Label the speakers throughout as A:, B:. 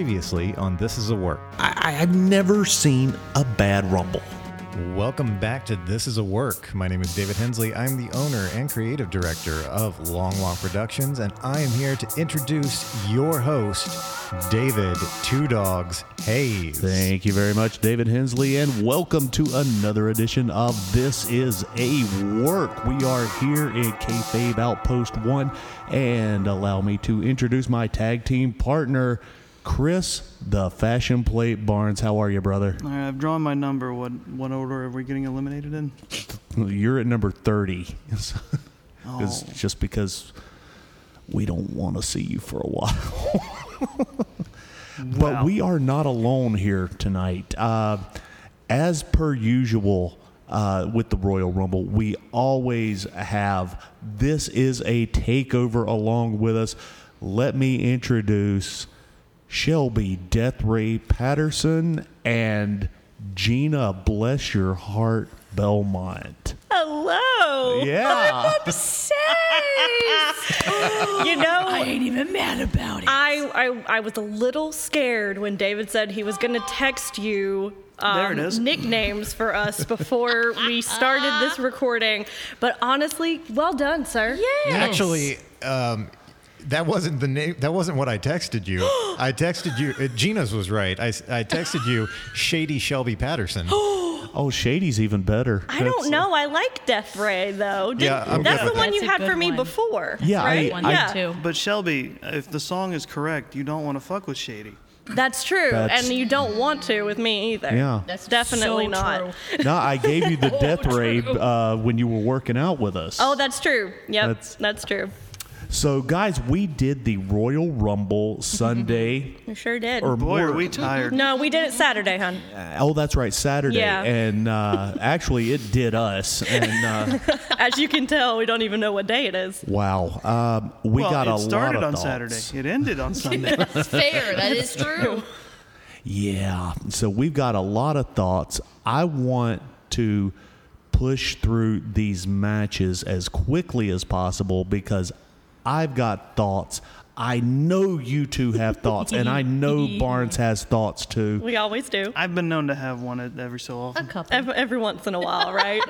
A: Previously on This Is a Work.
B: I, I've never seen a bad rumble.
A: Welcome back to This Is a Work. My name is David Hensley. I'm the owner and creative director of Long Long Productions, and I am here to introduce your host, David Two Dogs Hayes.
B: Thank you very much, David Hensley, and welcome to another edition of This Is a Work. We are here in Kayfabe Outpost 1, and allow me to introduce my tag team partner, Chris the Fashion Plate Barnes. How are you, brother?
C: All right, I've drawn my number. What what order are we getting eliminated in?
B: You're at number 30. It's
C: Oh.
B: just because we don't want to see you for a while. But
C: Wow.
B: we are not alone here tonight. Uh, as per usual uh, with the Royal Rumble, we always have this is a takeover along with us. Let me introduce Shelby Death Ray Patterson and Gina Bless Your Heart Belmont.
D: Hello.
B: Yeah.
D: Obsessed. you know, I ain't even mad about it. I, I, I was a little scared when David said he was going to text you. Um,
C: There it is.
D: Nicknames for us before we started this recording, but honestly, well done, sir. Yeah.
A: Actually, um, that wasn't the name. That wasn't what I texted you. I texted you. Uh, Gina's was right. I, s- I texted you Shady Shelby Patterson.
B: Oh, Shady's even better.
D: I
B: That's-
D: don't know. I like Death Ray though. Didn't-
A: Yeah, I'm
D: that's
A: good
D: the
A: with
D: one
E: that.
D: you
E: That's a
D: had for
E: good
D: me
E: one.
D: before.
B: Yeah, I-
D: right?
E: one
D: yeah,
E: too.
C: But Shelby, if the song is correct, you don't want to fuck with Shady.
D: that's true,
B: That's-
D: and you don't want to with me either.
B: Yeah.
E: That's
D: definitely
E: so
D: not.
E: true.
B: No, I gave you the death ray
E: true.
B: uh, when you were working out with us.
D: Oh, that's true. Yep,
B: That's-
D: that's true.
B: so, guys, we did the Royal Rumble Sunday.
D: You sure did.
B: Or-
C: Boy, are
B: More-
C: we tired.
D: no, we did it Saturday, hon.
B: oh, that's right, Saturday.
D: Yeah.
B: And uh, actually, it did us. And uh,
D: As you can tell, we don't even know what day it is.
B: wow, um, we
C: well,
B: got a
C: it started
B: lot of
C: on
B: thoughts.
C: Saturday. It ended on Sunday.
E: Fair, that is true.
B: Yeah. So we've got a lot of thoughts. I want to push through these matches as quickly as possible because I've got thoughts. I know you two have thoughts, and I know Barnes has thoughts too.
D: We always do.
C: I've been known to have one at- every so often.
E: couple.
D: Every, every once in a while, right?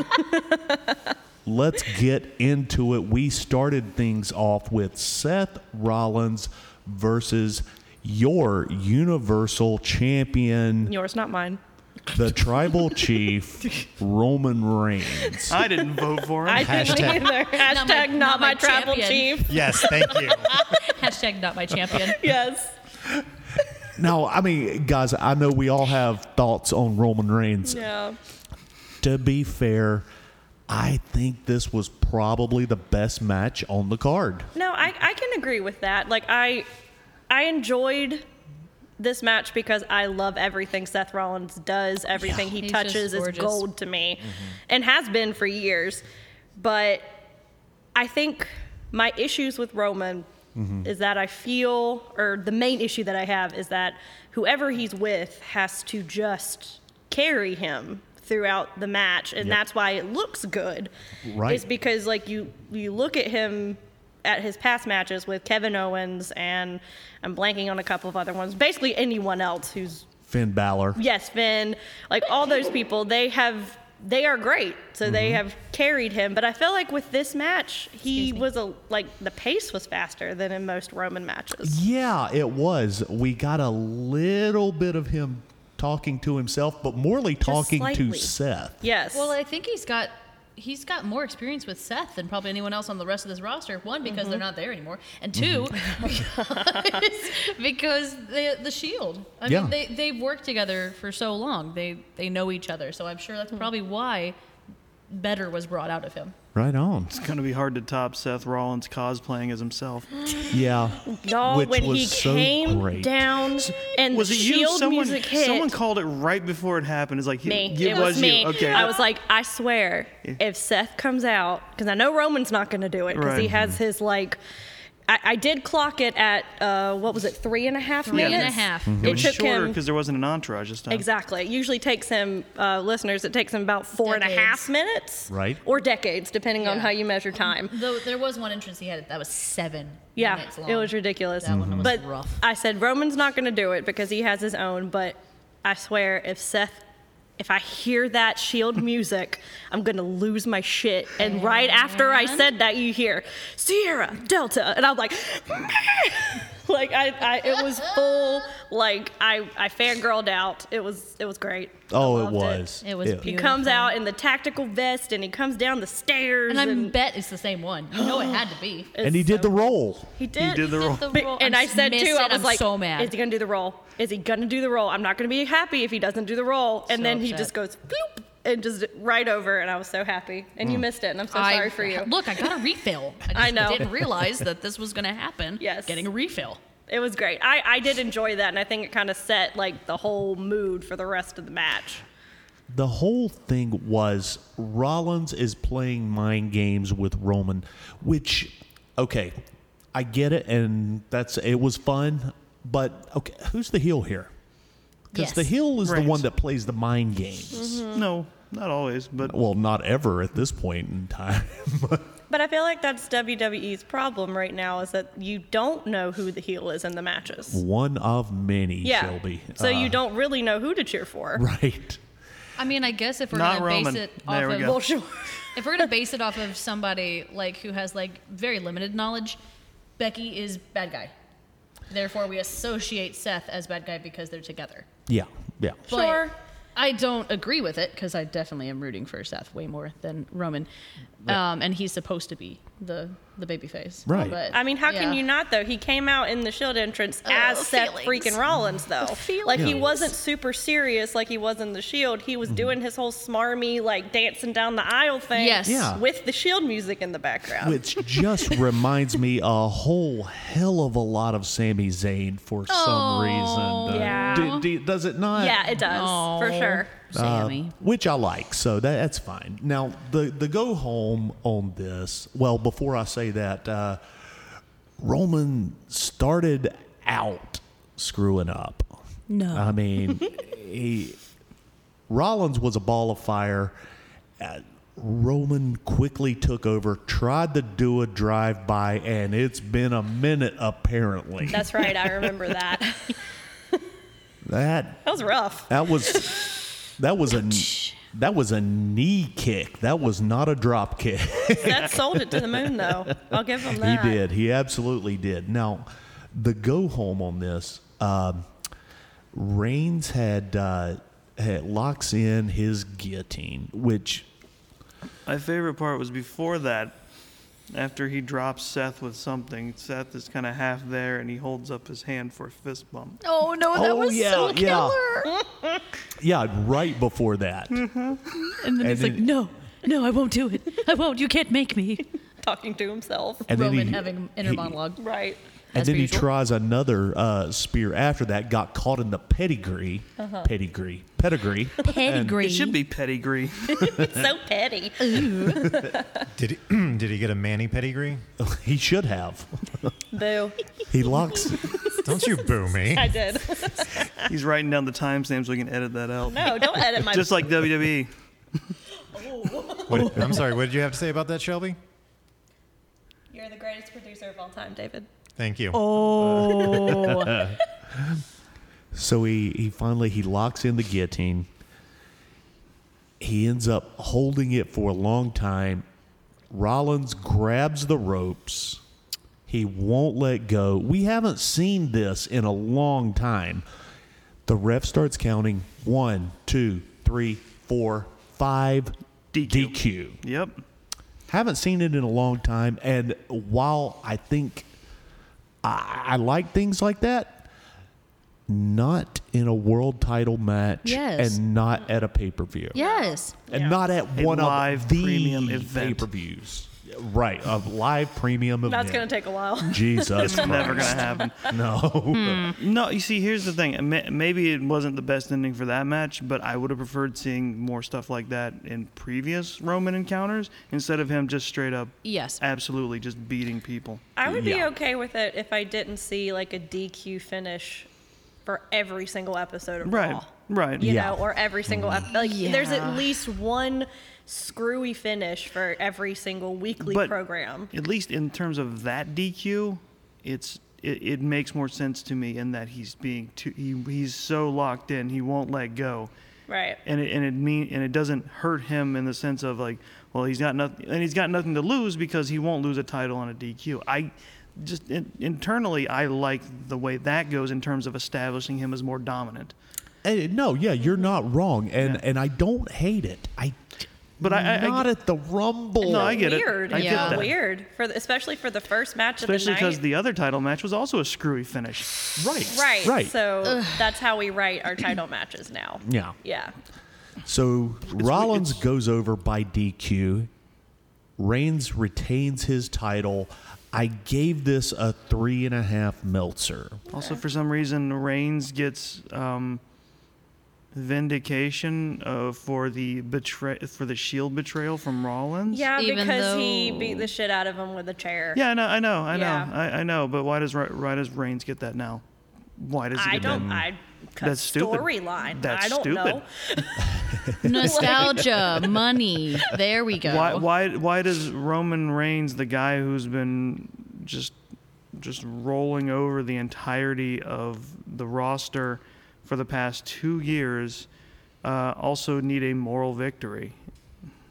B: Let's get into it. We started things off with Seth Rollins versus your Universal Champion,
D: Yours, not mine.
B: the Tribal Chief, Roman Reigns.
C: I didn't vote for him.
D: I didn't
A: Hashtag-
D: either. Hashtag not
E: Not my-
D: my,
E: not my
D: travel
E: champion.
D: chief.
A: Yes, thank you.
E: Hashtag not my champion.
D: Yes.
B: No, I mean, guys, I know we all have thoughts on Roman Reigns.
D: Yeah.
B: To be fair, I think this was probably the best match on the card.
D: No, I, I can agree with that. Like I I enjoyed this match because I love everything Seth Rollins does. Everything he
E: He's
D: touches
E: just
D: is
E: gorgeous. Mm-hmm.
D: gold to me and has been for years. But I think my issues with Roman is that I feel or the main issue that I have is that whoever he's with has to just carry him throughout the match and that's why it looks good
B: Right.
D: is because like you you look at him at his past matches with Kevin Owens and I'm blanking on a couple of other ones. Basically anyone else who's
B: Finn Balor.
D: yes, Finn, like all those people, they have they are great. So
C: Mm-hmm.
D: they have carried him, but I feel like with this match, he
E: Excuse me.
D: was a like the pace was faster than in most Roman matches.
B: Yeah, it was. We got a little bit of him talking to himself, but morely talking to
D: slightly.
B: Seth.
D: Yes.
E: Well, I think he's got he's got more experience with Seth than probably anyone else on the rest of this roster. One, because they're not there anymore, and 2
B: Mm-hmm.
E: because, because the the Shield. I
B: Yeah.
E: mean, they they've worked together for so long. They they know each other, so I'm sure that's probably why better was brought out of him.
B: Right on.
C: It's going to be hard to top Seth Rollins cosplaying as himself.
B: Yeah.
D: Y'all,
B: which
D: when
B: was
D: he
B: so
D: came
B: great.
D: down and
C: Was
D: the
C: it you?
D: shield
C: Someone,
D: music hit,
C: someone called it right before it happened. It's like,
D: me.
C: you-
D: it
C: it
D: was, me.
C: you. Okay.
D: I was like, I swear, if Seth comes out, because I know Roman's not going to do it because he
C: Right. Mm-hmm.
D: has his like. I, I did clock it at uh, what was it, three and a half
E: Three and a
D: minutes?
E: half. Mhm.
D: It
C: Mm-hmm. It was
D: took
C: shorter
D: him
C: because there wasn't an entourage this time.
D: exactly. It usually takes him uh, listeners. It takes him about four and a half
E: Decades.
D: minutes,
B: Right.
D: Or decades, depending on
E: Yeah.
D: how you measure time.
E: Though there was one entrance he had that was seven
D: Yeah,
E: minutes long.
D: it was ridiculous.
E: That one was
D: but
E: rough.
D: I said Roman's not going to do it because he has his own. But I swear, if Seth, if I hear that Shield music, I'm going to lose my shit. And right after I
E: And?
D: said that, you hear Sierra Delta, and I'm like, like I, I, it was full. Like I, I fangirled out. It was, it was great.
B: Oh, it
D: loved it.
B: was.
E: It was
D: He
E: beautiful.
D: comes out in the tactical vest, and he comes down the stairs,
E: And I
D: and,
E: bet it's the same one. You know it had to be.
B: And he did the role.
D: he did.
C: He did the role.
E: The
D: But-
E: role-
D: and
E: I'm
D: I said
E: missed
D: too,
E: it.
D: I was
E: I'm
D: like,
E: so mad.
D: is he gonna do the roll? Is he gonna do the roll? I'm not gonna be happy if he doesn't do the roll. And
E: So
D: then he
E: upset.
D: just goes bloop and just right over, and I was so happy. And you missed it, and I'm so
E: I-
D: sorry for you.
E: Look, I got a refill. I, just
D: I know.
E: didn't realize that this was going to happen.
D: Yes.
E: Getting a refill.
D: It was great. I, I did enjoy that, and I think it kind of set like the whole mood for the rest of the match.
B: The whole thing was Rollins is playing mind games with Roman, which, okay, I get it, and that's it was fun, but okay, who's the heel here? Because
E: Yes.
B: the heel is
C: Right.
B: the one that plays the mind
D: Mm-hmm.
B: games.
C: No, not always, but
B: Well, not ever at this point in time.
D: But I feel like that's WWE's problem right now is that you don't know who the heel is in the matches.
B: one of many,
D: Yeah.
B: Shelby.
D: So
B: Uh,
D: you don't really know who to cheer for.
B: right.
E: I mean, I guess if we're
C: Not
E: going to base
C: Roman.
E: it off
C: There we
E: of
C: go.
D: Well, sure.
E: if we're going to base it off of somebody like who has like very limited knowledge, Becky is bad guy. Therefore, we associate Seth as bad guy because they're together.
B: Yeah. Yeah.
E: But
D: Sure.
E: I don't agree with it because I definitely am rooting for Seth way more than Roman, um, and he's supposed to be the the baby face.
B: Right.
E: But,
D: I mean, how
E: yeah.
D: can you not though? He came out in the Shield entrance as Seth
E: feelings.
D: freaking Rollins though. Like he
E: feelings.
D: wasn't super serious like he was in the Shield. He was
B: Mm-hmm.
D: doing his whole smarmy like dancing down the aisle thing.
E: Yes.
B: Yeah.
D: With the Shield music in the background.
B: Which just reminds me a whole hell of a lot of Sami Zayn for some reason. Uh,
D: Oh, Yeah.
B: do- do- does it not?
D: yeah, it does for sure.
E: Sammy.
B: Which I like, so that, that's fine. Now the the go home on this. Well, before I say that, uh, Roman started out screwing up. No, I mean he Rollins was a ball of fire. Uh, Roman quickly took over, tried to do a drive by, and it's been a minute apparently.
D: That's right. I remember that. that
B: that
D: was rough.
B: That was that was a that was a knee kick. That was not a drop kick.
D: Seth sold it to the moon though. I'll give him
B: he
D: that.
B: did. He absolutely did. Now, the go home on this, um, Reigns had uh, had locks in his guillotine, which
C: my favorite part was before that. After he drops Seth with something, Seth is kind of half there and he holds up his hand for a fist bump.
E: Oh no, that
B: Oh,
E: was
B: yeah,
E: so
B: yeah.
E: killer.
B: yeah, right before that.
E: Hmm. And then he's
B: And
E: like,
B: then-
E: "No, no, I won't do it. I won't. You can't make me."
D: Talking to himself.
B: And
E: Roman
B: then he,
E: having inner
B: he-
E: monologue.
D: Right.
B: And
E: As
B: then
E: per
B: he
E: usual.
B: tries another uh, spear after that, got caught in the pedigree.
E: Uh-huh.
B: Pedigree. Pedigree.
E: Pedigree.
C: It should be pedigree.
D: It's so petty.
A: Did he, did he get a Manny pedigree?
B: he should have.
D: Boo.
B: He locks
A: Don't you boo me.
D: I did.
C: He's writing down the timestamps. We can edit that out.
D: No, don't edit my
C: Just like E. WWE.
B: Oh.
A: What, I'm sorry. What did you have to say about that, Shelby?
D: You're the greatest producer of all time, David.
A: Thank you.
B: Oh. So he, he finally he locks in the guillotine. He ends up holding it for a long time. Rollins grabs the ropes. He won't let go. We haven't seen this in a long time. The ref starts counting one, two, three, four, five.
C: DQ.
B: DQ.
C: Yep.
B: Haven't seen it in a long time. And while I think I, I like things like that, not in a world title match
E: Yes.
B: and not at a pay per view.
E: yes.
B: And not at
C: A
B: one
C: live
B: of the
C: premium event.
B: pay per views. right a live premium event.
D: That's going to take a while.
B: Jesus,
C: It's never gonna
B: Christ.
C: happen.
D: Hmm.
B: No,
C: No, you see, here's the thing. And ma- Maybe it wasn't the best ending for that match, but I would have preferred seeing more stuff like that in previous Roman encounters instead of him just straight up,
E: Yes.
C: absolutely just beating people.
D: I would be
B: Yeah.
D: okay with it if I didn't see like a DQ finish for every single episode of
C: Right,
D: Raw.
C: right.
D: You
B: Yeah.
D: know, or every single ep- like there's
E: Yeah.
D: at least one screwy finish for every single weekly
C: But-
D: program.
C: At least in terms of that DQ, it's it, it makes more sense to me in that he's being too he, he's so locked in he won't let go.
D: Right.
C: and it and it mean and it doesn't hurt him in the sense of like, well, he's got nothing and he's got nothing to lose because he won't lose a title on a DQ. I just in, internally, I like the way that goes in terms of establishing him as more dominant.
B: Eh, no, yeah, you're not wrong, and and I don't hate it. I,
C: But I- I- I
B: not
C: get-
B: at the Rumble.
C: No, I get it.
D: weird.
C: I
E: get
D: yeah.
E: that.
D: Weird for the, especially for the first match
C: Especially
D: of the night.
C: because the other title match was also a screwy finish.
B: right,
D: right.
B: right.
D: So that's how we write our title matches now.
B: Yeah.
D: Yeah.
B: So Rollins
C: it's-
B: goes over by DQ. Reigns retains his title. I gave this a three and a half Meltzer.
C: Also, for some reason, Reigns gets um, vindication uh, for the betray for the Shield betrayal from Rollins.
D: Yeah,
E: Even
D: because he
E: though-
D: beat the shit out of him with a chair.
C: Yeah, I know, I know, I know,
D: Yeah.
C: I, I know. But why does Ra- why does Reigns get that now? Why does he
D: I
C: get
D: don't.
C: that?
D: I. 'cause
C: That's stupid.
D: Storyline.
C: That's
D: I don't
C: stupid.
D: know.
E: Nostalgia, money. There we go.
C: Why why why does Roman Reigns, the guy who's been just just rolling over the entirety of the roster for the past two years, uh, also need a moral victory?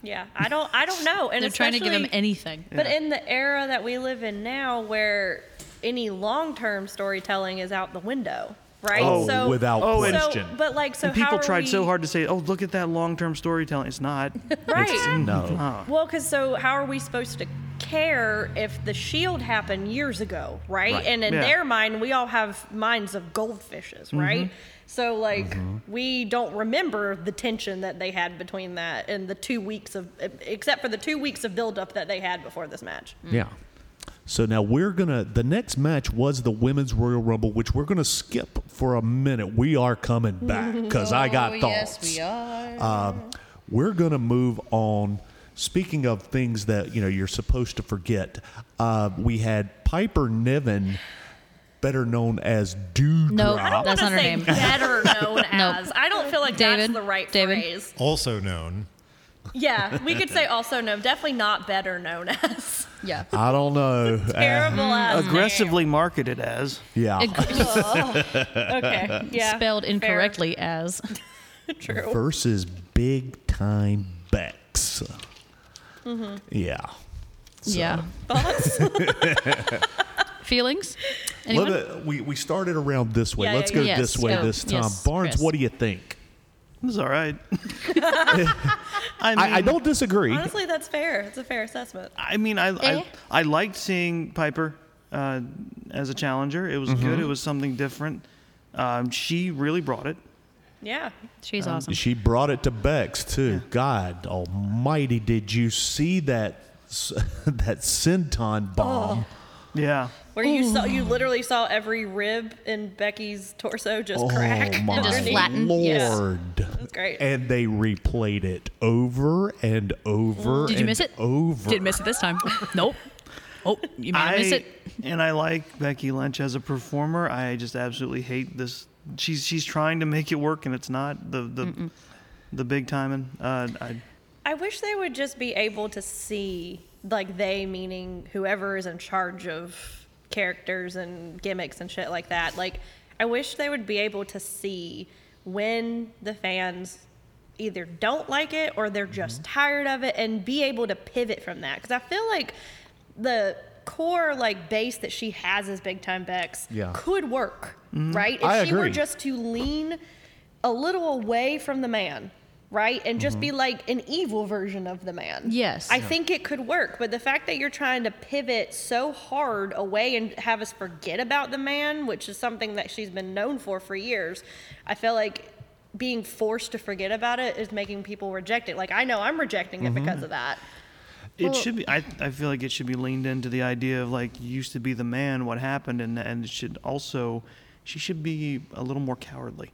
D: Yeah, I don't. I don't know. And
E: They're trying to give him
D: especially-
E: anything.
D: But in the era that we live in now, where any long-term storytelling is out the window, right?
B: Oh, without
C: Oh, and-
B: question.
D: So, but like, so
C: and people
D: how are
C: tried so
D: we-
C: hard to say, "Oh, look at that long-term storytelling." It's Mm-hmm. not.
D: right?
E: Mm-hmm.
B: no.
D: Well, because so how are we supposed to care if the shield happened years ago, right?
B: Right.
D: And in
C: Yeah.
D: their mind, we all have minds of goldfishes,
C: Mm-hmm.
D: right? So like
B: Mm-hmm.
D: we don't remember the tension that they had between that and the two weeks of, except for the two weeks of buildup that they had before this match.
B: Yeah. So now we're going to, the next match was the Women's Royal Rumble, which we're going to skip for a minute. We are coming back because I got thoughts.
E: Oh, Yes, we are.
B: Um, we're going to move on. Speaking of things that you know you're supposed to forget, uh, we had Piper Niven, better known as Dewdrop.
E: I don't
D: I
E: That's
D: wanna
E: not her
D: say
E: name.
D: Better known as. I don't feel like
E: David,
D: that's the right
E: David.
D: phrase.
A: Also known.
D: Yeah, we could say also known. Definitely not better known as.
E: yeah.
B: I don't know. Uh,
D: Terrible as. name.
C: Aggressively marketed as.
B: yeah.
D: Okay. Yeah.
E: Spelled E.
D: fair.
E: incorrectly as.
D: True.
B: Versus big time Bex.
E: Mm-hmm.
B: Yeah.
E: Yeah.
D: Thoughts?
E: Feelings?
B: Let
E: Anyone?
B: it- we, we started around this way.
D: Yeah,
B: Let's
D: yeah,
B: go
E: yeah.
B: this
E: Yes,
B: way
E: go.
B: this time.
E: Yes,
B: Barnes,
E: Chris.
B: what do you think?
C: It's all right. I, mean,
B: I,
E: Mm-hmm.
B: I don't disagree.
D: Honestly, that's fair. It's a fair assessment.
C: I mean, I,
E: Eh?
C: I, I liked seeing Piper uh, as a challenger. It was good. It was something different. Um, she really brought it.
D: Yeah.
E: She's awesome.
B: She brought it to Bex too. God Almighty, did you see that s- that
E: Oh,
B: senton bomb?
C: Yeah.
D: Where you saw you literally saw every rib in Becky's torso just
E: Oh
D: crack.
B: Oh, my
E: just
D: underneath.
E: flatten. Yes.
B: lord!
D: That's great.
B: And they replayed it over and over.
E: Did you
B: and
E: miss it?
B: Over.
E: Didn't miss it this time. nope. Oh, you may
C: I
E: have missed it.
C: and I like Becky Lynch as a performer. I just absolutely hate this. She's she's trying to make it work and it's not the the the big timing. Uh, I,
D: I wish they would just be able to see, like they meaning whoever is in charge of characters and gimmicks and shit like that. Like, I wish they would be able to see when the fans either don't like it or they're just
B: Mm-hmm.
D: tired of it and be able to pivot from that. Because I feel like the core like base that she has as Big Time Bex
B: Yeah. Mm-hmm.
D: could work, right? If
B: I
D: she were
B: agree.
D: just to lean a little away from the man, right? And just be like an evil version of the man.
E: Yes.
D: I think it could work, but the fact that you're trying to pivot so hard away and have us forget about the man, which is something that she's been known for for years, I feel like being forced to forget about it is making people reject it. Like I know I'm rejecting it because of that.
C: It
F: Well-
C: should be. I, I feel like it should be leaned into the idea of like you used to be the man. What happened? And and it should also, she should be a little more cowardly.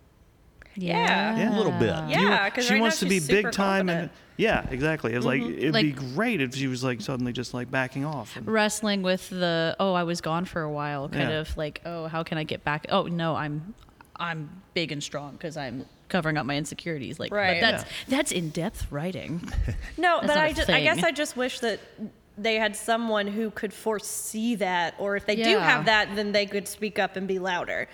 D: Yeah.
C: Yeah. A
B: little bit.
D: Yeah,
C: You want-
D: 'cause
C: she
D: right
C: wants
D: now
C: to be
D: she's
C: big
D: super
C: time. And,
D: confident. Mm-hmm.
C: yeah, exactly. It's like it'd be
E: Like-
C: great if she was like suddenly just like backing off. And,
E: wrestling with the oh I was gone for a while kind
C: Yeah.
E: of like oh how can I get back oh no I'm I'm big and strong because I'm covering up my insecurities like but
D: Right.
E: that's that's in depth writing
D: No,
E: That's
D: but
E: not
D: I
E: a
D: just I guess
E: thing.
D: I just wish that they had someone who could foresee that or if they do
E: Yeah.
D: have that then they could speak up and be louder.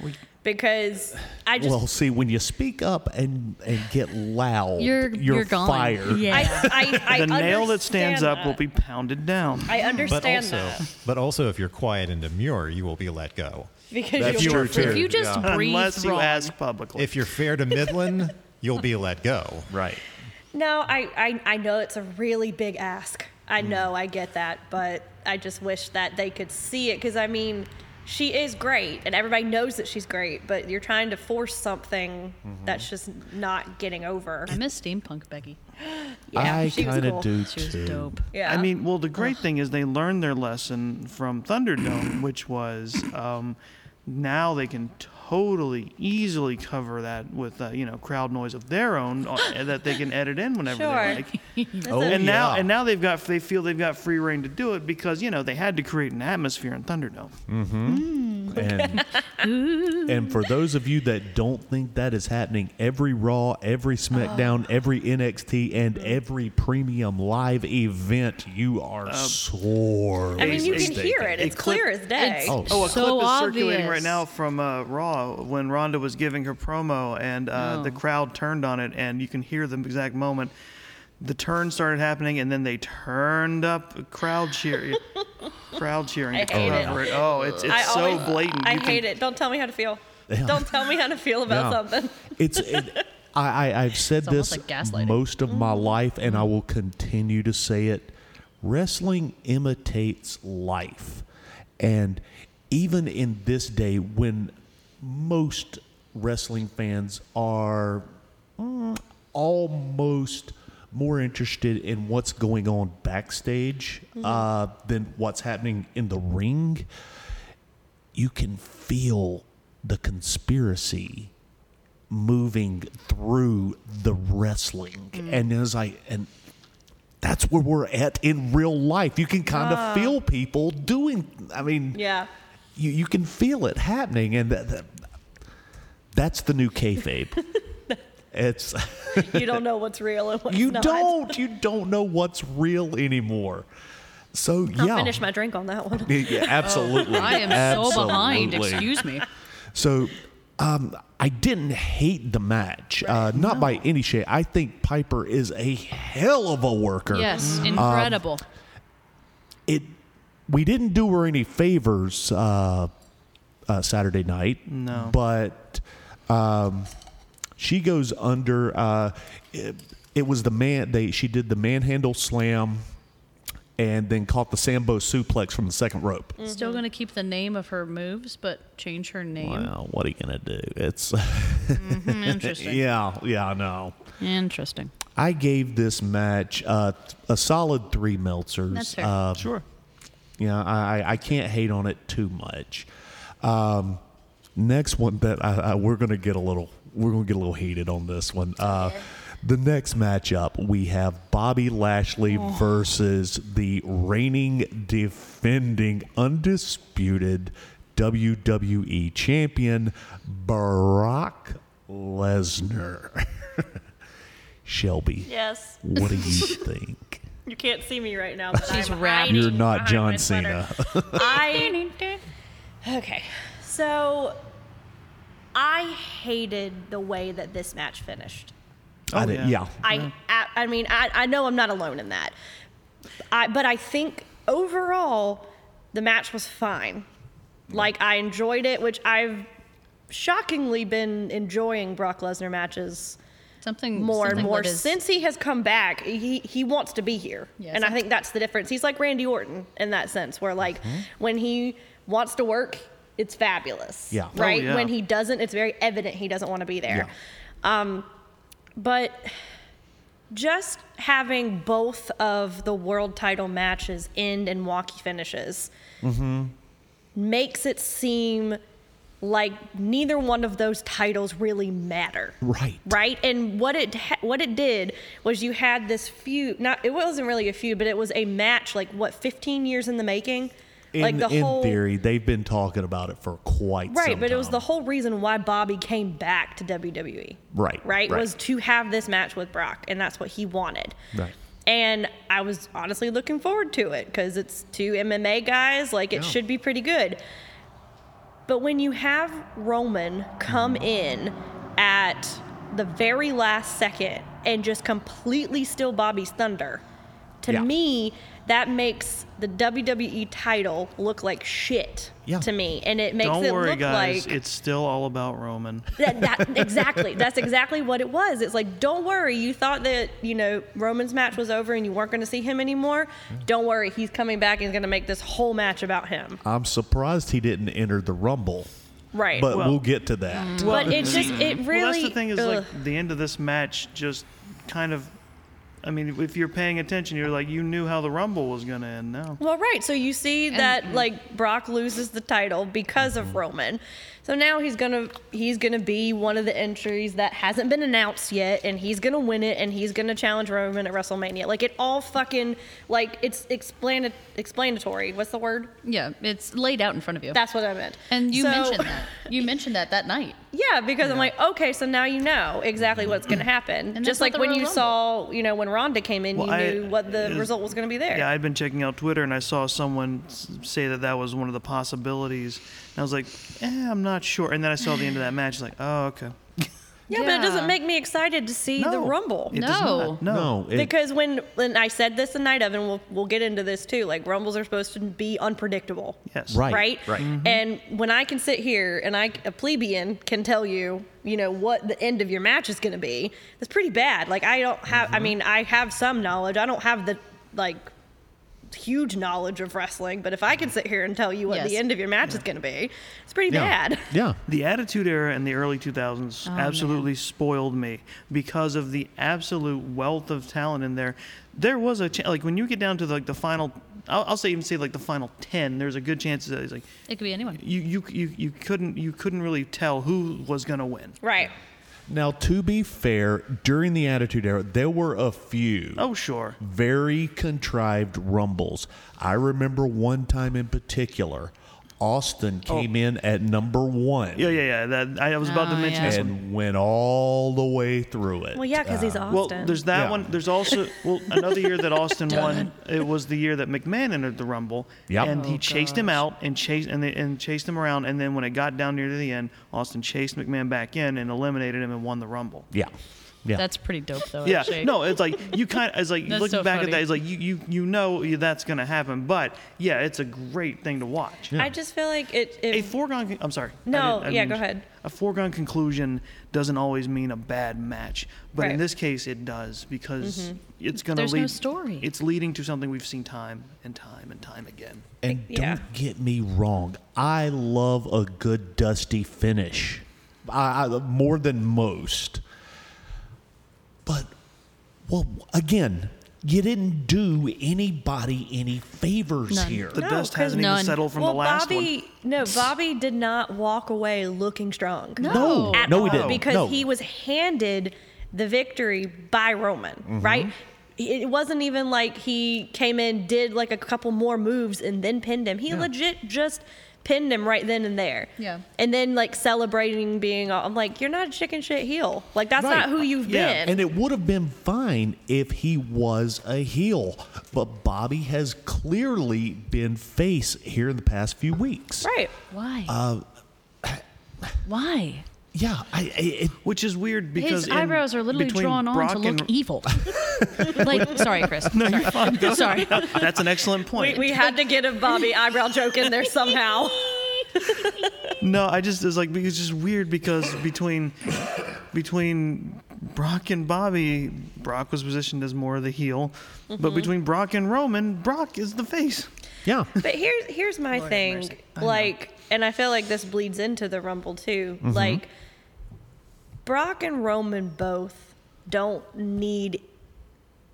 D: because I just
B: well, see, when you speak up and and get loud,
E: you're you're, gone
B: fired.
D: I,
E: yeah
D: I, I
C: the nail that
D: understand
C: stands up will
D: that.
C: be pounded down.
D: I understand
A: But also,
D: that
A: but also, if you're quiet and demure, you will be let go.
D: because
B: That's
D: you were
B: true, too.
E: if you just
B: Yeah.
E: breathe
C: Unless you
E: wrong-
C: ask publicly.
A: If you're fair to middling, you'll be let go.
B: Right.
D: No, I, I, I know it's a really big ask.
C: Mm.
D: I know, I get that, but I just wish that they could see it because I mean, she is great and everybody knows that she's great, but you're trying to force something
C: Mm-hmm.
D: that's just not getting over.
E: I miss steampunk Becky
D: Yeah,
B: I
D: she was
B: kind of
D: cool.
B: do
E: she was
B: too.
E: dope
D: Yeah.
C: I mean, well, the great thing is they learned their lesson from Thunderdome, which was um, now they can totally easily cover that with uh, you know crowd noise of their own uh, that they can edit in whenever
D: Sure.
C: they like.
B: Oh,
C: And now
B: yeah.
C: and now they've got they feel they've got free reign to do it because you know they had to create an atmosphere in Thunderdome.
B: And, and for those of you that don't think that is happening, every Raw, every
D: Oh.
B: SmackDown, every NXT, and
D: Mm.
B: every premium live event, you are sorely
D: Um, I mean, you can
B: mistaken.
D: hear it. It's
C: clip-
D: clear as day.
E: It's
B: Oh,
C: Oh, a
E: so
C: clip is
E: obvious.
C: circulating right now from uh, Raw when Ronda was giving her promo, and uh,
D: Oh.
C: the crowd turned on it, and you can hear the exact moment. The turn started happening, and then they turned up crowd cheer, crowd cheering
D: I
C: to
D: hate it.
C: cover it. Oh, it's it's
D: I
C: so
D: always-
C: blatant.
D: I
C: You can-
D: hate it. Don't tell me how to feel.
B: Yeah.
D: Don't tell me how to feel about
B: Yeah.
D: something.
B: It's. It, I, I, I've said
E: almost
B: this
E: like gaslighting. Mm-hmm.
B: most of my life, and I will continue to say it. Wrestling imitates life, and even in this day when most wrestling fans are mm, almost more interested in what's going on backstage
E: Mm-hmm.
B: uh, than what's happening in the ring you can feel the conspiracy moving through the wrestling and it's like and that's where we're at in real life you can kind of feel people doing i mean
D: Yeah.
B: you, you can feel it happening and that, that, that's the new kayfabe it's
D: You don't know what's real and what's
B: you
D: not.
B: don't you don't know what's real anymore so
D: I'll
B: yeah
D: finish my drink on that one.
B: yeah, absolutely
E: I am so behind
B: Absolutely.
E: excuse me
B: So um, I didn't hate the match, uh, not by any shape. I think Piper is a hell of a worker.
E: yes incredible
B: It. We didn't do her any favors uh, uh, Saturday night. No. But um, she goes under. Uh, it, it was the man. They she did the manhandle slam. And then caught the Sambo suplex from the second rope.
E: still gonna keep the name of her moves but change her name
B: Well, what are you gonna do? It's
E: Hmm, interesting
B: yeah, yeah, I know.
E: interesting
B: I gave this match uh, a solid three Meltzers.
E: That's fair.
B: Uh,
C: Sure.
B: you know, I, I- I can't hate on it too much. Um, next one that I, I, we're gonna get a little we're gonna get a little heated on this one. Uh, the next matchup we have Bobby Lashley
E: Oh.
B: versus the reigning, defending, undisputed WWE champion Barack Lesnar. Shelby,
D: Yes.
B: what do you think?
D: You can't see me right now, but
E: She's
D: I'm
E: rapping.
D: hiding
B: You're not
D: behind
B: John
D: my sweater.
B: Cena.
D: I okay. So I hated the way that this match finished. Oh,
B: I
C: yeah.
B: did, yeah.
D: I, I, I mean, I, I know I'm not alone in that. I, but I think overall, the match was fine. Like, I enjoyed it, which I've shockingly been enjoying Brock Lesnar matches
E: something
D: more and
E: something
D: more
E: that is-
D: since he has come back he, he wants to be here
E: Yeah,
D: and i
E: some-
D: think that's the difference he's like randy orton in that sense where like when he wants to work it's fabulous
B: Yeah. Oh,
D: right
C: yeah.
D: when he doesn't it's very evident he doesn't want to be there
B: Yeah.
D: um, but just having both of the world title matches end in walkie finishes
B: Mm-hmm.
D: makes it seem like neither one of those titles really matter.
B: Right.
D: Right. And what it ha- what it did was you had this feud. Not it wasn't really a feud, but it was a match. Like what, 15 years in the making.
B: In,
D: like the
B: in
D: whole
B: theory, they've been talking about it for quite some
D: Right, but it was
B: time.
D: the whole reason why Bobby came back to WWE.
B: Right, right.
D: Right? Was to have this match with Brock, and that's what he wanted.
B: Right.
D: And I was honestly looking forward to it because it's two MMA guys. Like, it
B: Yeah.
D: should be pretty good. But when you have Roman come
C: Mm-hmm.
D: in at the very last second and just completely steal Bobby's thunder, to
B: Yeah.
D: me, that makes the WWE title look like shit
B: Yeah.
D: to me. And it makes
C: Don't
D: it
C: worry,
D: look
C: guys.
D: like
C: it's still all about Roman.
D: that, that exactly. That's exactly what it was. It's like, don't worry. You thought that you know Roman's match was over and you weren't going to see him anymore. Don't worry. He's coming back and he's going to make this whole match about him.
B: I'm surprised he didn't enter the Rumble,
D: Right. mm.
B: but
C: Well-
B: we'll get to that.
D: But it just it really.
C: well, that's the thing is
D: ugh.
C: like the end of this match just kind of. I mean, if you're paying attention, you're like you knew how the Rumble was gonna end. Now
D: Well, right. So you see
E: mm.
D: that like Brock loses the title because
E: Mm-hmm.
D: of Roman. So now he's gonna he's gonna be one of the entries that hasn't been announced yet, and he's gonna win it, and he's gonna challenge Roman at WrestleMania. Like it all fucking like it's explan- explanatory. What's the word?
E: Yeah, it's laid out in front of you.
D: That's what I meant.
E: and you
D: So-
E: mentioned that. You mentioned that that night.
D: Yeah, because I'm like, okay, so now you know exactly what's gonna happen.
E: that's
D: Just
E: not
D: like
E: the
D: when
E: Royal
D: you
E: Rumble.
D: saw, you know, when Ronda came in,
C: Well,
D: you
C: I-
D: knew what the
C: is-
D: result was gonna be there.
C: Yeah, I'd been checking out Twitter and I saw someone s- say that that was one of the possibilities. And I was like, eh, I'm not sure. And then I saw the end of that match. Like, oh, okay.
D: yeah, but it doesn't
E: Yeah.
D: make me excited to see the
C: No,
D: Rumble.
C: It does not. no.
E: No.
B: No, it-
D: because when when I said this the night of, and we'll we'll get into this too. Like rumbles are supposed to be unpredictable,
C: Yes.
B: Right.
D: right?
B: right.
D: And when I can sit here and I a plebeian can tell you, you know, what the end of your match is going to be, that's pretty bad. Like I don't have. I mean, I have some knowledge. I don't have the like huge knowledge of wrestling, but if I can sit here and tell you what the
E: Yes.
D: end of your match is going to be, it's pretty
B: yeah.
D: bad.
B: Yeah.
C: The Attitude Era in the early 2000s
D: Oh,
C: absolutely spoiled me because of the absolute wealth of talent in there. There was a ch- like when you get down to like the final, I'll, I'll say even say like the final ten. There's a good chance that it's like
E: It could be anyone.
C: you you you, you couldn't you couldn't really tell who was gonna win.
D: Right.
B: Now, to be fair, during the Attitude Era, there were a few
C: Oh sure.
B: very contrived rumbles. I remember one time in particular, Austin
D: Oh.
B: came in at number one
C: Yeah yeah yeah. That I was about to
E: Oh,
C: mention
E: yeah.
C: this one.
B: and went all the way through it.
D: Well, yeah, because
B: Uh,
D: he's Austin.
C: Well, there's that
B: Yeah.
C: one. There's also well another year that Austin won. It was the year that McMahon entered the Rumble,
B: Yep.
C: and he
E: Oh,
C: chased him out and chased and, they, and chased him around. And then when it got down near to the end, Austin chased McMahon back in and eliminated him and won the Rumble.
B: Yeah. Yeah.
E: That's pretty dope, though.
C: Yeah,
E: actually.
C: no, it's like you kind of it's like
E: That's
C: looking
E: so
C: back at
E: funny.
C: that, it's like you you you know that's gonna happen, but yeah, it's a great thing to watch.
D: I just feel like it. it
C: A foregone. Con- I'm sorry. I
D: No,
C: didn't- I
D: yeah,
C: didn't-
D: go ahead.
C: A foregone conclusion doesn't always mean a bad match, but in
D: Right.
C: this case, it does because
E: Mm-hmm.
C: it's going to
E: There's
C: lead.
E: no story.
C: It's leading to something we've seen time and time and time again.
B: And
D: Yeah.
B: don't get me wrong, I love a good dusty finish, I, I, more than most. But well, again, you didn't do anybody any favors
E: None.
B: here.
C: The
D: No,
C: dust
D: 'cause
C: hasn't even
E: none-
C: settled from
D: well,
C: the last
D: Bobby,
C: one.
D: no, Bobby did not walk away looking strong.
E: No.
D: at
B: no,
D: all
B: he didn't.
D: because
B: no.
D: he was handed the victory by Roman,
B: Mm-hmm.
D: right? It wasn't even like he came in, did like a couple more moves, and then pinned him. He legit just pinned him right then and there.
E: Yeah.
D: And then like celebrating being all, I'm like, you're not a chicken shit heel. Like that's
B: Right.
D: not who you've
C: Yeah.
D: been.
B: And it would have been fine if he was a heel, but Bobby has clearly been face here in the past few weeks.
D: right.
E: Why?
C: Uh,
E: Why?
B: Yeah, I, I it,
C: Which is weird because
E: His
C: in-
E: eyebrows are literally
C: between
E: drawn on
C: Brock
E: to look
C: and-
E: evil. like, sorry, Chris. No, sorry. sorry.
C: That's an excellent
D: We,
C: point.
D: we had to get a Bobby eyebrow joke in there somehow.
C: No, I just it's like it's just weird because between between Brock and Bobby, Brock was positioned as more of the heel,
E: Mm-hmm.
C: but between Brock and Roman, Brock is the face.
B: yeah.
D: But here's here's my thing. Like, and I feel like this bleeds into the Rumble too. Like, Brock and Roman both don't need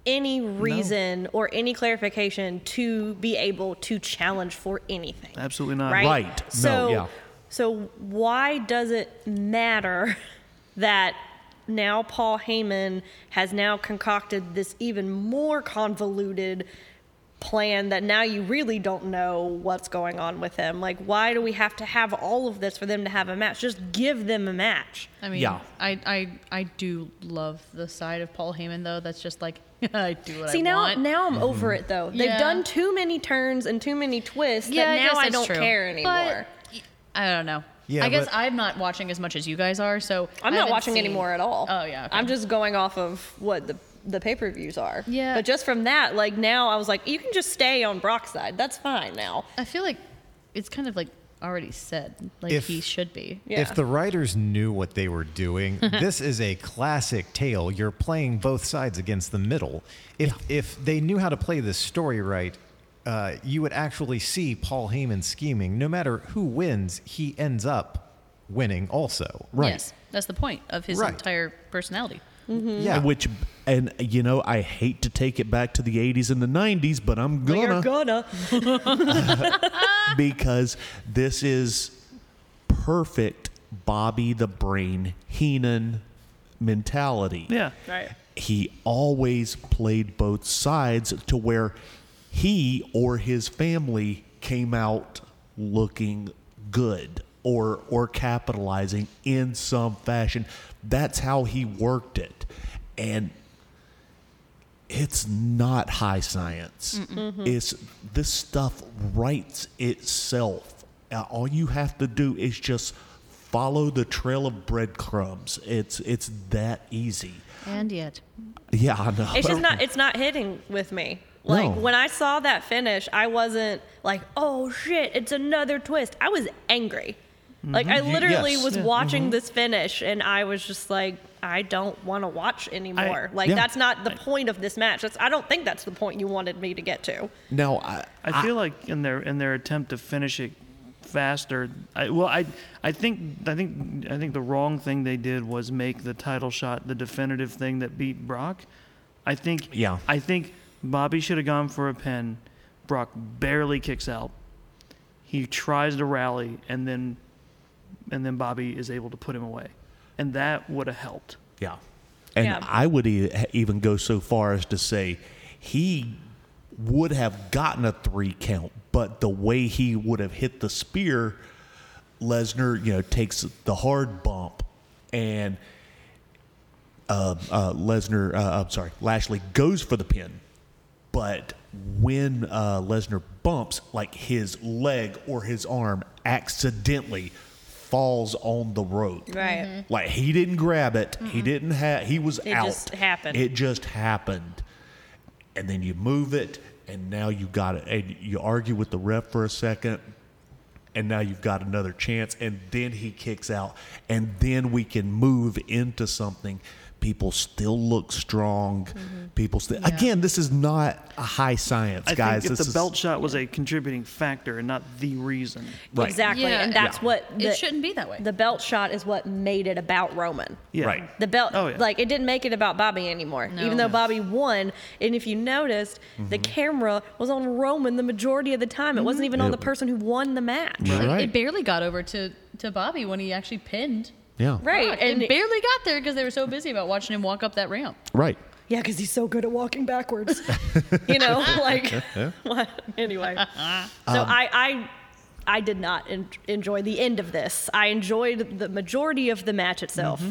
D: any reason or any clarification to be able to challenge for anything.
C: Absolutely not.
D: Right.
B: Right. No,
D: So,
B: yeah.
D: So why does it matter that now Paul Heyman has now concocted this even more convoluted plan that now you really don't know what's going on with him? Like, why do we have to have all of this for them to have a match? Just give them a match.
E: I mean,
B: Yeah.
E: I, I I do love the side of Paul Heyman though. That's just like I do what
D: See
E: I
D: now,
E: want.
D: now
B: Mm-hmm.
D: I'm over it though. They've
E: Yeah.
D: done too many turns and too many twists
E: yeah,
D: that
E: guess
D: now I,
E: that's
D: don't
E: true.
D: care
E: But
D: anymore.
E: y- I don't know.
A: Yeah,
E: I guess
A: but-
E: I'm not watching as much as you guys are, so
D: I'm
E: I
D: not
E: haven't
D: watching
E: seen-
D: anymore at all.
E: Oh yeah, okay.
D: I'm just going off of what the the pay per views are.
E: Yeah.
D: But just from that, like now, I was like, you can just stay on Brock's side. That's fine now.
E: I feel like it's kind of like already said, like
A: If-
E: he should be.
D: Yeah.
A: If the writers knew what they were doing, this is a classic tale. You're playing both sides against the middle. If if they knew how to play this story right, uh, you would actually see Paul Heyman scheming. No matter who wins, he ends up winning also.
B: Right.
E: Yes, that's the point of his
A: Right.
E: entire personality.
A: Yeah.
E: Mm-hmm.
B: And Which, and you know, I hate to take it back to the 80s and the 90s, but I'm gonna
D: gonna.
B: because this is perfect Bobby the Brain Heenan mentality.
C: Yeah.
D: Right.
B: He always played both sides to where he or his family came out looking good or or capitalizing in some fashion. That's how he worked it. And it's not high science. It's this stuff writes itself. Uh, all you have to do is just follow the trail of breadcrumbs. It's it's that easy.
E: And yet,
B: Yeah, I know.
D: It's just not. It's not hitting with me. Like
B: Oh. No.
D: when I saw that finish, I wasn't like, oh shit, it's another twist. I was angry. Like I literally
B: Mm-hmm. yes. Mm-hmm.
D: was watching this finish, and I was just like, I don't want to watch anymore. like
B: Yeah.
D: that's not the point of this match. That's I don't think that's the point you wanted me to get to.
B: Now, I,
C: I feel like in their in their attempt to finish it faster, I, well, I I think I think I think the wrong thing they did was make the title shot the definitive thing that beat Brock. I think
B: Yeah.
C: I think Bobby should have gone for a pin. Brock barely kicks out. He tries to rally, and then and then Bobby is able to put him away, and that would have helped.
B: yeah, and
D: Yeah.
B: I would e- even go so far as to say he would have gotten a three count, but the way he would have hit the spear, Lesnar, you know, takes the hard bump, and uh, uh, Lesnar, uh, I'm sorry, Lashley goes for the pin, but when uh, Lesnar bumps, like his leg or his arm accidentally falls on the rope.
D: Right. Mhm.
B: Like he didn't grab it. He didn't have. He was
D: Mm-hmm. It
B: out.
D: just happened.
B: It just happened, and then you move it, and now you got it. And you argue with the ref for a second, and now you've got another chance. And then he kicks out, and then we can move into something. People still look strong.
D: Mm-hmm.
B: People still. Again, this is not a high science,
C: I
B: guys.
C: think if
B: This
C: the
B: is-
C: belt shot was a contributing factor and not the reason.
B: Right.
D: Exactly.
E: Yeah.
D: And that's
B: Yeah.
D: what the,
E: it shouldn't be that way.
D: the belt shot is what made it about Roman.
C: Yeah.
B: Right.
D: The belt,
C: Oh, yeah.
D: like it didn't make it about Bobby anymore,
E: No.
D: even though
E: Yeah.
D: Bobby won. And if you noticed, the camera was on Roman the majority of the time. It
E: Mm-hmm.
D: wasn't even on the person who won the match.
B: You're
E: Like,
B: right.
E: It barely got over to, to Bobby when he actually pinned.
B: yeah.
D: Right.
E: Brock.
D: And
E: it barely got there because they were so busy about watching him walk up that ramp.
B: Right.
D: yeah, because he's so good at walking backwards. you know, like, what? anyway. So I, I, I did not en- enjoy the end of this. I enjoyed the majority of the match itself.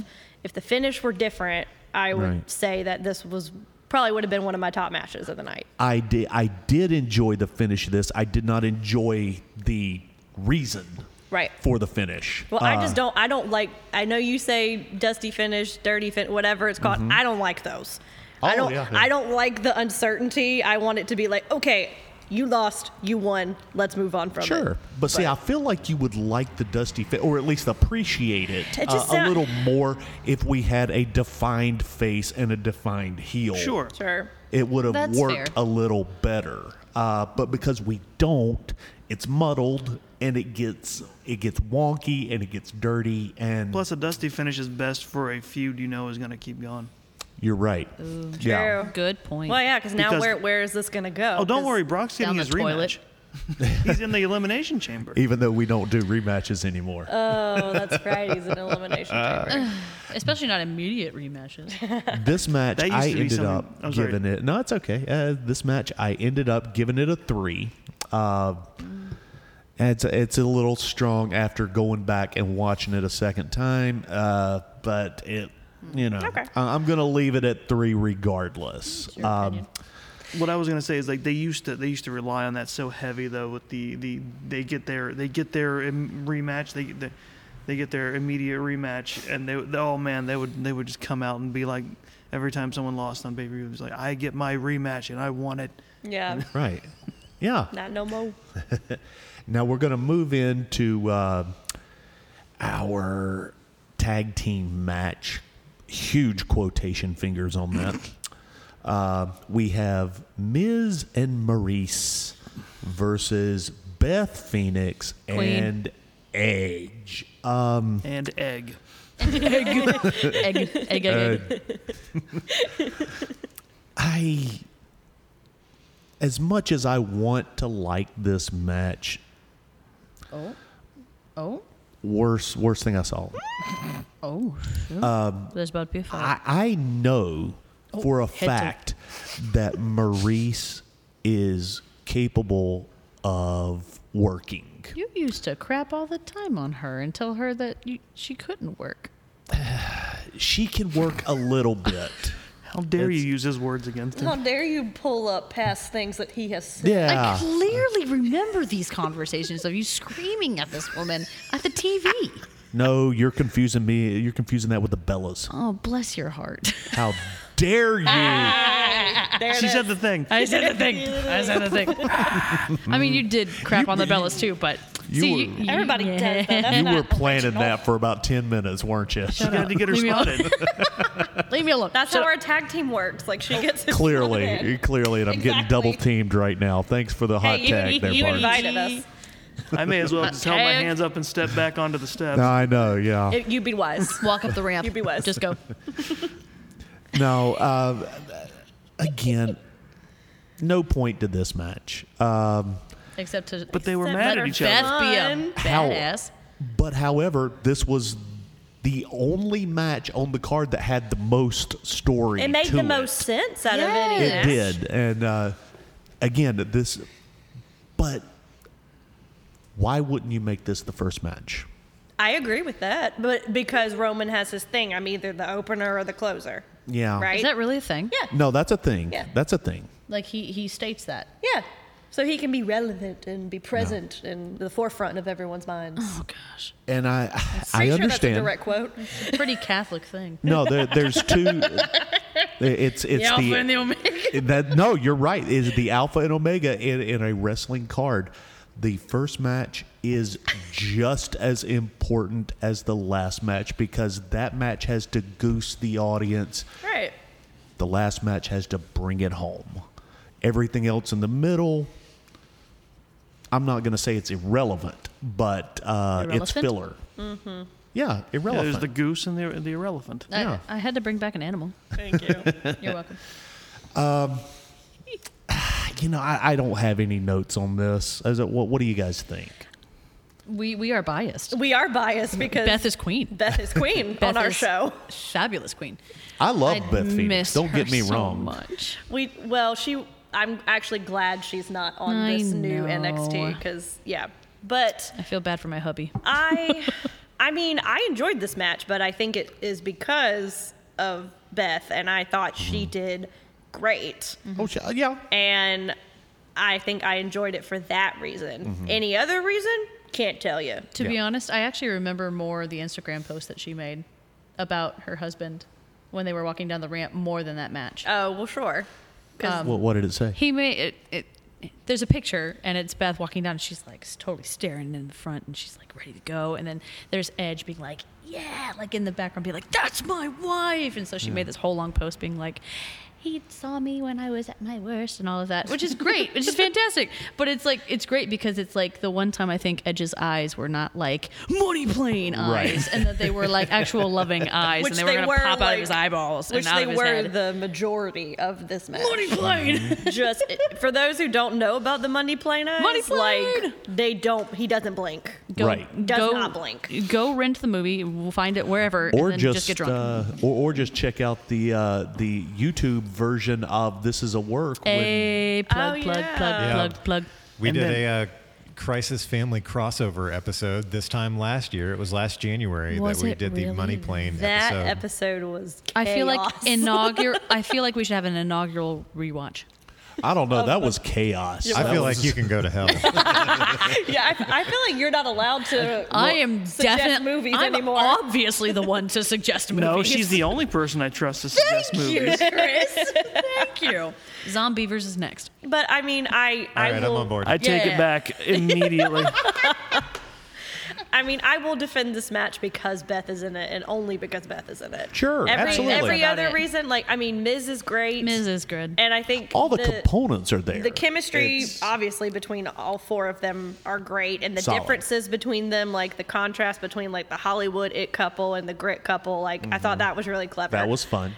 D: If the finish were different, I would
B: Right.
D: say that this was probably would have been one of my top matches of the night.
B: I did. I did enjoy the finish of this. I did not enjoy the reason
D: Right.
B: for the finish. Uh,
D: Well, I just don't. I don't like. I know you say dusty finish, dirty finish, whatever it's called. I don't like those. I
B: Mm-hmm. Oh,
D: don't.
B: yeah.
D: I don't like the uncertainty. I want it to be like, okay, you lost, you won. Let's move on from it.
B: Sure, but see, I feel like you would like the dusty face, or at least appreciate it,
D: It just
B: uh, a
D: sound-
B: little more if we had a defined face and a defined heel.
C: Sure.
D: Sure.
B: it would have
E: That's
B: worked
E: fair.
B: a little better. Uh, but because we don't, it's muddled and it gets it gets wonky and it gets dirty and
C: Plus, a dusty finish is best for a feud you know is going to keep going.
B: You're right. Yeah.
D: True.
E: Good point.
D: Well, yeah, because now
C: Because-
D: where where is this gonna go?
C: Oh, don't
D: 'Cause-
C: worry, Brock's
E: down
C: getting
E: the
C: his
E: toilet.
C: rematch. He's in the elimination chamber.
B: Even though we don't do rematches anymore.
D: Oh, that's right. He's an elimination
B: Uh.
D: chamber.
E: Especially not immediate rematches.
B: this match
C: That used
B: I
C: to be
B: ended
C: something-
B: up
C: I'm sorry.
B: giving it. No, it's okay. Uh, this match I ended up giving it a three. Uh, it's it's a little strong after going back and watching it a second time, uh, but it you know
D: Okay.
B: I, I'm gonna leave it at three regardless.
E: Your
B: Um,
E: opinion.
C: What I was gonna say is like they used to they used to rely on that so heavy though with the the they get their they get their im- rematch they they, they get their immediate rematch and they, they oh man they would they would just come out and be like every time someone lost on pay per view it was like I get my rematch and I want it
D: Yeah,
B: right. Yeah.
D: not no more.
B: Now we're going to move into uh, our tag team match. Huge quotation fingers on that. uh, we have Miz and Maurice versus Beth Phoenix
E: Queen.
B: and Edge. Uh,
C: and egg
E: Egg, egg, egg, egg.
B: I, as much as I want to like this match,
E: Oh, oh,
B: worst worst thing I saw.
E: oh. Sure. There's about to be a fight.
B: I, I know
E: Oh,
B: for a
E: head tilt.
B: fact that Maurice is capable of working.
E: you used to crap all the time on her and tell her that you, she couldn't work.
B: She can work a little bit.
C: how dare you use his words against him
D: How dare you pull up past things that he has said?
E: I
B: Yeah.
E: clearly remember these conversations of you screaming at this woman at the TV.
B: No, you're confusing me. You're confusing that with the Bellas.
E: Oh, bless your heart.
B: How dare you?
D: There it
C: she
D: is.
C: said the thing
E: I said the thing. I said the thing. I mean, you did crap on the Bellas too, but
B: You
E: see,
B: were-
E: you- you-
D: Everybody does that. That's
B: You
D: not
B: were planning
D: original.
B: that for about 10 minutes, weren't you?
C: she had to get her
E: Leave me alone.
C: spotted
E: leave me alone.
D: That's
E: Shut
D: how
E: up.
D: our tag team works. Like she gets
B: Clearly, clearly, and I'm getting
D: Exactly.
B: double teamed right now. Thanks for the hot
D: Hey, you-
B: tag
D: you-
B: there,
D: you
B: Bart.
D: invited us.
C: I may as well just held my
E: Egg.
C: hands up and step back onto the steps
B: I know, yeah.
D: It, you'd be wise.
E: Walk up the ramp.
D: You'd be wise.
E: Just go.
B: No, uh, again, no point to this match. Um,
E: Except to.
C: but they were
D: Except
C: mad at
D: let her
C: each
E: Beth
C: other
D: fun.
E: be a
B: How-
E: badass.
B: but however, this was the only match on the card that had the most story.
D: It made
B: to
D: the most sense out of any
B: It
D: match.
B: did, and uh, again, this. But why wouldn't you make this the first match?
D: I agree with that, but because Roman has his thing, I'm either the opener or the closer.
B: Yeah.
D: Right.
E: Is that really a thing?
D: Yeah.
B: No, that's a thing.
D: Yeah.
B: That's a thing.
E: Like he he states that.
D: Yeah. So he can be relevant and be present in the forefront of everyone's minds.
E: Oh gosh.
B: And I, I
D: Pretty sure
B: understand.
D: That's a direct quote.
E: Pretty Catholic thing.
B: No, there, there's two. It's it's
E: The Alpha and the Omega.
B: that no, you're right. Is the alpha and omega in, in a wrestling card? The first match is just as important as the last match because that match has to goose the audience.
D: Right.
B: The last match has to bring it home. Everything else in the middle, I'm not going to say it's irrelevant, but uh, it's
E: Irrelevant?
B: filler. Yeah,
C: Yeah,
B: irrelevant.
C: there's the goose and the the irrelevant
E: I-
B: Yeah.
E: I, had to bring back an animal.
D: Thank you.
E: You're welcome.
B: you know, I, I don't have any notes on this. As a, what, what do you guys think?
E: We we are biased.
D: we are biased because
E: Beth is queen.
D: Beth is queen on
E: Beth
D: our
E: is
D: show.
E: Fabulous queen.
B: I love
E: I
B: Beth Phoenix.
E: miss
B: Don't get
E: her
B: me
E: so
B: wrong.
E: much.
D: We well, she. I'm actually glad she's not on
E: I
D: this new
E: know.
D: NXT because yeah, but
E: I feel bad for my hubby.
D: I, I mean, I enjoyed this match, but I think it is because of Beth, and I thought she did great,
B: Oh, sh- yeah.
D: and I think I enjoyed it for that reason. Any other reason, can't tell you.
E: To be
B: Yeah.
E: honest, I actually remember more the Instagram post that she made about her husband when they were walking down the ramp more than that match.
D: Oh well, sure.
B: what, what did it say?
E: He made it, it. There's a picture, and it's Beth walking down, and she's like s- totally staring in the front, and she's like ready to go. And then there's Edge being like, "Yeah," like in the background, being like, "That's my wife." And so she made this whole long post being like, he saw me when I was at my worst and all of that, which is great, which is fantastic. But it's like it's great because it's like the one time I think Edge's eyes were not like money plane
B: Right.
E: eyes, and that they were like actual loving eyes,
D: Which
E: and they were
D: they
E: gonna
D: were,
E: pop out of his
D: like-
E: eyeballs
D: Which
E: and out
D: they
E: of his
D: were
E: head.
D: the Mhm. majority of this match.
E: money plane.
D: Just eh, for those who don't know about the money plane eyes,
E: Money plane!
D: like they don't. He doesn't blink.
E: Go-
B: Right.
D: Does not blink.
E: Go rent the movie. We'll find it wherever,
B: or
E: and then
B: just,
E: just, get drunk.
B: Uh, or, or just check out the uh, the YouTube version of This Is a Work. when-
E: hey, plug,
D: Oh,
E: plug,
D: yeah.
E: plug,
A: Yeah.
E: plug, plug.
A: We
C: And
A: did
C: then-
A: a uh, crisis family crossover episode this time last year. It was last January
E: Was
A: that we
E: it
A: did the
E: really?
A: money plane
D: That
A: episode.
D: episode was.
E: I feel like
D: chaos.
E: inaugural. I feel like we should have an inaugural rewatch.
B: I don't know. That was chaos.
A: I
B: That
A: feel
B: was-
A: like you can go to hell.
D: yeah, I, I feel like you're not allowed to.
E: I am
D: suggest
E: definitely
D: movies
E: I'm
D: anymore.
E: obviously the one to suggest movies.
C: No, she's the only person I trust to suggest movies.
E: Chris. Thank you. Zombievers is next.
D: But I mean, I
A: All
D: I
A: right, I'm
D: will,
A: on board.
C: I take
E: Yeah.
C: it back immediately.
D: I mean, I will defend this match because Beth is in it, and only because Beth is in it.
B: Sure,
D: every,
B: absolutely.
D: Every
E: About
D: other
E: it.
D: reason, like I mean, Miz is great.
E: Miz is good.
D: and I think
B: all the, components are there.
D: The chemistry,
B: It's-
D: obviously, between all four of them are great, and the
B: Solid.
D: differences between them, like the contrast between like the Hollywood it couple and the grit couple, like I thought that was really clever.
B: Mm-hmm. that was fun.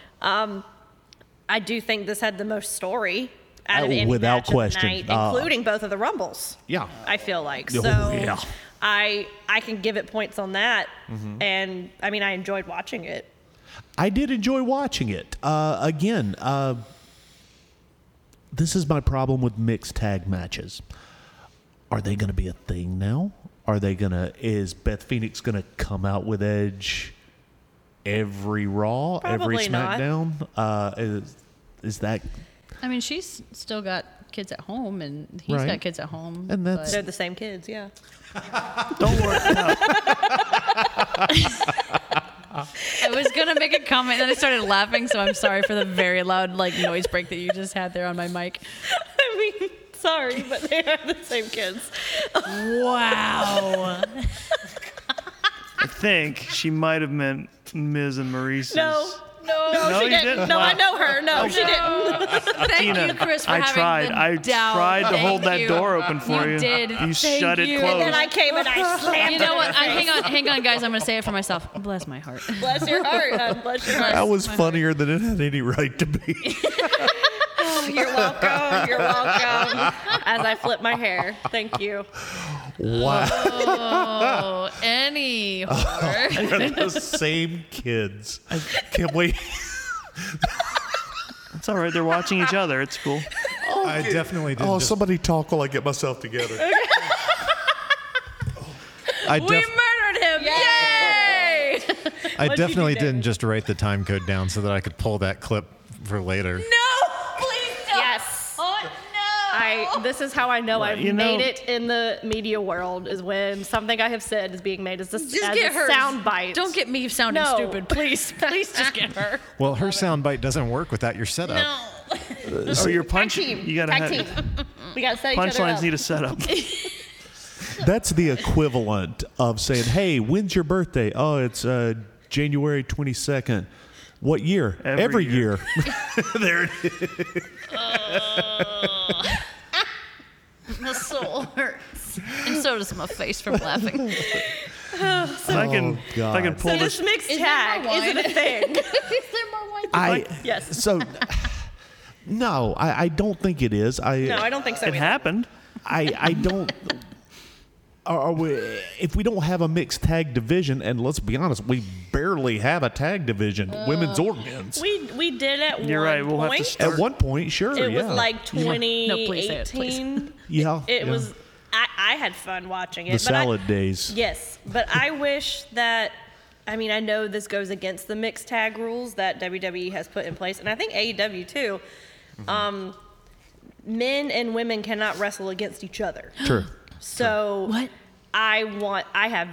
D: I do think this had the most story out of
B: Oh,
D: any
B: without
D: match
B: question.
D: of the night,
B: Uh,
D: including both of the rumbles.
B: Yeah.
D: I feel like
B: Oh,
D: so.
B: yeah.
D: I I can give it points on that,
C: Mm-hmm.
D: and I mean I enjoyed watching it.
B: I did enjoy watching it. Uh, again, uh, this is my problem with mixed tag matches. Are they going to be a thing now? Are they going to? Is Beth Phoenix going to come out with Edge every Raw, every
D: Probably not.
B: SmackDown? Uh, is, is that?
E: I mean, she's still got kids at home, and he's
B: Right.
E: got kids at home.
B: And that's-
D: They're the same kids, yeah.
C: Don't worry. No.
E: but- I was gonna make a comment, and I started laughing, so I'm sorry for the very loud like noise break that you just had there on my mic.
D: I mean, sorry, but they are the same kids.
E: Wow.
C: I think she might have meant Miz and Maurice's.
D: No, no,
C: No,
D: she
C: you
D: didn't.
C: didn't?
D: No, I
C: Wow. Oh,
D: know her. No, she didn't.
E: Thank you, Chris, for
C: I
E: having
C: tried.
E: the
C: I
E: doubt.
C: tried to
E: Thank
C: hold that
E: you.
C: door open for you.
E: You did.
C: You
E: Thank
C: shut it
E: you.
C: closed.
D: Then I came and I slammed.
E: You know what? I, hang on, hang on, guys. I'm gonna say it for myself. Bless my heart.
D: Bless your heart. hon. Bless your heart.
B: That was funnier than it had any right to be.
D: You're welcome. You're welcome. As I flip my hair. Thank you.
B: wow,
E: Oh, any horror.
B: they're the same kids. Can we?
C: It's all right. They're watching each other. It's cool.
A: I definitely did.
B: Oh,
A: just-
B: somebody talk while I get myself together.
A: I,
E: We
A: def-
E: murdered him! Yay!
A: I
D: you do,
A: definitely
D: David?
A: didn't just write the time code down so that I could pull that clip for later.
E: no, please don't.
D: Yes.
E: Oh no.
D: I this is how I know I've
C: you know-
D: made it in the media world is when something I have said is being made as a,
E: just
D: as
E: get
D: a
E: her
D: sound bite.
E: Don't get me sounding
D: No.
E: stupid, please. Please just get her.
A: Well, her soundbite doesn't work without your setup.
C: So your punch.
D: team.
C: You gotta
D: Tag
C: have
D: team. We gotta set each other
C: punchlines
D: up.
C: need a setup.
B: That's the equivalent of saying, "Hey, when's your birthday?" Oh, it's uh, January twenty second. What year?
C: Every
B: year.
C: year.
B: there it is.
E: My soul hurts. And so does my face from laughing.
C: If I
B: Oh,
C: can, if I can
B: God.
C: pull
D: so
C: this.
D: this mixed
E: Is that
D: tag
E: my
D: isn't a thing.
E: Is there more white?
B: I
D: Yes.
B: So no, I, I don't think it is. I
D: No, I don't think so.
C: It
D: either.
C: happened.
B: I, I don't. Are, are we, if we don't have a mixed tag division, and let's be honest, we barely have a tag division,
D: Uh,
B: women's or men's.
D: We we did at
C: You're
D: one
C: right, we'll have to
D: point.
B: At one point, sure,
D: it
B: yeah,
D: was like
B: You were-
D: 2018.
E: No, please say it, please.
C: Oh,
B: yeah,
D: It
B: yeah.
D: was. I, I had fun watching it.
B: the
D: but I-
B: salad days.
D: Yes, but I wish that. I mean, I know this goes against the mixed tag rules that WWE has put in place, and I think AEW too.
B: Mm-hmm.
D: Um, men and women cannot wrestle against each other.
B: True.
D: So
E: What?
D: I want I have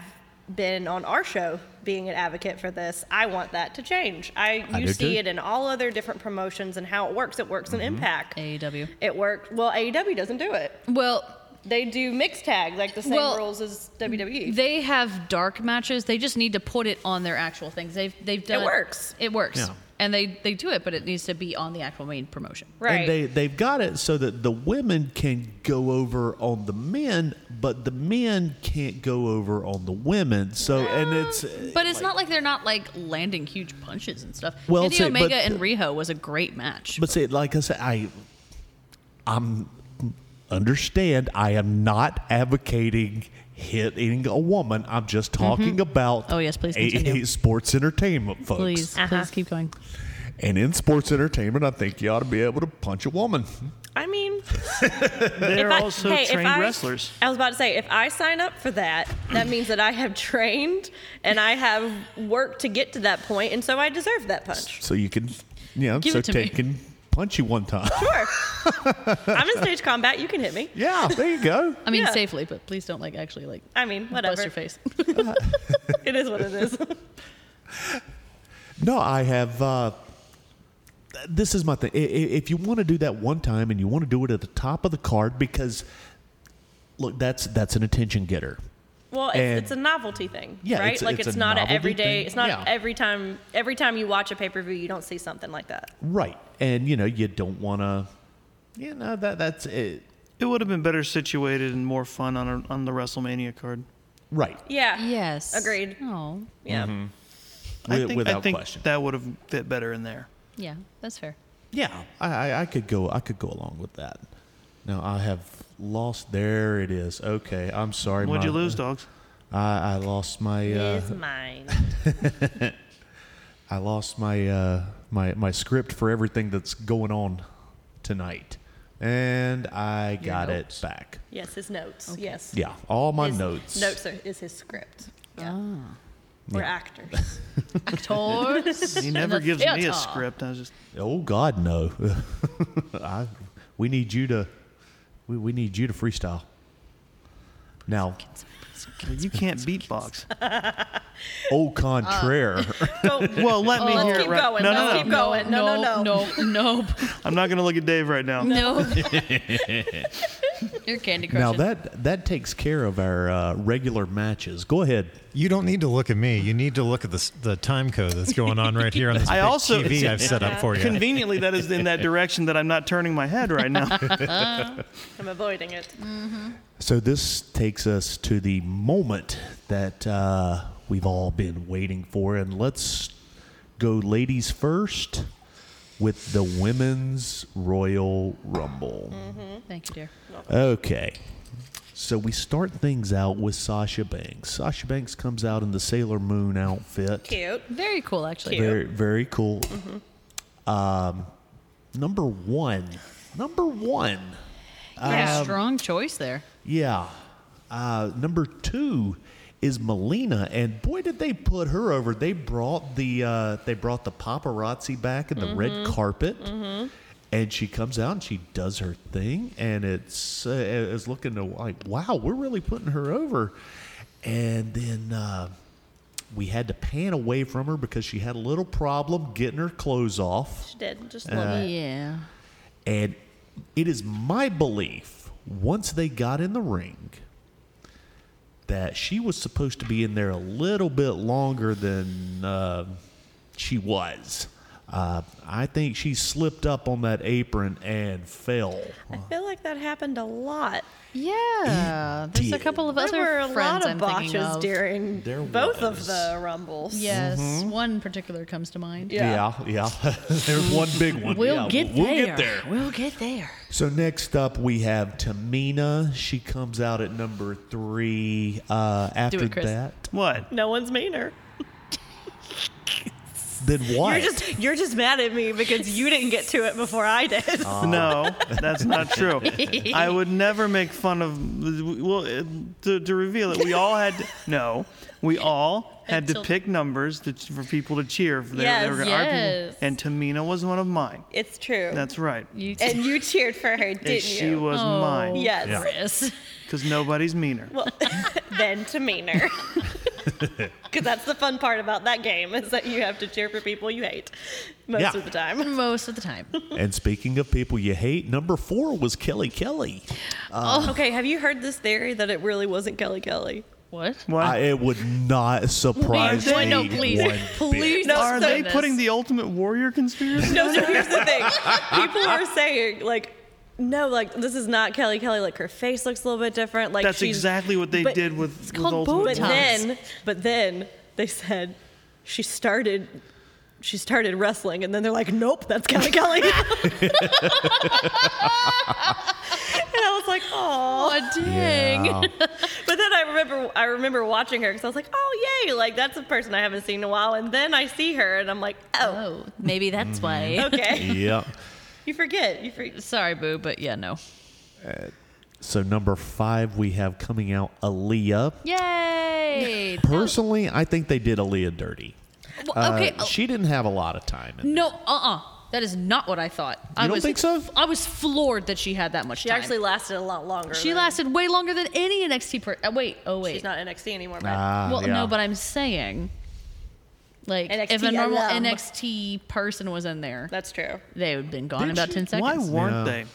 D: been on our show being an advocate for this. I want that to change. I,
B: I
D: you
B: do
D: see
B: too.
D: it in all other different promotions and how it works. It works in
B: Mm-hmm.
D: Impact.
E: AEW.
D: It worked. Well, AEW doesn't do it.
E: Well,
D: They do mixed tag like the same
E: Well,
D: rules as E. WWE.
E: They have dark matches. They just need to put it on their actual things. They've they've done
D: works.
E: It works.
B: Yeah.
E: and they they do it, but it needs to be on the actual main promotion.
D: Right.
B: And they, they've got it so that the women can go over on the men, but the men can't go over on the women. So, and it's.
E: But it's not like they're not like landing huge punches and stuff.
B: Well,
E: Kenny
B: see, but-
E: Omega and Riho was a great match.
B: But see, like I said, I, I'm understand. I am not advocating hitting a woman. I'm just talking about.
E: Mm-hmm. Oh, yes, please
B: a-
E: continue.
B: a sports entertainment, folks.
E: please,
D: Uh-huh.
E: please keep going.
B: And in sports entertainment, I think you ought to be able to punch a woman.
D: I mean,
C: They're
D: if I-
C: also
D: hey, if
C: trained
D: I-
C: wrestlers.
D: I was about to say, if I sign up for that, that means that I have trained and I have worked to get to that point, and so I deserve that punch.
B: So you can, you know,
E: Give
B: so
E: it to me.
B: take and punch you one time.
D: Sure. I'm in stage combat. You can hit me.
B: yeah, there you go.
E: I mean,
D: Yeah.
E: safely, but please don't like actually like
D: I mean, whatever.
E: bust your face.
D: It is what it is.
B: No, I have. Uh, th- this is my thing. I- i- If you want to do that one time and you want to do it at the top of the card, because look, that's that's an attention getter.
D: Well,
B: And-
D: it's, it's a novelty thing,
B: Yeah,
D: right?
B: it's-
D: like
B: it's
D: it's,
B: a
D: not an
B: novelty
D: everyday.
B: thing.
D: It's not
B: Yeah.
D: every time. Every time you watch a pay per view, you don't see something like that.
B: Right, and you know you don't want to. You know that that's it.
C: It would have been better situated and more fun on a, on the WrestleMania card.
B: Right,
D: Yeah.
E: yes.
D: Agreed.
E: Oh,
D: Yeah.
B: Mm-hmm. wi-
C: I think,
B: without
C: I think
B: question.
C: that would have fit better in there.
E: yeah, that's fair.
B: Yeah, I, I, I could go. I could go along with that. Now I have lost. There it is. Okay, I'm sorry.
C: What'd you
B: my-
C: lose, dogs?
B: I, I lost my. Uh,
D: Is mine.
B: I lost my uh, my my script for everything that's going on tonight, and I got
E: notes?
B: it back.
D: Yes, his notes. Yes.
B: Yeah, all my
D: His
B: notes.
D: Notes are, is his script. Yeah.
E: Ah.
D: We're actors.
E: Actors.
C: He
E: in
C: never
E: the
C: gives me
E: theater.
C: a script. I was just
B: Oh God, no! I, we need you to we, we need you to freestyle. Now,
C: you can't beatbox.
D: Uh,
B: au contraire,
D: Go,
C: Well, let me
D: let's
C: hear
D: keep
C: it. right-
D: going.
C: No,
D: let's
C: no,
D: keep
C: no.
D: going. No, no, no.
E: no, no,
C: I'm not gonna look at Dave right now.
E: no. You're Candy Crush.
B: now that that takes care of our uh, regular matches. Go ahead.
A: You don't need to look at me. You need to look at the, s- the time code that's going on right here on this
C: I
A: big
C: also-
A: TV I've set up for you.
C: Conveniently, that is in that direction that I'm not turning my head right now.
D: I'm avoiding it.
B: So this takes us to the moment that uh, we've all been waiting for, and let's go ladies first with the women's Royal Rumble.
D: Mm-hmm.
E: Thank you, dear.
B: Okay. So we start things out with Sasha Banks. Sasha Banks comes out in the Sailor Moon outfit.
D: Cute.
E: Very cool, actually.
D: Cute. Mm-hmm.
B: Very, very cool. Um, number one. Number one. Um,
E: Yeah, strong choice there.
B: Yeah. Uh, number two is Melina, and boy, did they put her over. They brought the uh, they brought the paparazzi back and the red carpet, and she comes out and she does her thing, and it's uh, it's looking to like wow, we're really putting her over. And then uh, we had to pan away from her because she had a little problem getting her clothes off.
D: She did. Just a little
B: uh,
E: Uh,
D: bit.
E: yeah.
B: And it is my belief, once they got in the ring, that she was supposed to be in there a little bit longer than uh, she was. Uh, I think she slipped up on that apron and fell.
D: I feel like that happened a lot.
E: Yeah. There's a
B: did.
E: couple of
D: there were
E: other
D: a
E: friends
D: lot of
E: I'm thinking
D: botches
E: of.
D: during
B: There
D: both
B: was.
D: of the rumbles.
E: Yes, one particular comes to mind.
D: Yeah.
B: Mm-hmm. yeah. There's one big one.
E: We'll,
B: Yeah,
E: get,
B: we'll
E: there.
B: get there.
E: We'll get there.
B: So next up, we have Tamina. She comes out at number three. Uh, after
E: it, Chris.
B: that,
C: What?
D: No one's meaner.
B: then what?
D: You're just you're just mad at me because you didn't get to it before I did.
C: No, that's not true. I would never make fun of. Well, it- to, to reveal it, we all had to, no, we all had to
E: Until-
C: pick numbers to, for people to cheer. For their,
D: Yes.
C: their, our people.
E: Yes.
C: And Tamina was one of mine.
D: It's true.
C: That's right.
E: You
D: and you cheered for her, didn't
C: And she
D: you? Oh.
C: was mine.
D: yes.
E: Chris.
C: Because nobody's meaner.
D: Well, then to meaner. Because that's the fun part about that game is that you have to cheer for people you hate most
B: Yeah.
D: of the time.
E: Most of the time.
B: And speaking of people you hate, number four was Kelly Kelly.
D: Okay, have you heard this theory that it really wasn't Kelly Kelly?
E: What?
C: What?
B: I, it would not surprise me.
E: Wait, no, please.
B: one bit.
E: Please.
D: No,
E: don't
C: Are
E: say
C: they
E: this.
C: putting the Ultimate Warrior conspiracy?
D: No, so here's the thing. People are saying like, no, like this is not Kelly Kelly. Like her face looks a little bit different. Like
C: That's
D: she's-
C: exactly what they
D: but-
C: did with, with
E: called
C: Ultimate
E: boot
C: Warrior.
D: But
E: Botox.
D: then, but then they said she started. She started wrestling, and then they're like, "Nope, that's Kelly Kelly." and I was like, "Oh!"
E: Oh, dang.
B: Yeah.
D: But then I remember, I remember watching her because I was like, "Oh, yay!" Like that's a person I haven't seen in a while. And then I see her, and I'm like, "Oh,
E: Oh, maybe that's
B: Mm-hmm.
E: why.
D: okay."
B: yeah.
D: you forget. You forget.
E: Sorry, boo, but yeah, no.
B: So number five, we have coming out Aaliyah.
E: Yay.
B: Personally, I think they did Aaliyah dirty.
E: Well, okay. oh.
B: Uh, she didn't have a lot of time. in-
E: no, uh-uh. That is not what I thought. You I
B: don't
E: was,
B: think so?
E: I was floored that she had that much
D: She
E: time.
D: actually lasted a lot longer.
E: She
D: than-
E: lasted way longer than any NXT per- uh, wait, oh wait.
D: She's not NXT anymore. But
B: Ah,
E: well,
B: yeah.
E: no, but I'm saying like if
D: NXT
E: a normal
D: alum.
E: NXT person was in there,
D: that's true.
E: they would have been gone in about
C: Didn't
E: 10
C: she- Why
E: seconds.
B: Yeah.
C: weren't they?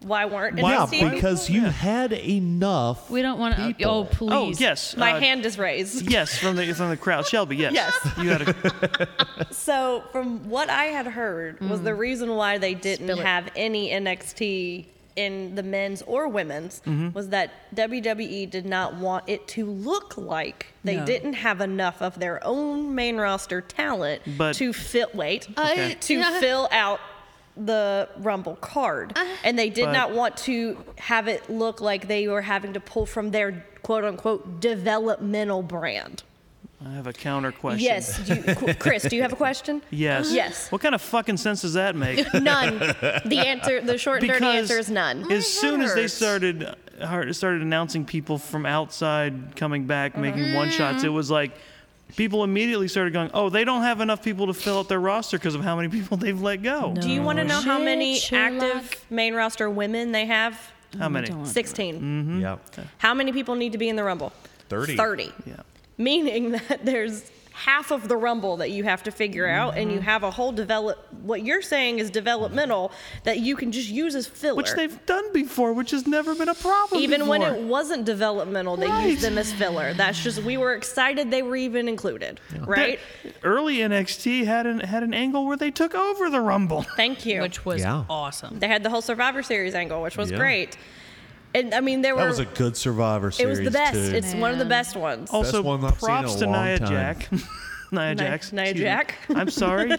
D: Why weren't
B: yeah,
D: NXT?
B: because you had enough.
E: We don't want to
B: people.
E: Oh, please.
C: Oh yes,
D: My
C: uh,
D: hand is raised.
C: Yes, from the from the crowd. Shelby, yes.
D: Yes.
C: You had a,
D: So, from what I had heard, was the reason why they didn't
E: Spill it.
D: have any NXT in the men's or women's was that WWE did not want it to look like they
E: No.
D: didn't have enough of their own main roster talent
C: But-
D: to fill. Wait,
E: I-
D: to
E: yeah.
D: fill out the Rumble card, and they did
C: but-
D: not want to have it look like they were having to pull from their quote unquote developmental brand.
C: I have a counter question.
D: Yes, do you, Qu- Chris, do you have a question?
C: Yes.
D: Yes.
C: What kind of fucking sense does that make?
D: None. The answer, the short and dirty
C: Because
D: answer is none.
C: As soon as they
E: hurts.
C: started har- started announcing people from outside coming back making one shots, it was like people immediately started going, "Oh, they don't have enough people to fill out their roster because of how many people they've let go."
D: Do you want to know how many
E: Shit,
D: active
E: Sherlock.
D: main roster women they have?
C: How many?
E: don't.
D: 16.
C: Mm.
B: Yeah.
D: How many people need to be in the Rumble?
B: 30.
D: 30.
C: Yeah.
D: Meaning that there's half of the Rumble that you have to figure out, and you
C: Mm-hmm.
D: have a whole develop. What you're saying is developmental that you can just use as filler.
C: Which they've done before, which has never been a problem.
D: even when
C: before.
D: it wasn't developmental, they
C: Right.
D: used them as filler. That's just we were excited they were even included, right?
C: early NXT had an had an angle where they took over the Rumble.
D: Thank you.
E: Which was
B: Yeah.
E: awesome.
D: They had the whole Survivor Series angle, which was
B: Yeah.
D: great. And I mean, there were.
B: That was a good Survivor
D: it
B: Series.
D: was the best.
B: too.
D: It's one of the
E: Man.
D: best ones.
C: Also,
B: one I've seen in
C: props
B: a
C: to
B: long
C: Nia
B: time.
C: Jack. Nia Jax.
D: Nia
C: excuse me.
D: Jack.
C: I'm sorry.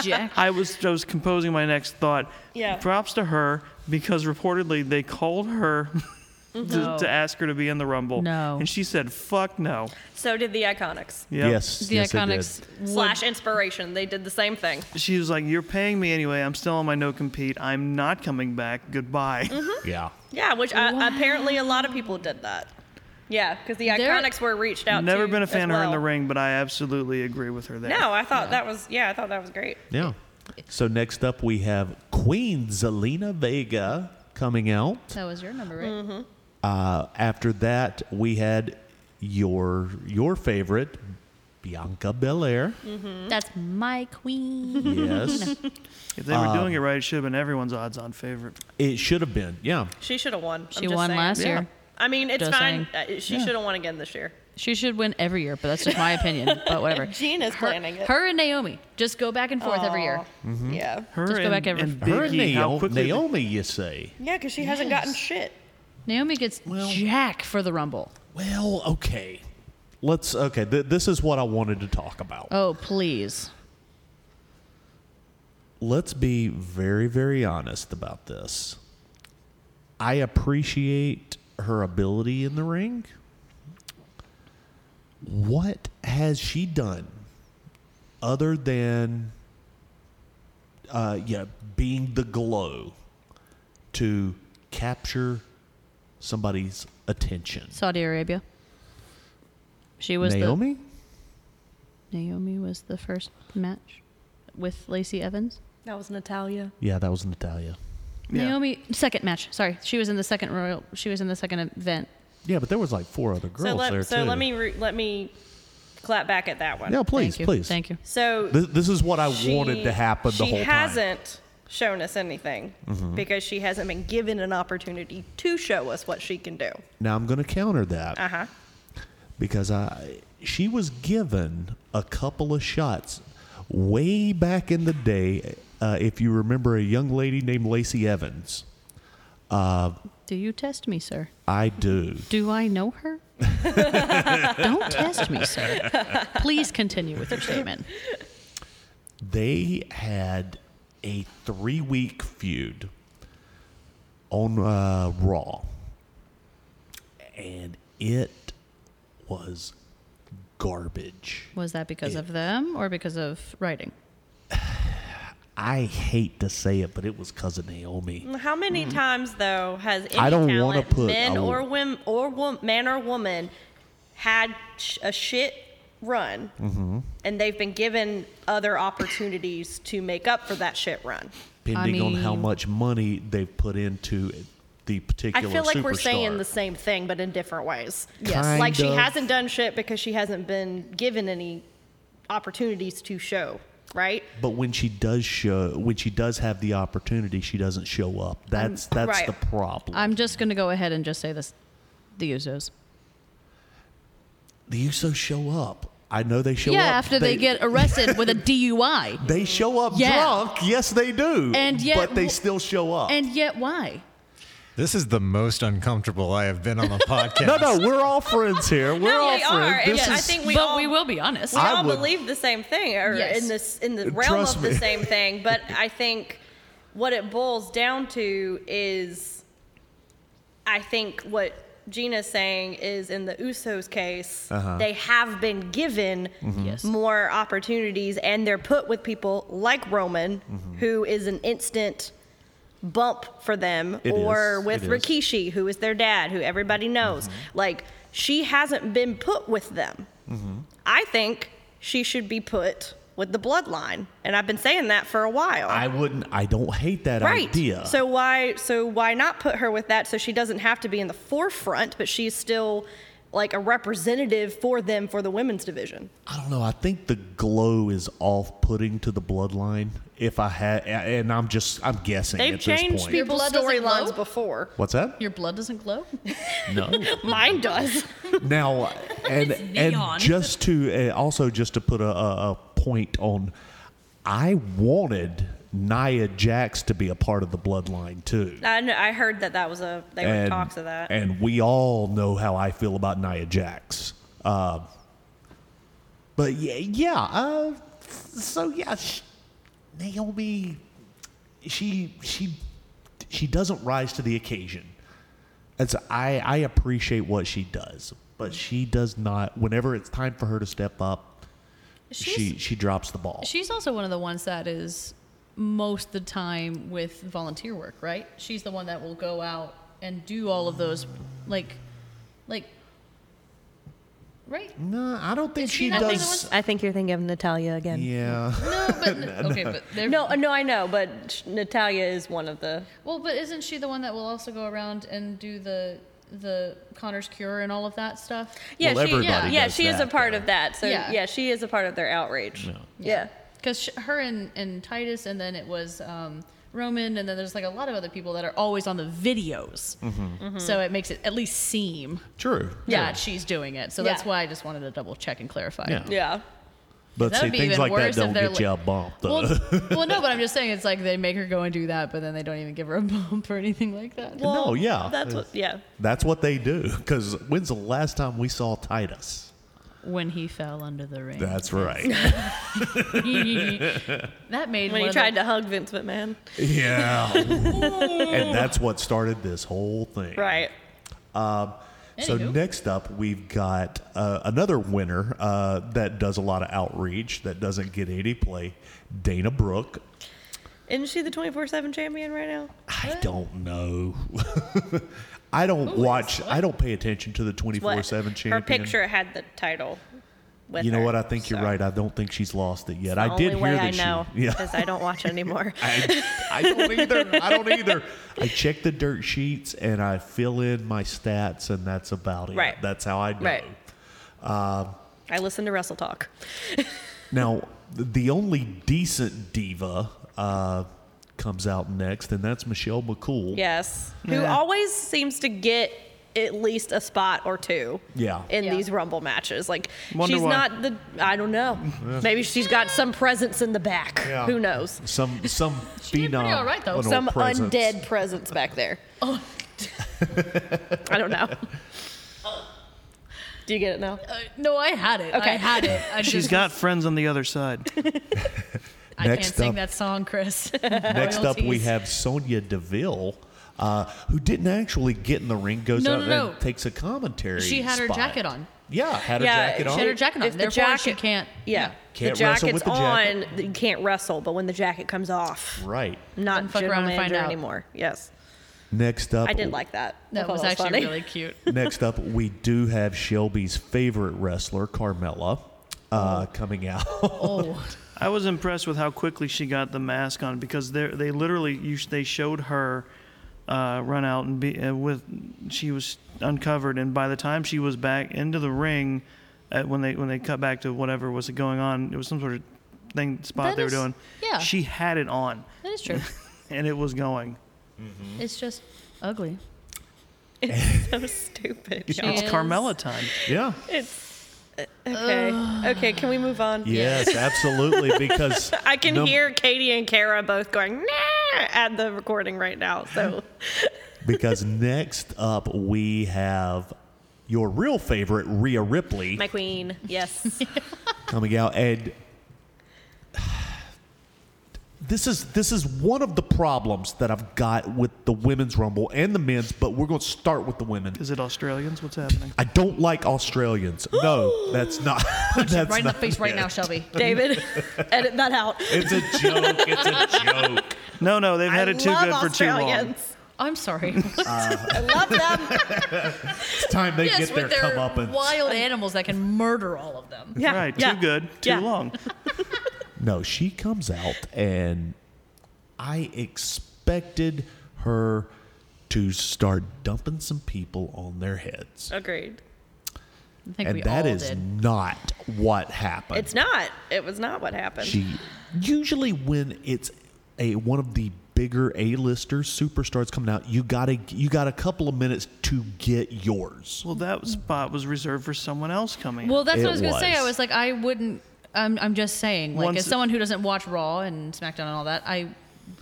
E: Jack.
C: I was I was composing my next thought.
D: Yeah.
C: Props to her because reportedly they called her to,
E: No.
C: to ask her to be in the Rumble.
E: No.
C: And she said, "Fuck no."
D: So did the Iconics
C: Yep.
B: Yes. yes,
E: The
B: they did.
E: Iconics would
D: slash Inspiration. They did the same thing.
C: She was like, "You're paying me anyway. I'm still on my no compete. I'm not coming back. Goodbye."
B: Yeah.
D: Yeah, which I, apparently a lot of people did that. Yeah, because the
E: There-
D: Iconics were reached out.
C: Never
D: to
C: been a
D: as
C: fan of her in the
D: well.
C: ring, but I absolutely agree with her there.
D: No, I thought that was yeah, I thought that was great.
B: Yeah. So next up, we have Queen Zelina Vega coming out.
E: That was your number, right?
D: Mm-hmm.
B: Uh, after that, we had your your favorite, Bianca Belair.
E: That's my queen.
B: Yes,
C: If they were
B: Um,
C: doing it right, it should have been everyone's odds-on favorite.
B: it should have been. Yeah,
D: She should have won.
E: She won last year.
D: I mean, it's
E: Just
D: fine.
E: saying.
D: Uh, She should have won again this year.
E: She should win every year, but that's just my opinion. But whatever.
D: Gene is
E: her,
D: planning it.
E: Her and Naomi just go back and forth every year.
B: Mm-hmm.
D: Yeah.
C: Her
E: Just go
C: and,
E: back every-
C: and
B: her and
C: Biggie, how
B: Naomi,
C: quickly they-
B: Naomi, you say.
D: Yeah, because she hasn't gotten shit.
E: Naomi gets
B: Well-
E: Jack for the Rumble.
B: Well, okay. Let's okay. Th- this is what I wanted to talk about.
E: Oh, please.
B: Let's be very, very honest about this. I appreciate her ability in the ring. What has she done other than uh, yeah, being the glow to capture somebody's attention?
E: Saudi Arabia. She was
B: Naomi?
E: The, Naomi was the first match with Lacey Evans.
D: That was Natalia.
B: Yeah, that was Natalia.
C: Yeah.
E: Naomi second match. Sorry, she was in the second royal. She was in the second event.
B: Yeah, but there was like four other girls
D: so let,
B: there
D: so
B: too.
D: let me re- let me clap back at that one.
B: yeah, please,
E: Thank you.
B: please.
E: Thank you.
D: So
B: This, this is what I
D: she-
B: wanted to happen the
D: she
B: whole time. Mm-hmm.
D: hasn't shown us anything because she hasn't been given an opportunity to show us what she can do.
B: Now I'm going to counter that
D: Uh huh.
B: because I she was given a couple of shots way back in the day. Uh, if you remember a young lady named Lacey Evans,
F: Do you test me, sir?
B: I do.
F: Do I know her? Don't test me, sir. Please continue with your statement.
B: they had a three week feud on uh, Raw, and it was garbage.
F: Was that because of them or because of writing?
B: I hate to say it, but it was cousin Naomi.
D: How many times though has any
B: Mm-hmm. I don't wanna
D: talent,
B: put- I
D: men
B: will-
D: or women or wom- man or woman, had sh- a shit run,
B: Mm-hmm.
D: and they've been given other opportunities to make up for that shit run?
B: Depending on how
F: mean-
B: much money they've put into the
D: I
B: particular.
D: feel like we're saying
B: superstar.
D: the same thing, but in different ways.
B: Yes. Kind
D: like she
B: of.
D: hasn't done shit because she hasn't been given any opportunities to show, right?
B: But when she does show, when she does have the opportunity, she doesn't show up. That's that's
D: Um, right.
B: the problem.
F: I'm just going to go ahead and just say this the Usos.
B: the Usos show up. I know they show
F: yeah,
B: up.
F: after they, get arrested with a DUI.
B: They show up
F: Yeah.
B: drunk. Yes, they do.
F: And yet-
B: but they still show up.
F: And yet, why?
A: This is the most uncomfortable I have been on the podcast.
B: no, no, we're all friends here. We're
D: No,
B: all
D: we are,
B: friends.
D: and
B: This
D: I
B: is
D: think we
F: but
D: all
F: we will be honest.
D: we
B: I
D: all
B: would- Uh,
D: believe the same thing or
F: Yes.
D: in this in the realm
B: Trust
D: of
B: me.
D: the same thing but i think what it boils down to is i think what gina's saying is in the usos case
B: Uh-huh.
D: they have been given
B: Mm-hmm.
F: Yes.
D: more opportunities and they're put with people like roman
B: Mm-hmm.
D: who is an instant bump for them
B: It
D: or
B: is, Mm-hmm.
D: with
B: it is.
D: rikishi who is their dad who everybody knows like she hasn't been put with them
B: Mm-hmm.
D: I think she should be put with the bloodline, and I've been saying that for a while.
B: I wouldn't. I don't hate that
D: right.
B: idea.
D: So why so why not put her with that so she doesn't have to be in the forefront, but she's still like a representative for them for the women's division.
B: I don't know. I think the glow is off-putting to the bloodline. If I had, and I'm just, I'm guessing
D: They've
B: at this
D: changed
B: point.
E: Your
D: people's
E: blood doesn't
D: storylines
E: glow?
D: before.
B: What's that?
E: Your blood doesn't glow?
B: No.
D: Mine does.
B: now, and
E: neon.
B: and just to uh, also just to put a, a, a point on, I wanted Nia Jax to be a part of the bloodline too.
D: I, kn- I heard that that was a they were in talks of that.
B: And we all know how I feel about Nia Jax. Uh, but yeah, yeah. Uh, so yeah, sh Naomi, she she she doesn't rise to the occasion. That's I I appreciate what she does, but she does not. Whenever it's time for her to step up, she
E: She's-
B: she drops the ball.
E: She's also one of the ones that is most the time with volunteer work, right? She's the one that will go out and do all of those, like, like, right?
B: no, I don't think
E: Is
B: she,
E: she not the
B: does.
D: I think you're thinking of Natalia again.
B: Yeah.
E: No, but okay, but there.
D: No, uh, no, I know, but sh- Natalia is one of the.
E: Well, but isn't she the one that will also go around and do the the Connor's cure and all of that stuff?
D: Yeah,
B: Well,
D: she, yeah,
B: everybody
D: yeah,
B: does
D: she is a
B: that,
D: part
B: though.
D: of that. So yeah.
E: Yeah.
D: she is a part of their outrage. yeah.
E: because her and, and Titus, and then it was um, Roman, and then there's like a lot of other people that are always on the videos.
B: Mm-hmm.
D: Mm-hmm.
E: So it makes it at least seem
B: True.
E: that she's doing it. So that's
D: Yeah.
E: why I just wanted to double check and clarify.
B: Yeah.
D: Yeah.
B: But
E: That
B: see,
E: would be
B: things
E: even
B: like that
E: worse if
B: don't
E: they're
B: get you a
E: like-
B: bump, though.
E: Well, well, no, but I'm just saying it's like they make her go and do that, but then they don't even give her a bump or anything like that.
B: no, yeah.
D: That's what, yeah.
B: That's what they do. Because when's the last time we saw Titus?
E: When he fell under the ring,
B: That's right.
E: that made
D: When
E: one
D: you
E: of
D: tried
E: the,
D: to hug Vince McMahon.
B: yeah. and that's what started this whole thing.
D: Right.
B: So
E: Anywho.
B: next up, we've got uh, another winner uh, that does a lot of outreach that doesn't get any play, Dana Brooke.
D: Isn't she the 24 7 champion right now?
B: I don't know. I don't watch. I don't pay attention to the twenty
D: What-
B: four seven champion.
D: Her picture had the title. With
B: You know
D: her,
B: what? I think you're
D: so.
B: right. I don't think she's lost it yet.
D: The
B: I did hear
D: only way
B: that
D: I
B: she-
D: know
B: Yeah.
D: because I don't watch anymore.
B: I, I don't either. I don't either. I check the dirt sheets and I fill in my stats, and that's about it.
D: Right.
B: That's how I know.
D: Right. I listen to Wrestle Talk.
B: Now, the only decent diva uh, comes out next, and that's Michelle McCool.
D: Yes. Who always seems to get at least a spot or two
B: Yeah.
D: in
E: Yeah.
D: these rumble matches. Like
C: Wonder
D: she's
C: why.
D: not the I don't know. Maybe she's got some presence in the back.
B: Yeah.
D: Who knows?
B: Some some
E: She did pretty
B: phenom
E: all right, though.
B: on her
D: Some
B: presence.
D: undead presence back there. Oh. I don't know. Do you get it now?
E: Uh, no, I had it.
D: Okay.
E: I had it. I
C: She's
E: just
C: got
E: was-
C: friends on the other side.
E: I
B: Next
E: can't sing
B: up-
E: that song, Chris.
B: Next up, we
E: Royalties.
B: have Sonia Deville, uh, who didn't actually get in the ring, goes
E: No,
B: out
E: no, no.
B: and takes a commentary.
E: She had her
B: spot. Oh.
E: jacket on.
B: Yeah, had her
D: Yeah,
B: jacket
D: she
B: on.
E: She had her jacket on.
D: If the
E: Therefore, she
D: jacket-
E: can't.
D: Yeah.
B: Can't
D: the
B: wrestle
D: jacket's
B: with the jacket.
D: on, you can't wrestle, but when the jacket comes off,
B: right.
D: not
E: Then fuck
D: general
E: around and find
D: manager
E: out.
D: anymore. Yes.
B: Next up,
D: I did like that. I
E: That
D: thought
E: was
D: that
E: actually
D: funny.
E: really cute.
B: Next up, we do have Shelby's favorite wrestler, Carmella, uh, coming out.
E: Oh,
C: I was impressed with how quickly she got the mask on because they they literally you, sh- they showed her uh, run out and be uh, with she was uncovered and by the time she was back into the ring uh, when they when they cut back to whatever was going on it was some sort of thing spot
E: That
C: they
E: is-
C: were doing
E: yeah.
C: she had it on
E: that is true.
C: and it was going
E: It's just ugly.
D: so stupid.
C: it's
E: is.
C: Carmella time
B: yeah.
D: It's uh, okay. okay, can we move on?
B: Yes, absolutely. Because
D: I can
B: num-
D: hear Katie and Kara both going nah at the recording right now. So
B: because next up we have your real favorite, Rhea Ripley,
D: my queen, yes,
B: coming out, and this is this is one of the problems that I've got with the women's rumble and the men's, but we're going to start with the women.
C: is it Australians what's happening
B: I don't like Australians. No, that's not. that's
E: Right in the
B: not
E: face right
B: it.
E: now, Shelby.
D: David, edit that out.
B: It's a joke. It's a joke.
C: no no they've had
D: I
C: it too
D: love
C: good for too long
D: Australians.
E: I'm sorry.
D: I love them.
B: It's time they
E: yes,
B: get their
E: with their
B: comeuppance.
E: wild animals that can murder all of them.
D: Yeah,
C: right
D: yeah,
C: too good too
D: yeah.
C: long
B: No, she comes out and I expected her to start dumping some people on their heads.
D: Agreed.
E: I think we
B: and that
E: all
B: is
E: did.
B: not what happened.
D: It's not. It was not what happened.
B: She usually when it's a one of the bigger A-listers, superstars coming out, you got to you got a couple of minutes to get yours.
C: well that spot was reserved for someone else coming
E: Well, that's what
B: It
E: I was going to say. I
B: was.
E: was like, I wouldn't. I'm, I'm just saying, like,
C: Once-
E: as someone who doesn't watch Raw and SmackDown and all that, I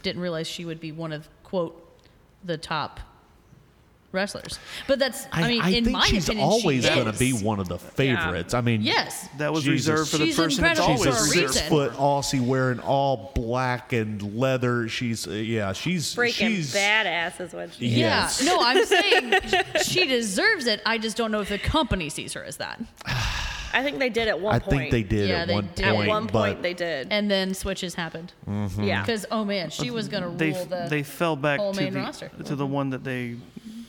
E: didn't realize she would be one of quote the top wrestlers. But that's, I, mean, in
B: think
E: my
B: she's
E: opinion,
B: always
E: she
B: gonna
E: is.
B: be one of the favorites. I mean,
E: Yes,
C: that was
B: Jesus.
C: reserved for the
E: She's
C: person that's
E: incredible
C: always
B: She's a
E: for a
C: reserved
E: reason.
B: six foot Aussie wearing all black and leather. She's uh, yeah, she's
D: Freaking
B: she's
D: badass is what she.
B: Yeah. Yes.
E: Yeah. No, I'm saying she deserves it. I just don't know if the company sees her as that.
D: I think they did at one
B: I
D: point.
B: think they did
E: Yeah,
B: at
E: they
B: one
E: did.
D: At
B: point.
D: one
B: but
D: point they did.
E: And then switches happened
C: Mm-hmm.
D: yeah.
E: because oh man, she was gonna rule
C: Mm. they
E: the.
C: they fell back
E: whole
C: to
E: main
C: the
E: roster.
C: to the one that they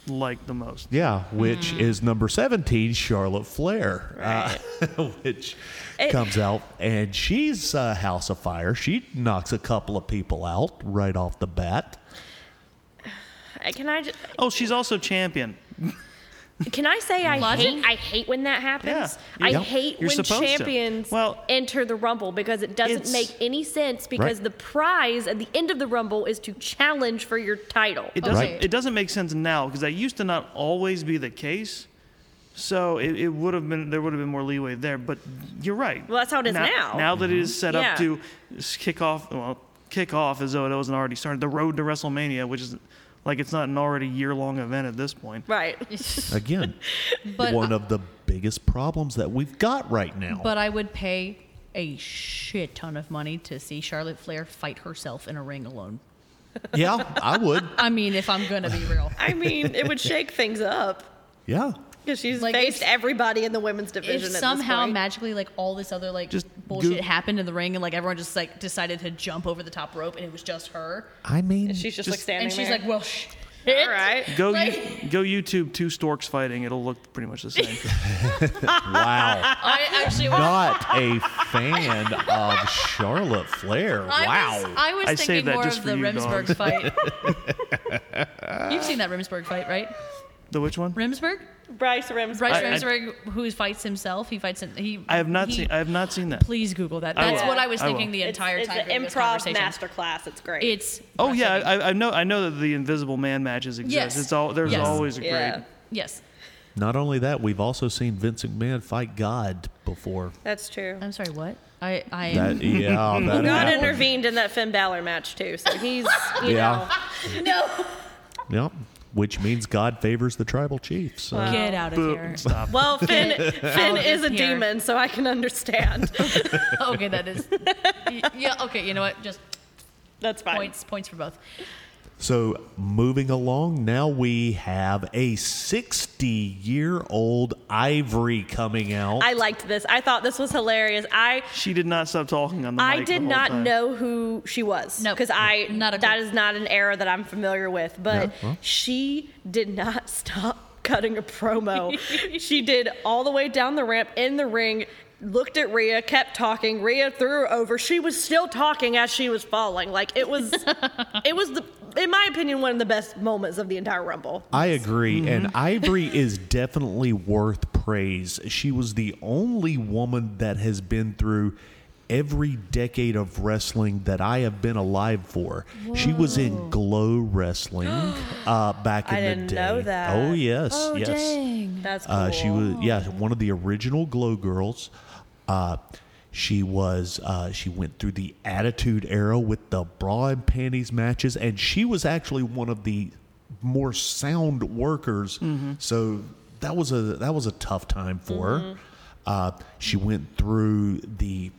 C: liked the most.
B: yeah, which is number seventeen, Charlotte Flair, uh, which
D: It-
B: comes out and she's a house of fire. She knocks a couple of people out right off the bat.
D: Uh, Can I just,
C: Oh, she's also champion.
D: can I say I
E: Logic?
D: hate I hate when that happens.
C: Yeah.
D: I
B: Yep.
D: hate
C: You're
D: when
C: supposed to.
D: champions
C: Well,
D: enter the rumble because it doesn't
C: it's-
D: make any sense because
B: Right.
D: the prize at the end of the rumble is to challenge for your title.
C: It doesn't
E: Right.
C: it doesn't make sense now because that used to not always be the case. So it, it would have been there would have been more leeway there. But you're right.
D: Well, that's how it is now.
C: Now, that it is set
D: Yeah.
C: up to s- kick off, well, kick off as though it wasn't already started. The road to WrestleMania, which is like it's not an already year long event at this point.
D: right.
B: Again,
E: But
B: one of the biggest problems that we've got right now.
E: But I would pay a shit ton of money to see Charlotte Flair fight herself in a ring alone.
B: yeah, I would.
E: I mean, if I'm gonna be real,
D: I mean, it would shake things up
B: Yeah.
D: because she's
E: Like,
D: faced
E: if-
D: everybody in the women's
E: if
D: division. at this
E: somehow
D: point.
E: magically like all this other like
C: Just
E: bullshit
C: go-
E: happened in the ring and like everyone just like decided to jump over the top rope and it was just her
B: I mean,
D: she's just, like standing
E: and she's
D: there.
E: like, well, shit.
D: all right.
C: Go
E: Like-
C: you, go YouTube two storks fighting. It'll look pretty much the same.
B: wow.
E: I actually was.
B: not a fan of Charlotte Flair.
E: I
B: wow.
E: was, I was
C: I saved
E: thinking
C: that
E: more
C: just
E: of
C: for
E: the
C: you,
E: Remsburg
C: dogs.
E: fight. You've seen that Remsburg fight, right?
C: the which one?
E: Remsburg,
D: Bryce Rimsberg.
E: Bryce
C: I- I-
E: Remsburg, who fights himself. He fights. him- He.
C: I have not
E: he-
C: seen. I have not seen that.
E: Please Google that.
C: I
E: That's
D: will.
E: what I was
C: I will.
E: thinking the
D: It's-
E: entire
D: it's,
E: time. during
D: an
E: this
D: improv
E: conversation.
D: masterclass. It's great.
E: It's
C: Oh yeah,
E: breathtaking.
C: I, I know. I know that the Invisible Man matches exist.
E: Yes.
C: It's all there's
E: Yes.
C: always a great.
D: yeah.
E: yes,
B: Not only that, we've also seen Vince McMahon fight God before.
D: That's true.
E: I'm sorry, what? I, I am
B: That yeah, that
D: God
B: happened.
D: intervened in that Finn Balor match too, so he's you
B: Yeah.
E: no.
B: Yep. Which means God favors the tribal chiefs. So.
E: Get out of here.
D: know. Well, Finn Finn
E: of
D: is a
E: here.
D: demon, so I can understand.
E: okay, that is. y- Yeah. Okay. You know what? Just
D: That's fine.
E: points. Points for both.
B: So, moving along, now we have a 60 year old Ivory coming out.
D: I liked this. I thought this was hilarious. I
C: She did not stop talking on the
D: I
C: mic the
D: did
C: whole
D: not
C: time.
D: know who she was.
E: Nope.
D: Because I
E: Not a
D: that
E: clue.
D: is not an era that I'm familiar with. But
B: Yeah, well.
D: she did not stop cutting a promo. she did all the way down the ramp in the ring. Looked at Rhea, kept talking. Rhea threw her over. She was still talking as she was falling. Like it was, it was the, in my opinion, one of the best moments of the entire Rumble.
B: I agree.
D: Mm-hmm.
B: And Ivory is definitely worth praise. She was the only woman that has been through every decade of wrestling that I have been alive for. She was in Glow Wrestling uh, back in
D: I
B: the
D: didn't
B: day.
D: know that.
B: Oh, yes.
E: Oh
B: yes.
E: dang.
D: That's cool.
B: Uh, she was yeah one of the original Glow Girls. Uh, she was uh, she went through the Attitude Era with the bra and panties matches, and she was actually one of the more sound workers.
C: Mm-hmm.
B: So that was a that was a tough time for
C: Mm-hmm.
B: her. Uh, she went through the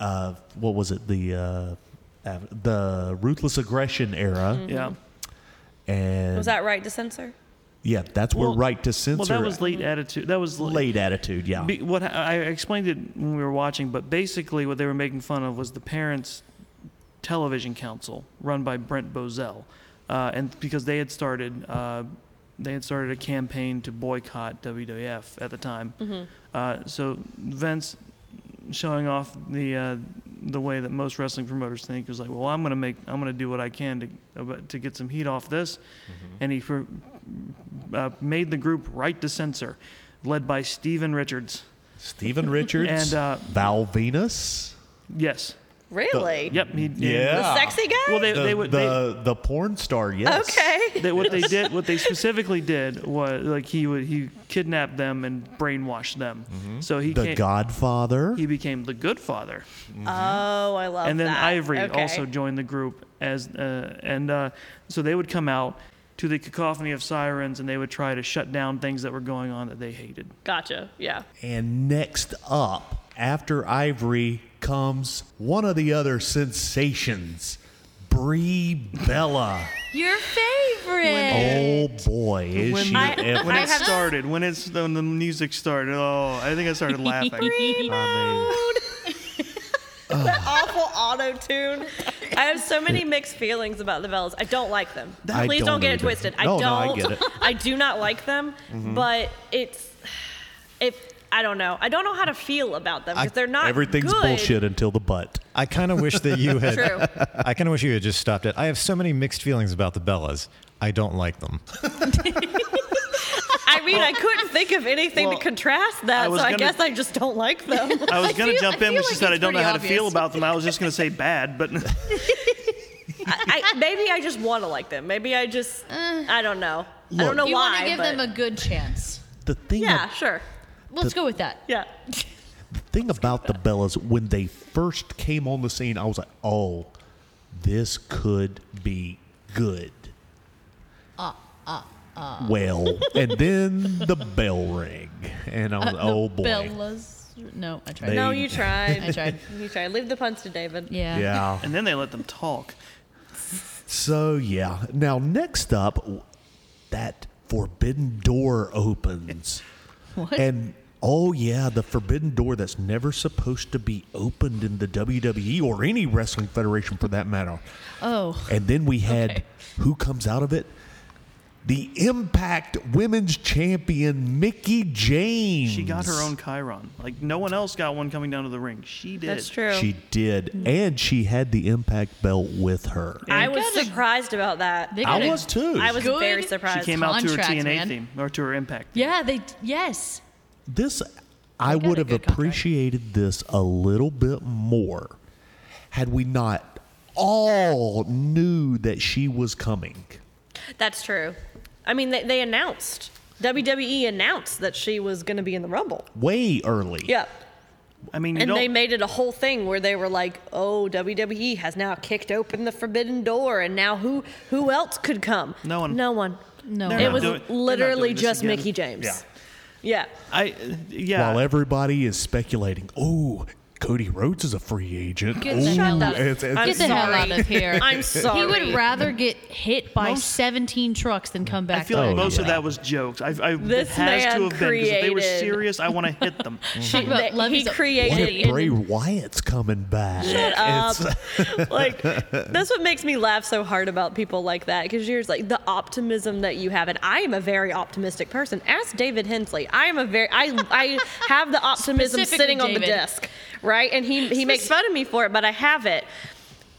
B: uh, what was it the uh, av- the ruthless aggression era,
C: Yeah.
B: and
D: was that right to censor?
B: yeah, that's where
C: Well-
B: right to censor.
C: Well, that was late attitude. That was
B: late
C: late.
B: attitude. Yeah,
C: Be, what ha- I explained it when we were watching, but basically what they were making fun of was the parents' television council run by Brent Bozell, uh, and because they had started, uh, they had started a campaign to boycott WWF at the time. Uh, so Vince showing off the uh, the way that most wrestling promoters think is like, well, I'm gonna make, I'm gonna do what I can to to get some heat off this, and he pr- uh, made the group Right to Censor, led by Steven Richards.
B: Stephen Richards,
C: And, uh,
B: Val Venus.
C: Yes.
D: Really?
C: Yep. He,
D: The sexy guy.
C: Well, they,
B: The,
C: they would.
B: the, the porn star, yes.
D: okay.
C: they, they, what they did, what they specifically did was like he would he kidnapped them and brainwashed them. So he
B: Mm-hmm. The
C: came,
B: Godfather.
C: he became the good father,
D: Oh, I love
C: and then
D: that.
C: Ivory
D: Okay.
C: also joined the group as uh, and uh, so they would come out to the cacophony of sirens and they would try to shut down things that were going on that they hated.
D: Gotcha. Yeah.
B: and next up, after Ivory, comes one of the other sensations, Brie Bella.
E: Your favorite.
B: oh, boy. Is
C: When-
B: she
C: I-
B: ever.
C: When it started, when it's when the music started, oh, I think I started laughing.
B: I mean,
D: that awful auto tune. I have so many mixed feelings about the Bells. I don't like them.
B: I
D: Please don't,
B: don't
D: get it
B: either.
D: twisted.
B: No,
D: I
B: no, I
D: don't.
B: get it.
D: I do not like them, but it's if I don't know. I don't know how to feel about them
A: I-
D: because they're not.
B: everything's
D: good.
B: bullshit until the butt.
A: I kind of wish that you had.
D: True.
A: I kind of wish you had just stopped it. I have so many mixed feelings about the Bellas. I don't like them.
D: I mean, I couldn't think of anything
C: Well,
D: to contrast that,
C: I was
D: so I
C: gonna-
D: guess I just don't like them.
C: I was gonna
E: feel-
C: jump
E: I
C: in
E: feel
C: when she
E: like
C: said I
E: it's
C: don't know
E: pretty
C: how to feel
E: obvious.
C: about them. I was just gonna say bad, but
D: I, I, maybe I just want to like them. Maybe I just I don't know. I
B: Look.
D: don't know
E: You want
D: why.
E: to give
D: Oh. but
E: them a good chance.
B: The thing
D: yeah, sure.
E: Let's go with that.
D: Yeah.
B: thing about the Bellas when they first came on the scene, I was like, "Oh, this could be good." Uh, uh, uh. Well, and then the bell rang, and I was, "Oh boy,
E: Bellas. No, I tried.
B: They-
D: No, you tried.
E: I tried.
D: You tried. Leave the puns to David.
E: Yeah.
B: yeah."
C: and then they let them talk.
B: So yeah. Now next up, w- that forbidden door opens,
E: What?
B: and oh yeah, the forbidden door that's never supposed to be opened in the WWE or any wrestling federation for that matter.
E: Oh.
B: And then we had
E: Okay.
B: who comes out of it? The Impact Women's Champion Mickey James.
C: She got her own Chiron. Like no one else got one coming down to the ring. She did.
D: That's true.
B: She did, and she had the Impact belt with her.
D: I was
E: Gotta-
D: surprised about that.
E: They got
B: I
E: a-
B: was too.
D: I was
E: Good.
D: very
C: She
E: She
D: surprised.
C: came out to her
E: Contract,
C: TNA
E: man.
C: theme or to her Impact. theme.
E: Yeah. They. Yes.
B: this I
E: got
B: would
E: a
B: have
E: good contract.
B: appreciated this a little bit more had we not all knew that she was coming.
D: That's true. I mean, they, they announced WWE announced that she was going to be in the Rumble.
B: way early.
D: Yeah.
C: I mean, you
D: And
C: don't,
D: they made it a whole thing where they were like, "Oh, WWE has now kicked open the forbidden door, and now who who else could come?
C: No one.
D: No one.
F: No.
C: They're
D: it
C: not
D: was
C: doing- they're not
D: literally
C: doing this
D: just
C: again.
D: Mickey James.
B: Yeah.
D: Yeah.
C: I yeah.
B: While everybody is speculating, oh, Cody Rhodes is a free agent.
E: Get
B: Ooh,
E: the hell out.
B: it's- it's-
D: I'm
F: Get the hell
D: sorry.
F: out of here.
D: I'm sorry.
F: He would rather get hit by 17 trucks than come back.
C: I feel
F: to
C: like
E: Oh.
F: it.
C: most of that was jokes. I, I
D: This
C: it has
D: man
C: to have been because if they were
D: created-
C: serious, I want to hit them.
F: Talk about
D: That he
F: Levy's-
B: what
D: created
B: if Bray Wyatt's coming back? It's-
D: like that's what makes me laugh so hard about people like that because you're just like the optimism that you have and i am a very optimistic person ask david hensley i am a very i i have the optimism
E: Specifically
D: sitting on the
E: David.
D: desk right and he he makes fun of me for it but i have it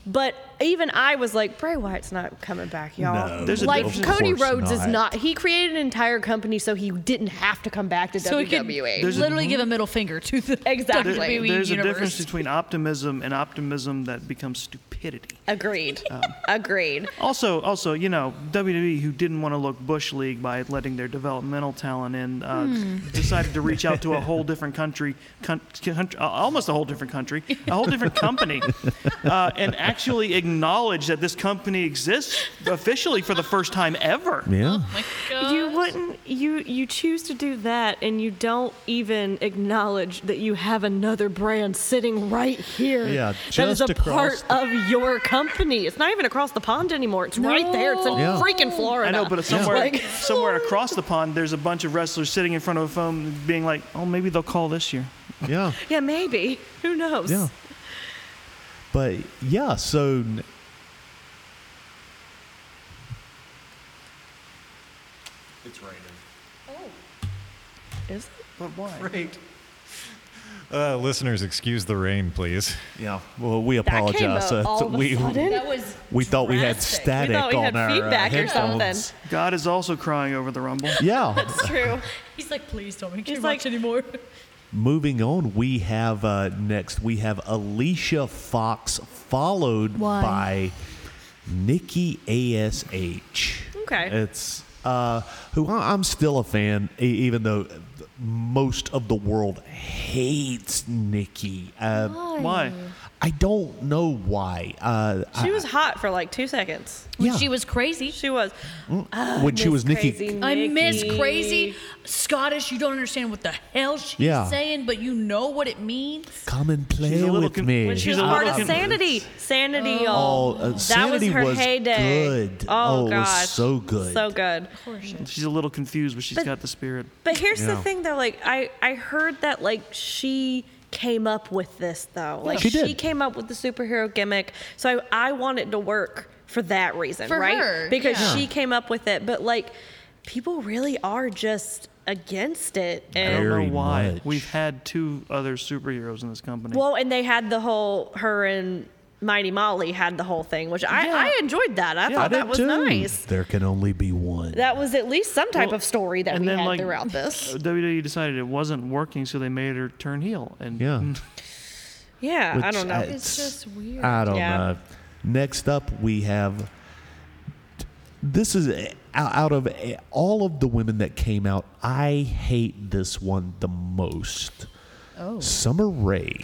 D: but even I was like, Bray Wyatt's not coming back, y'all.
B: No,
C: There's a
D: like
C: difference.
D: Cody
B: Of course
D: Rhodes is
B: not.
D: not. He created an entire company so he didn't have to come back to E.
E: So he could
D: WWE.
E: literally give a middle finger to the
D: Exactly.
C: There-
E: WWE
C: there's a
E: universe.
C: difference between optimism and optimism that becomes stupidity.
D: Agreed.
B: Oh.
D: Agreed.
C: Also, also, you know, WWE, who didn't want to look Bush League by letting their developmental talent in, uh, decided to reach out to a whole different country, con- con- uh, almost a whole different country, a whole different company, uh, and actually acknowledge that this company exists officially for the first time ever.
B: yeah.
E: uh,
C: Uh,
D: you wouldn't you you choose to do that and you don't even acknowledge that you have another brand sitting right here
B: Yeah,
D: that is
B: just
D: a
B: across
D: part of your company it's not even across the pond anymore it's right there it's in
B: Yeah.
D: freaking florida
C: I know, but somewhere,
D: Like-
C: somewhere across the pond, there's a bunch of wrestlers sitting in front of a phone, being like, "Oh, maybe they'll call this year."
B: Yeah.
D: yeah maybe who knows
B: Yeah. But yeah, so n-
D: Is-
C: But why?
A: Great. Uh, listeners, excuse the rain, please.
B: yeah, well, we
D: that
B: apologize.
D: came out
B: Uh,
D: all of a
B: we
D: sudden.
E: That was
B: we thought we had
D: drastic.
B: static
D: We thought we
B: on
D: had
B: our
D: feedback
B: uh,
D: or something.
B: headphones.
C: God is also crying over the rumble.
B: Yeah.
D: it's true
E: He's like, please don't make
D: He's
E: too
D: like-
E: much anymore.
B: Moving on, we have uh, next we have Alicia Fox followed
F: Why?
B: by Nikki Ash.
D: Okay.
B: it's uh, who I- I'm still a fan, e- even though most of the world hates Nikki. Uh,
D: Oh.
C: Why?
B: I don't know why. Uh,
D: she was hot for like two seconds
B: yeah,
F: She was crazy.
D: she was
B: when she
D: Miss
B: was Nikki.
D: Crazy
E: I miss
D: Nikki.
E: crazy Scottish. You don't understand what the hell she's
B: Yeah.
E: saying, but you know what it means.
B: Come and play
C: She's a little
B: with
C: con-
B: me.
D: when she
C: She's
D: was
C: a
D: part
C: little
D: of
C: con-
D: Sanity. Sanity,
B: Oh,
D: y'all.
B: uh,
D: that
B: Sanity
D: was her
B: was
D: heyday.
B: good.
D: Oh,
B: Oh, it was
D: gosh,
B: so good.
D: so good.
C: She's a little confused, but she's got the spirit.
D: But here's the
B: Yeah.
D: thing, though. Like I, I heard that like she came up with this though. Like
B: She did.
D: came up with the superhero gimmick. So I, I want it to work for that reason,
E: For
D: right?
E: her,
D: because
E: yeah.
D: she came up with it. But like, people really are just against it.
C: I
D: And
C: don't
B: Very
C: know why.
B: much.
C: We've had two other superheroes in this company.
D: well, and they had the whole her and. Mighty Molly had the whole thing, which I, I enjoyed that. I
B: I
D: thought
B: did
D: that was
B: too.
D: nice.
B: There can only be one.
D: That was at least some type
C: Well,
D: of story that
C: and
D: we
C: then,
D: had
C: like,
D: throughout
C: Uh,
D: this.
C: WWE E decided it wasn't working, so they made her turn heel. And
B: Yeah.
D: Yeah, I
B: Which
D: don't know.
F: It's just weird.
B: I don't
D: Yeah.
B: know. Next up, we have. This is uh, out of uh, all of the women that came out. I hate this one the most.
F: Oh.
B: Summer Rae.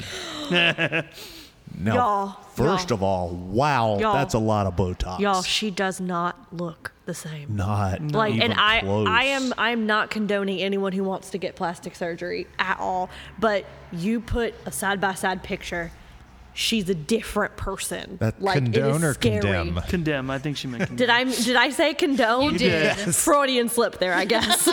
B: now,
D: Y'all,
B: 1st of all, wow,
D: Y'all.
B: that's a lot of Botox.
D: Y'all, she does not look the same.
B: not
D: Like,
B: even
D: and I,
B: close.
D: I am, I am not condoning anyone who wants to get plastic surgery at all. But you put a side by side picture, she's a different person.
A: That
D: like, it is
A: condone or
D: scary.
A: condemn?
C: condemn. I think she meant condemn.
D: Did I did I say condone?
E: You did.
D: Freudian slip there, I guess.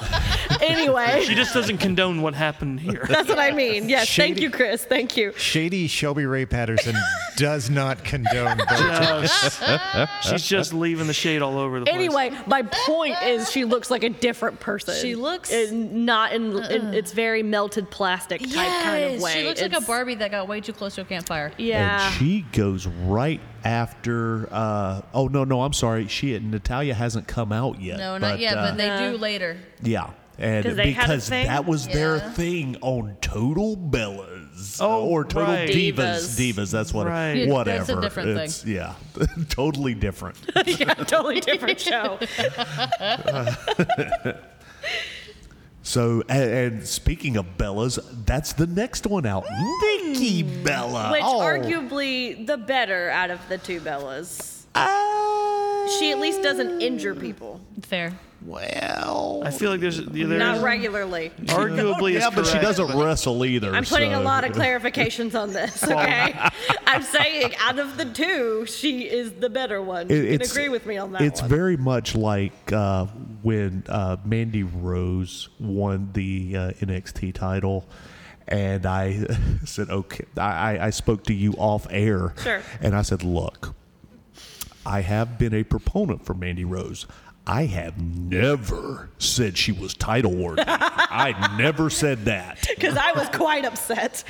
D: anyway,
C: She just doesn't condone what happened here.
D: that's what I mean. Yes, thank
A: Shady.
D: you, Chris. Thank you.
A: Shady Shelby Ray Patterson does not condone Botox.
C: She's just leaving the shade all over the place.
D: Anyway, my point is she looks like a different person.
E: She looks- Uh-uh.
D: in, not in, in it's very melted plastic type kind of way.
E: she looks like a
D: It's-
E: Barbie that got way too close to a campfire.
D: Yeah.
B: And she goes right after. Uh, oh no, no, I'm sorry. She Natalia hasn't come out yet.
E: No, not yet,
B: uh,
E: but they do later.
B: Yeah. And
D: 'Cause they had a
B: because
D: thing?
B: that was their
E: Yeah.
B: thing on Total Bellas.
C: Oh,
B: or Total
C: right.
B: Divas.
D: Divas.
B: Divas. that's what
C: Right.
E: Yeah, that's a
B: whatever.
E: different
B: it's, thing. Yeah. totally different.
D: yeah, totally different show.
B: So, and, and speaking of Bellas, that's the next one out, Nikki Bella.
D: Which
B: Oh.
D: arguably the better out of the two Bellas.
B: Ah,
D: She at least doesn't injure people.
E: Fair.
B: well,
C: I feel like there's there's
D: Not regularly.
C: arguably is
B: yeah, but she
C: correct.
B: doesn't wrestle either.
D: I'm putting a
B: so-
D: lot of clarifications on this, okay? I'm saying out of the two, she is the better one.
B: It-
D: You can agree with me on that
B: It's
D: one.
B: very much like uh, when uh, Mandy Rose won the uh, NXT title. And I said, okay, I, I- I spoke to you off air.
D: Sure.
B: And I said, look, I have been a proponent for Mandy Rose. I have never said she was title worthy. I never said that.
D: Because I was quite upset.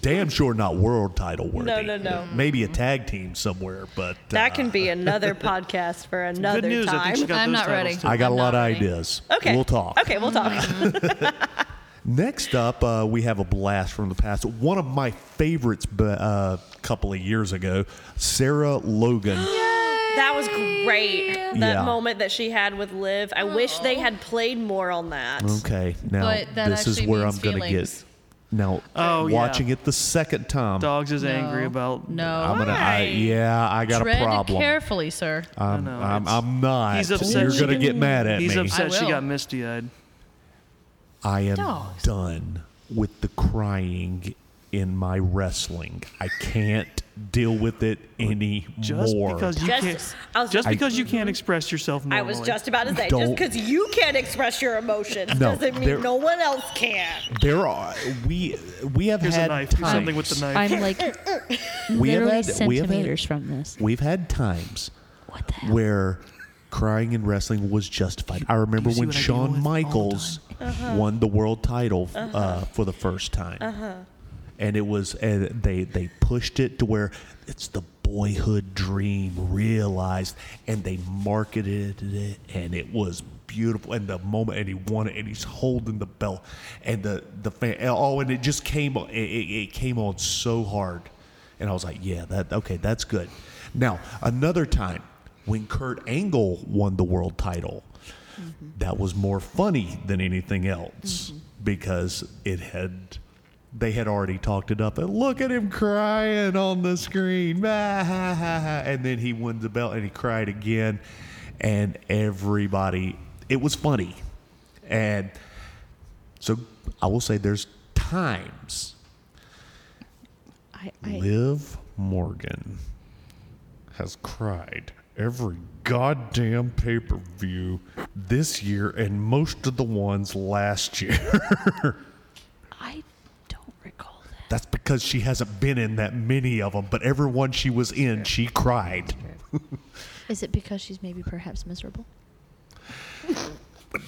B: Damn sure not world title worthy.
D: No, no, no.
B: Maybe a tag team somewhere, but
D: That
B: uh,
D: can be another podcast for another
C: Good news.
D: time.
C: I think she got
E: I'm
C: those
E: not
C: titles
E: ready.
C: too.
B: I got a
E: I'm
B: lot of
E: not ready.
B: ideas.
D: okay.
B: We'll talk.
D: Okay, we'll talk.
B: Next up, uh, we have a blast from the past. One of my favorites a uh, couple of years ago, Sarah Logan.
D: That was great. That
B: Yeah.
D: moment that she had with Liv. I wish they had played more on that.
B: okay, now
E: But that
B: this is
E: actually
B: where I'm
E: means
B: going to get.
E: feelings.
B: Now,
C: Oh, yeah.
B: watching it the second time,
C: Dogs is
E: No.
C: angry about.
E: No.
B: I'm gonna. I, yeah, I got
E: Tread
B: a problem. Uh,
E: carefully, sir.
B: I'm,
C: No, no,
B: I'm,
C: it's-
B: I'm not.
C: He's upset
B: You're
C: she
B: going to
C: got-
B: get mad at
C: He's
B: me.
C: upset she
E: will.
C: got misty eyed.
B: I am
E: Dogs.
B: done with the crying in my wrestling. I can't deal with it anymore.
C: Just because you
D: Just-
C: can't.
D: I
C: just
D: was just-
C: because you can't express yourself normally.
D: I was just about to say,
B: Don't-
D: just because you can't express your emotions
B: No,
D: doesn't
B: there-
D: mean no one else can.
B: There are we we have
C: Here's a
B: had
C: knife. Do
B: times.
C: something with the knife.
F: I'm like
B: we have
F: literally
B: had we have
F: centimeters
B: had
F: from this.
B: we've had times
F: What the hell?
B: where crying in wrestling was justified. I remember
C: see
B: when
C: what I deal with
B: Shawn
C: all the Uh-huh.
B: Michaels won the world title uh for the first time, and it was and they they pushed it to where it's the boyhood dream realized, and they marketed it, and it was beautiful. And the moment, and he won it, and he's holding the belt, and the the fan. Oh, and it just came on. It, it, it came on so hard, and I was like, yeah, that okay, that's good. Now another time when Kurt Angle won the world title that was more funny than anything else
F: Mm-hmm.
B: because it had they had already talked it up and look at him crying on the screen and then he wins the belt and he cried again and everybody it was funny and so i will say there's times
F: I, I,
B: liv morgan has cried every goddamn pay per view this year and most of the ones last year.
F: I don't recall that.
B: That's because she hasn't been in that many of them, but every one she was in, she cried.
F: Is it because she's maybe perhaps miserable?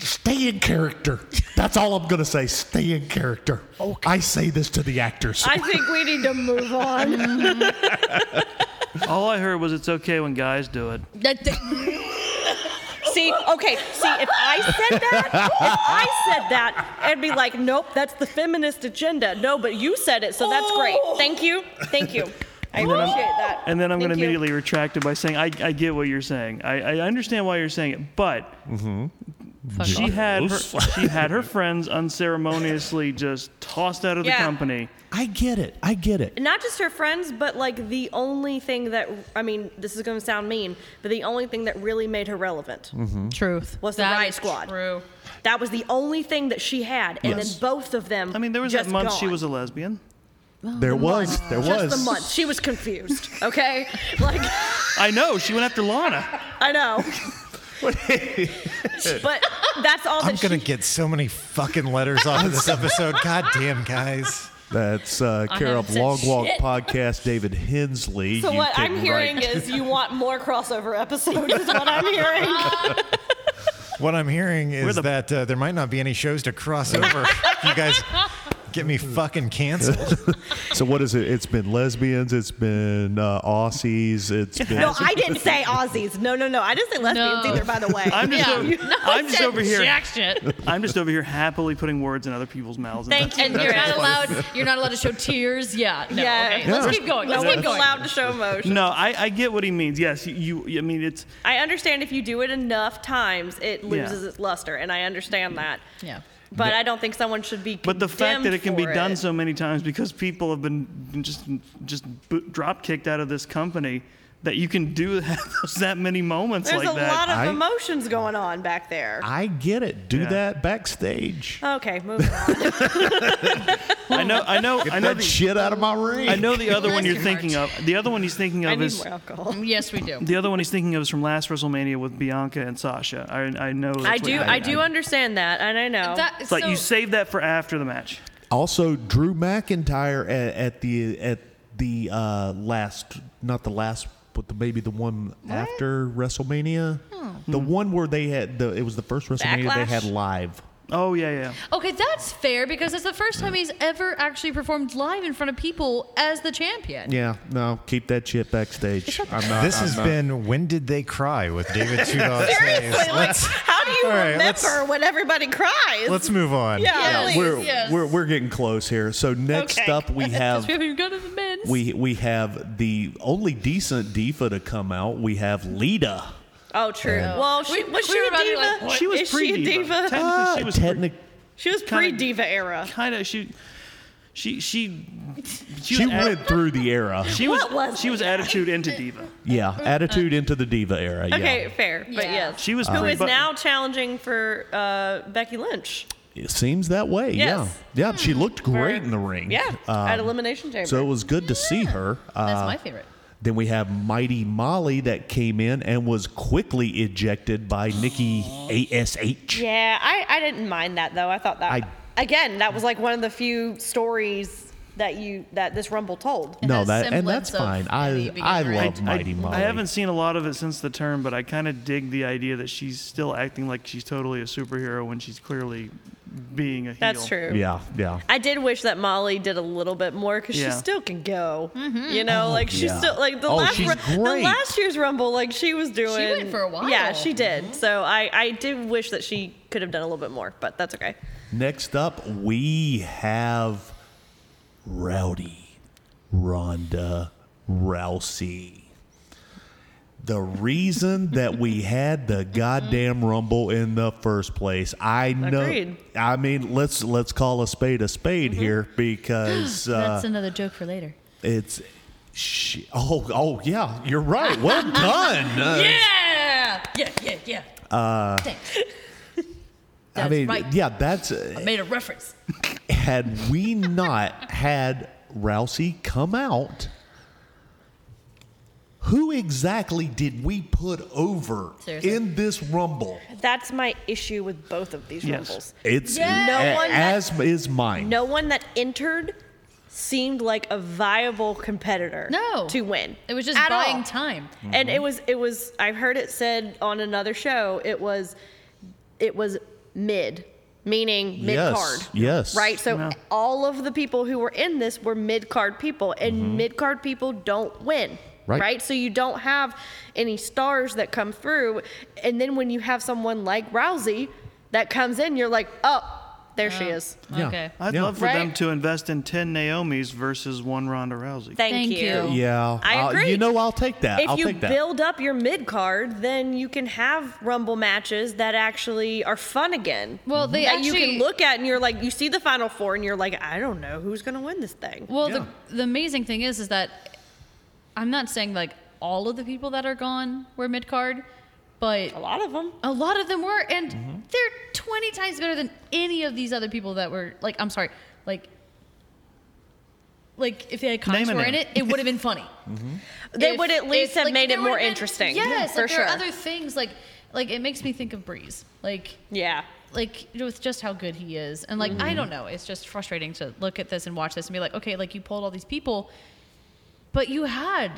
B: Stay in character. That's all I'm going to say. Stay in character. I say this to the actors.
D: I think we need to move on.
C: All I heard was it's okay when guys do it.
D: see, okay, see, if I said that, if I said that, I'd be like, nope, that's the feminist agenda. No, but you said it, so that's great. Thank you. Thank you. I
C: then I'm-
D: appreciate that.
C: Oh. And then I'm going to
D: Thank you.
C: immediately retract it by saying, I, I get what you're saying. I, I understand why you're saying it, but
E: Fuck
C: she
E: off.
C: had her, she had her friends unceremoniously just tossed out of the
D: Yeah.
C: company.
B: I get it. I get it.
D: not just her friends, but like the only thing that I mean, this is going to sound mean, but the only thing that really made her relevant
C: Mm.
E: Truth.
D: was the
E: That
D: Riot
E: is
D: Squad.
E: True.
D: That was the only thing that she had, and
B: Yes.
D: then both of them.
C: I mean, there was
D: just
C: that month she
D: gone.
C: was a lesbian.
B: There was. There
D: just
B: was.
D: the month she was confused. Okay, like
C: I know she went after Lana.
D: I know, but that's all that
A: I'm gonna
D: she.
A: get so many fucking letters off of this episode. God damn, guys.
B: That's uh, care of
E: haven't said
B: Long Walk
E: shit.
B: Podcast, David Hensley.
D: So
B: You
D: what I'm
B: can
D: hearing
B: write-
D: is you want more crossover episodes. Is what I'm hearing.
A: What I'm hearing is
C: the-
A: that uh, there might not be any shows to cross over. you guys Get me fucking canceled.
B: So what is it? It's been lesbians. It's been uh, Aussies. It's been
D: No, I didn't say Aussies. No, no, no. I didn't say lesbians
E: No.
D: either, by the way.
C: I'm just,
E: Yeah.
C: over,
E: You-
C: I'm just
E: said
C: over here.
E: Jack shit.
C: I'm just over here happily putting words in other people's mouths.
E: Thank and you're not allowed. You're not allowed to show tears. Yeah. No.
D: Yeah.
E: Okay. Let's keep going. Let's
D: no
E: keep
D: one's
E: going.
D: allowed to show emotion.
C: No, I, I get what he means. Yes, you, you. I mean, it's
D: I understand if you do it enough times, it loses
C: Yeah.
D: its luster, and I understand that.
E: Yeah.
D: But I don't think someone should be.
C: But the fact that
D: condemned
C: it can be
D: for
C: done
D: it.
C: so many times because people have been been just just boot, drop kicked out of this company that you can do have those, that many moments
D: There's
C: like
D: a
C: that.
D: lot of
B: I-
D: emotions going on back there.
B: I get it. Do
C: Yeah.
B: that backstage.
D: okay, moving on.
C: I know I know I
B: Get
C: know
B: that
C: the,
B: shit out of my ring.
C: I know the other
E: Bless
C: one you're
E: your
C: thinking of. The other one he's thinking
D: I
C: of
D: need
C: is
D: more alcohol.
E: Yes, we do.
C: the other one he's thinking of is from last WrestleMania with Bianca and Sasha. I I know. that's
D: I
C: what
D: do.
C: you're
D: I
C: thinking
D: do
C: of.
D: understand that, and I know.
E: That-
C: It's like
E: so-
C: you save that for after the match.
B: Also, Drew McIntyre at, at the at the uh, last, not the last, but the, maybe the one after WrestleMania, the
C: Hmm.
B: one where they had the it was the first WrestleMania they
D: Hmm. Backlash?
B: had live.
C: Oh yeah yeah.
E: Okay, that's fair because it's the first time he's ever actually performed live in front of people as the champion.
B: Yeah, no, keep that shit backstage. I'm not.
A: this
B: I'm
A: has
B: not-
A: been When Did They Cry with David Two Dogs
D: Seriously,
A: Days.
D: like,
A: Let's,
D: how do you
A: All right,
D: remember
A: let's-
D: when everybody cries?
A: let's move on.
D: Yeah,
E: Yeah,
D: please.
B: We're,
E: Yes.
B: we're we're getting close here. So next
D: Okay.
B: up, we have
E: We haven't even gotten to the men's.
B: we we have the only decent diva to come out. We have Lita.
D: Oh, true. Well, she,
E: We-
D: was
E: we
D: she
E: were
D: a
E: about to be
D: diva?
E: like, what?
C: She was
D: Is
C: pre
D: she a diva?
B: Ah,
C: Technically she was pre-
B: Technic-
D: She was
C: Kinda-
D: pre-diva era.
C: kind of she she she
B: she
C: was at-
B: went through the era.
C: she was,
D: What was
C: she was attitude into diva.
B: Yeah, attitude into the diva era.
D: Okay,
B: Yeah.
D: fair, but
E: Yeah.
D: yes.
C: She was
D: who
C: pre-
D: is
C: but-
D: now challenging for uh, Becky Lynch?
B: It seems that way.
D: Yes.
B: Yeah. Yeah, she looked great in the ring.
D: Yeah,
B: Um,
D: at Elimination Chamber.
B: so it was good to see her. Uh,
E: That's my favorite.
B: then we have Mighty Molly that came in and was quickly ejected by Nikki ASH.
D: yeah, I, I didn't mind that though. I thought that
B: I-
D: again that was like one of the few stories that you that this Rumble told.
B: No,
E: has
B: that and
E: semblance
B: that's
E: of
B: fine.
E: the
B: I
E: beginning
B: I
E: ring.
B: love Mighty
C: I,
B: Molly.
C: I haven't seen a lot of it since the term, but I kind of dig the idea that she's still acting like she's totally a superhero when she's clearly being a heel.
D: That's true.
B: Yeah, yeah.
D: I did wish that Molly did a little bit more because
C: Yeah.
D: she still can go.
E: Mm-hmm.
D: You know, like she's
B: yeah.
D: still like the
B: Oh,
D: last
B: she's
D: ru- the
B: great.
D: last year's Rumble, like she was doing.
E: for a
D: Yeah,
E: while. Mm-hmm.
D: she did. So I I did wish that she could have done a little bit more, but that's okay.
B: Next up, we have Rowdy Ronda Rousey. The reason that we had the goddamn rumble in the first place, I know.
D: Agreed.
B: I mean, let's let's call a spade a spade here because uh,
F: That's another joke for later.
B: it's. She, oh, oh, yeah, you're right. Well done. Uh,
E: Yeah. Yeah. Yeah. Yeah. Uh, Thanks.
B: I
E: That's
B: mean,
E: right.
B: yeah, that's uh,
E: I made a reference.
B: had we not had Rousey come out, who exactly did we put over
E: Seriously.
B: in this rumble?
D: That's my issue with both of these
C: Yes.
D: Rumbles.
B: It's
D: No
B: a-
D: one that-
B: as is mine.
D: No one that entered seemed like a viable competitor.
E: No.
D: to win.
E: It was just
D: At all.
E: buying time.
D: and
B: Mm-hmm.
D: it was it was i've heard it said on another show it was it was mid meaning mid
B: Yes,
D: card
B: yes.
D: right so
C: Yeah.
D: all of the people who were in this were mid card people and mid card people don't win
B: Mm-hmm. Right.
D: so you don't have any stars that come through and then when you have someone like rousey that comes in you're like oh there she is
B: Yeah.
E: Oh, Okay.
C: I'd
B: Yeah.
C: love for them
D: Right.
C: to invest in ten Naomi's versus one Ronda Rousey.
D: thank,
F: Thank you.
B: Yeah,
D: I
B: I'll-
D: agree.
B: you know, I'll take that.
D: if
B: I'll
D: you
B: take that.
D: build up your mid card, then you can have rumble matches that actually are fun again.
E: Well, they
D: that you
E: actually-
D: can look at and you're like, you see the final four and you're like, I don't know who's gonna win this thing.
E: Well,
B: Yeah.
E: the, the amazing thing is, is that I'm not saying like all of the people that are gone were mid card, but
D: A lot of them.
E: a lot of them were, and
C: Mm-hmm.
E: they're 20 times better than any of these other people that were like, I'm sorry, like, like if the iconics
C: Name a
E: were in
C: name.
E: it, it would have been funny.
D: They
E: If-
D: would at least
E: if,
D: have
E: like,
D: made
E: there
D: it more
E: would've been-
D: interesting.
E: Yes,
D: for
E: like,
D: sure.
E: there are other things like, like it makes me think of Breeze, like
D: yeah.
E: like with just how good he is and like
C: Mm-hmm.
E: i don't know it's just frustrating to look at this and watch this and be like okay like you pulled all these people but you had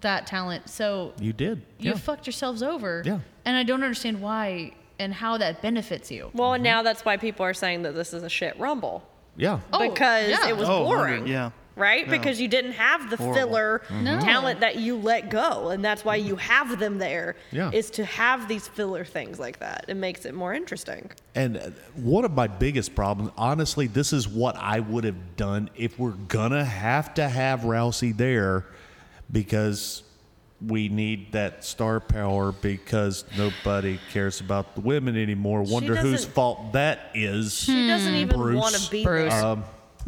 E: that talent so
B: you did.
E: you
B: yeah.
E: fucked yourselves over
B: Yeah.
E: and i don't understand why and how that benefits you
D: Well, and now that's why people are saying that this is a shit rumble
B: Yeah.
E: Oh,
D: because
E: yeah.
D: it was
C: Oh,
D: boring.
C: yeah.
D: Right?
C: Yeah.
D: Because you didn't have the
C: Horrible.
D: filler
B: Mm-hmm.
E: No.
D: talent that you let go. And that's why you have them there. Is
B: Yeah.
D: to have these filler things like that. It makes it more interesting.
B: And uh, one of my biggest problems, honestly, this is what I would have done if we're gonna have to have Rousey there, because we need that star power because nobody cares about the women anymore. Wonder whose
D: doesn't-
B: fault that is.
D: She doesn't even
B: Bruce. Um,
D: want to be
F: Bruce.
D: there.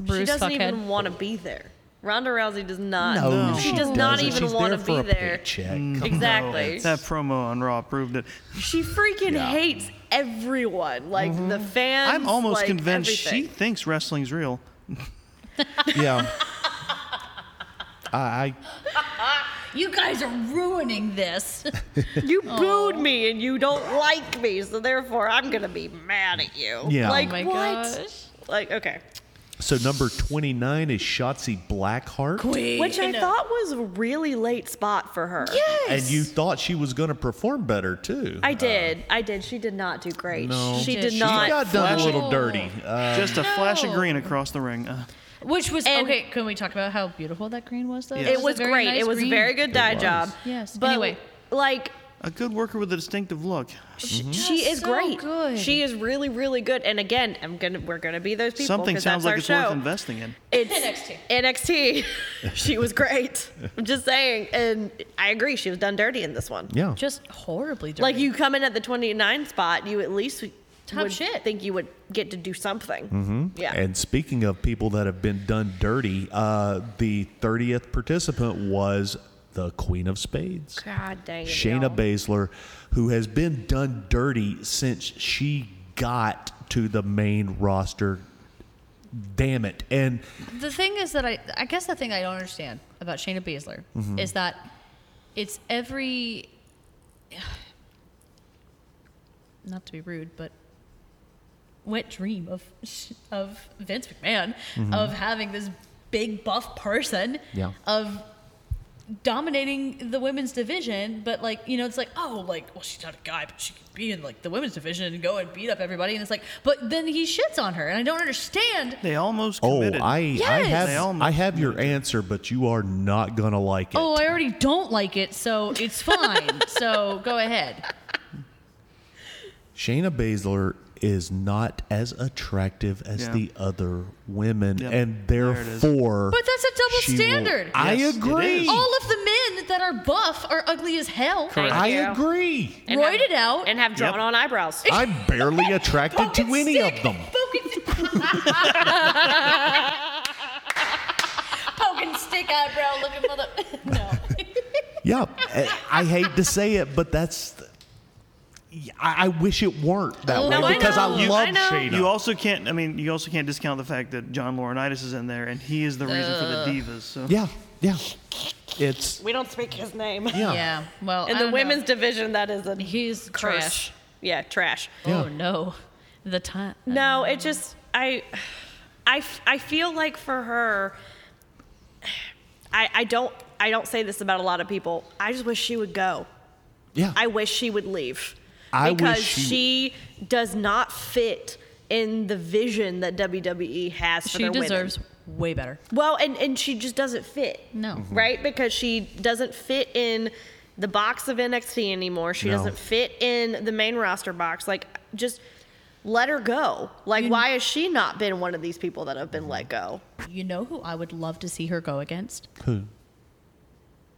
F: Bruce
D: she doesn't
F: fuckhead.
D: even want to be there. Ronda Rousey does not.
B: No,
D: she, does not
B: doesn't.
D: even
B: She's
D: want
B: there
D: to
B: for
D: be
B: a
D: there.
B: paycheck.
D: Exactly.
C: That promo on Raw proved it.
D: She freaking hates everyone. Like the fans.
C: I'm almost
D: like,
C: convinced she
D: everything.
C: thinks wrestling's real.
B: yeah. I, I
E: You guys are ruining this.
D: You booed me and you don't like me, so therefore I'm gonna be mad at you.
B: Yeah. Oh
D: Like
E: my
D: what?
E: gosh.
D: Like okay.
B: so number twenty nine is Shotzi Blackheart.
E: Eh,
D: Which I thought was a really late spot for her.
B: And you thought she was going to perform better too.
D: I did. I did. She did not do great.
B: no.
D: She
F: She
D: did
F: did.
B: she
D: not.
B: got done a
C: flashy.
B: little dirty. Uh,
C: Just a flash of
E: no.
C: green across the ring. Uh,
E: Which was
D: And-
E: okay. Can we talk about how beautiful that green was, though?
C: Yes.
D: It
E: a
D: was
E: very
D: great.
E: nice
D: it was
E: green.
D: a very good dye
B: was.
D: job.
E: Yes.
D: But
E: Anyway.
D: like
C: a good worker with a distinctive look.
D: She, she
E: That's
D: is
E: so
D: great.
E: good.
D: She is really, really good. And again, I'm gonna we're gonna be those people.
C: Something
D: 'cause
C: sounds
D: that's
C: like
D: our
C: it's
D: show.
C: worth investing in.
D: It's NXT. NXT. she was great. I'm just saying, and I agree. She was done dirty in this one.
B: yeah.
E: Just horribly dirty.
D: Like you come in at the 29 spot, you at least
E: Top
D: would
E: shit.
D: think you would get to do something. Yeah.
B: And speaking of people that have been done dirty, uh, the 30th participant was the Queen of Spades,
D: God dang it.
B: Shayna
D: y'all.
B: Baszler, who has been done dirty since she got to the main roster. Damn it. And
E: The thing is that I, I guess the thing I don't understand about Shayna Baszler is that it's every, not to be rude, but wet dream of of Vince McMahon of having this big buff person
B: Yeah.
E: of dominating the women's division, but like you know, it's like oh, like well, she's not a guy, but she can be in like the women's division and go and beat up everybody, and it's like, but then he shits on her, and I don't understand
C: They almost
B: oh,
C: committed.
B: I, I
E: Yes.
C: They
B: have
C: almost
B: I have your answer, but you are not gonna like it.
E: Oh, I already don't like it, so it's fine. so go ahead.
B: Shayna Baszler is not as attractive as
C: Yeah.
B: the other women,
C: Yep.
B: and
C: There it is.
B: therefore,
E: But that's a double
B: she will-
E: standard.
B: I
C: Yes, it
B: agree.
C: is.
E: All of the men that are buff are ugly as hell.
D: Correct.
B: I
D: Oh, Yeah.
B: agree.
D: And
E: Roid
D: have-
E: it out.
D: And have drawn on eyebrows.
B: I'm barely attracted to
E: Fucking
B: any
E: stick.
B: of them.
E: Poking, Poking stick eyebrow looking mother. no.
B: Yeah, I I hate to say it, but that's. I, I wish it weren't that
E: No,
B: way
E: I
B: because I,
D: know.
B: love
D: Oh, I know.
B: Shayna.
C: You also can't. I mean, you also can't discount the fact that John Laurinaitis is in there, and he is the reason for the divas. So
B: yeah, yeah. It's
D: we don't speak his name.
B: yeah.
E: Yeah. Well,
D: In
E: I
D: the
E: don't
D: women's
E: know.
D: division, that is a
E: He's
D: curse.
E: trash.
D: Yeah, trash.
B: Yeah.
E: Oh no. The uh, time.
D: No, it just I, I, f- I feel like for her, I I don't I don't say this about a lot of people. I just wish she would go.
B: yeah.
D: I wish she would leave
B: I wish
D: because
B: she-
D: she does not fit in the vision that WWE has for
E: She
D: their women.
E: deserves way better.
D: Well, and and she just doesn't fit.
E: No. Mhm.
D: Right? Because she doesn't fit in the box of NXT anymore. She
B: No.
D: doesn't fit in the main roster box. Like just let her go. Like why has she not been one of these people that have been let go?
E: You know who I would love to see her go against?
B: Who?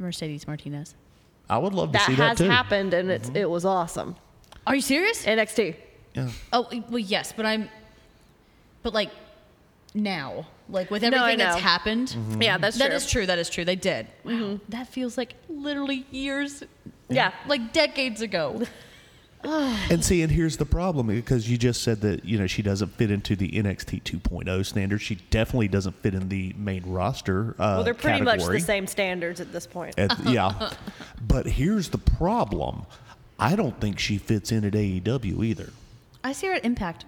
E: Mercedes Martinez.
B: I would love to
D: That
B: see
D: has
B: that too. Mm-hmm.
D: happened and it's it was awesome.
E: Are you serious?
D: NXT.
B: Yeah.
E: Oh well, yes, but I'm, but like now, like with
D: No, I
E: everything that's
D: know.
E: happened,
B: Mm-hmm.
D: Yeah, that's
E: that
D: true.
E: is true. That is true. They did. Wow, that feels like literally years,
D: Yeah.
B: Uh,
E: like decades ago.
B: And see, and here's the problem because you just said that you know she doesn't fit into the NXT 2.0 standard. She definitely doesn't fit in the main roster. Uh,
D: Well, they're pretty
B: category.
D: much the same standards at this point.
B: At- yeah, but here's the problem. I don't think she fits in at AEW either.
E: I see her at Impact.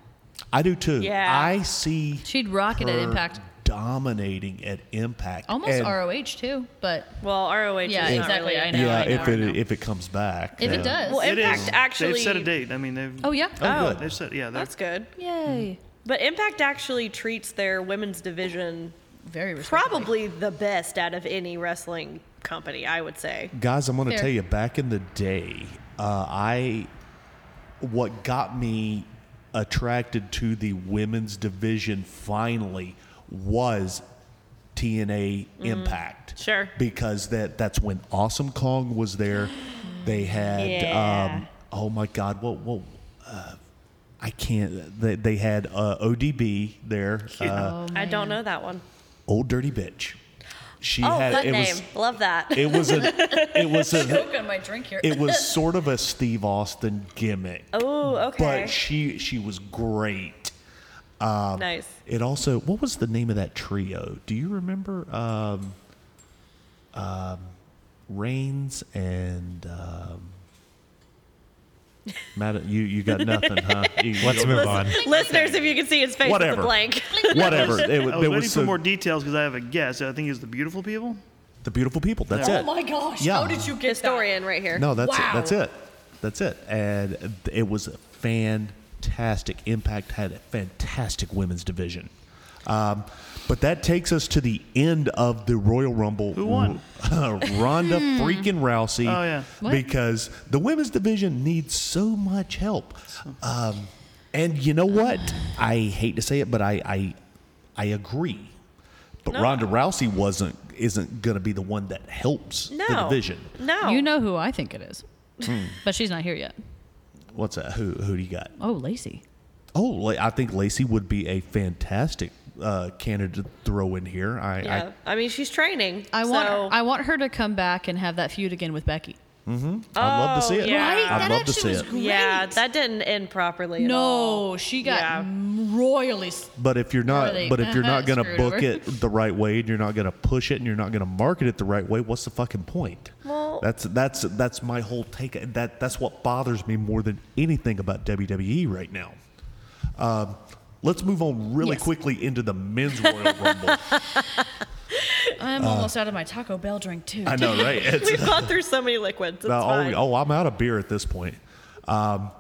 B: I do too.
D: Yeah.
B: I see
E: She'd rock it at
B: her
E: Impact.
B: dominating at Impact.
E: Almost
B: And-
E: ROH too, but
D: Well, ROH
E: Yeah,
D: is not
E: exactly,
D: really
E: I know.
B: Yeah,
E: I know,
B: if
E: I
B: it
E: know.
B: if it comes back.
E: if
B: yeah.
E: it does,
D: Well,
C: It is.
D: Impact actually
C: they've set a date. I mean, they've.
E: oh yeah, Mm-hmm.
B: Oh, good.
C: They've said yeah. they're-
D: That's good.
E: yay!
D: But Impact actually treats their women's division
E: Very respectfully.
D: probably the best out of any wrestling company, I would say.
B: Guys, I'm going to
E: Fair.
B: tell you, back in the day, uh, I what got me attracted to the women's division finally was TNA Impact.
D: Mm-hmm. sure.
B: because that that's when Awesome Kong was there. They had
D: Yeah.
B: um, oh my God, what what. Uh, I can't. They, they had uh, ODB there, uh,
E: Oh,
D: I don't
E: man.
D: know that one.
B: old dirty bitch. She
D: Oh,
B: had
D: fun
B: it
D: name.
B: was
D: Love that.
B: it was a it was a
E: Choke on my drink here.
B: it was sort of a Steve Austin gimmick,
D: oh, okay.
B: but she she was great. Um,
D: nice.
B: It also what was the name of that trio? Do you remember? Um, um, Reigns and um, Matt, you you got nothing, huh? You- you
A: Let's
B: got-
A: move on.
D: Listeners, if you can see his face, it's
B: Whatever.
D: a blank.
B: Whatever. It,
C: I
B: was,
C: was
B: there
C: waiting
B: was
C: for
B: some-
C: more details because I have a guess. I think it's the beautiful people.
B: the beautiful people. That's
E: oh
B: it.
E: my gosh!
B: Yeah.
E: How did you get
D: Historian right here.
B: No, that's it.
E: Wow.
B: That's it. That's it. And it was fantastic. Impact had a fantastic women's division. Um, but that takes us to the end of the Royal Rumble. Who
C: won?
B: Ronda
D: Hmm.
B: freaking Rousey.
C: Oh, yeah.
F: What?
B: Because the women's division needs so much help. Um, and you know what? I hate to say it, but I I, I agree. But
D: No.
B: Ronda Rousey wasn't isn't going to be the one that helps the
D: No.
B: division.
D: No.
F: You know who I think it is,
B: Hmm.
F: but she's not here yet.
B: What's that? Who who do you got?
F: Oh, Lacey.
B: Oh, La- I think Lacey would be a fantastic uh, candidate to throw in here. I,
D: Yeah. I, mean, she's training.
F: I want
D: so-
F: I want her to come back and have that feud again with Becky.
B: I, I'd love to
D: Oh,
B: see it.
D: yeah. Right?
B: I'd
E: That
B: love to see
E: actually
B: it.
E: was great.
D: Yeah, that didn't end properly. At all.
F: No, she got
D: Yeah.
F: royally. s-
B: But if you're not,
F: Really?
B: but if you're not going to
F: Screwed
B: book
F: over.
B: it the right way, and you're not going to push it, and you're not going to market it the right way, what's the fucking point?
D: Well-
B: that's that's that's my whole take. That that's what bothers me more than anything about WWE right now. Um, let's move on really
F: Yes.
B: quickly into the men's Royal Rumble.
E: I'm almost out of my Taco Bell drink too.
B: I know, right? It's-
D: We've gone through so many liquids. It's
B: Uh,
D: fine.
B: oh, oh, I'm out of beer at this point. Um,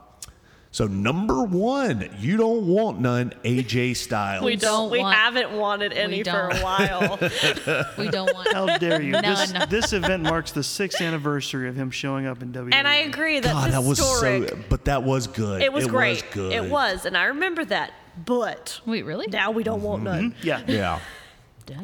B: so number one, you don't want none. AJ Styles.
D: we don't.
F: don't
D: We
F: want-
D: haven't wanted any for a
F: don't.
D: while.
F: We don't want.
C: How dare you? This,
F: None.
C: this event marks the sixth anniversary of him showing up in E. WWE.
D: and I agree that
B: God, Ah, that was
D: historic.
B: so. But that was good.
D: It was great.
B: good.
D: It was, and I remember that. But
F: Wait, really?
D: now we don't want none.
C: yeah.
B: Yeah.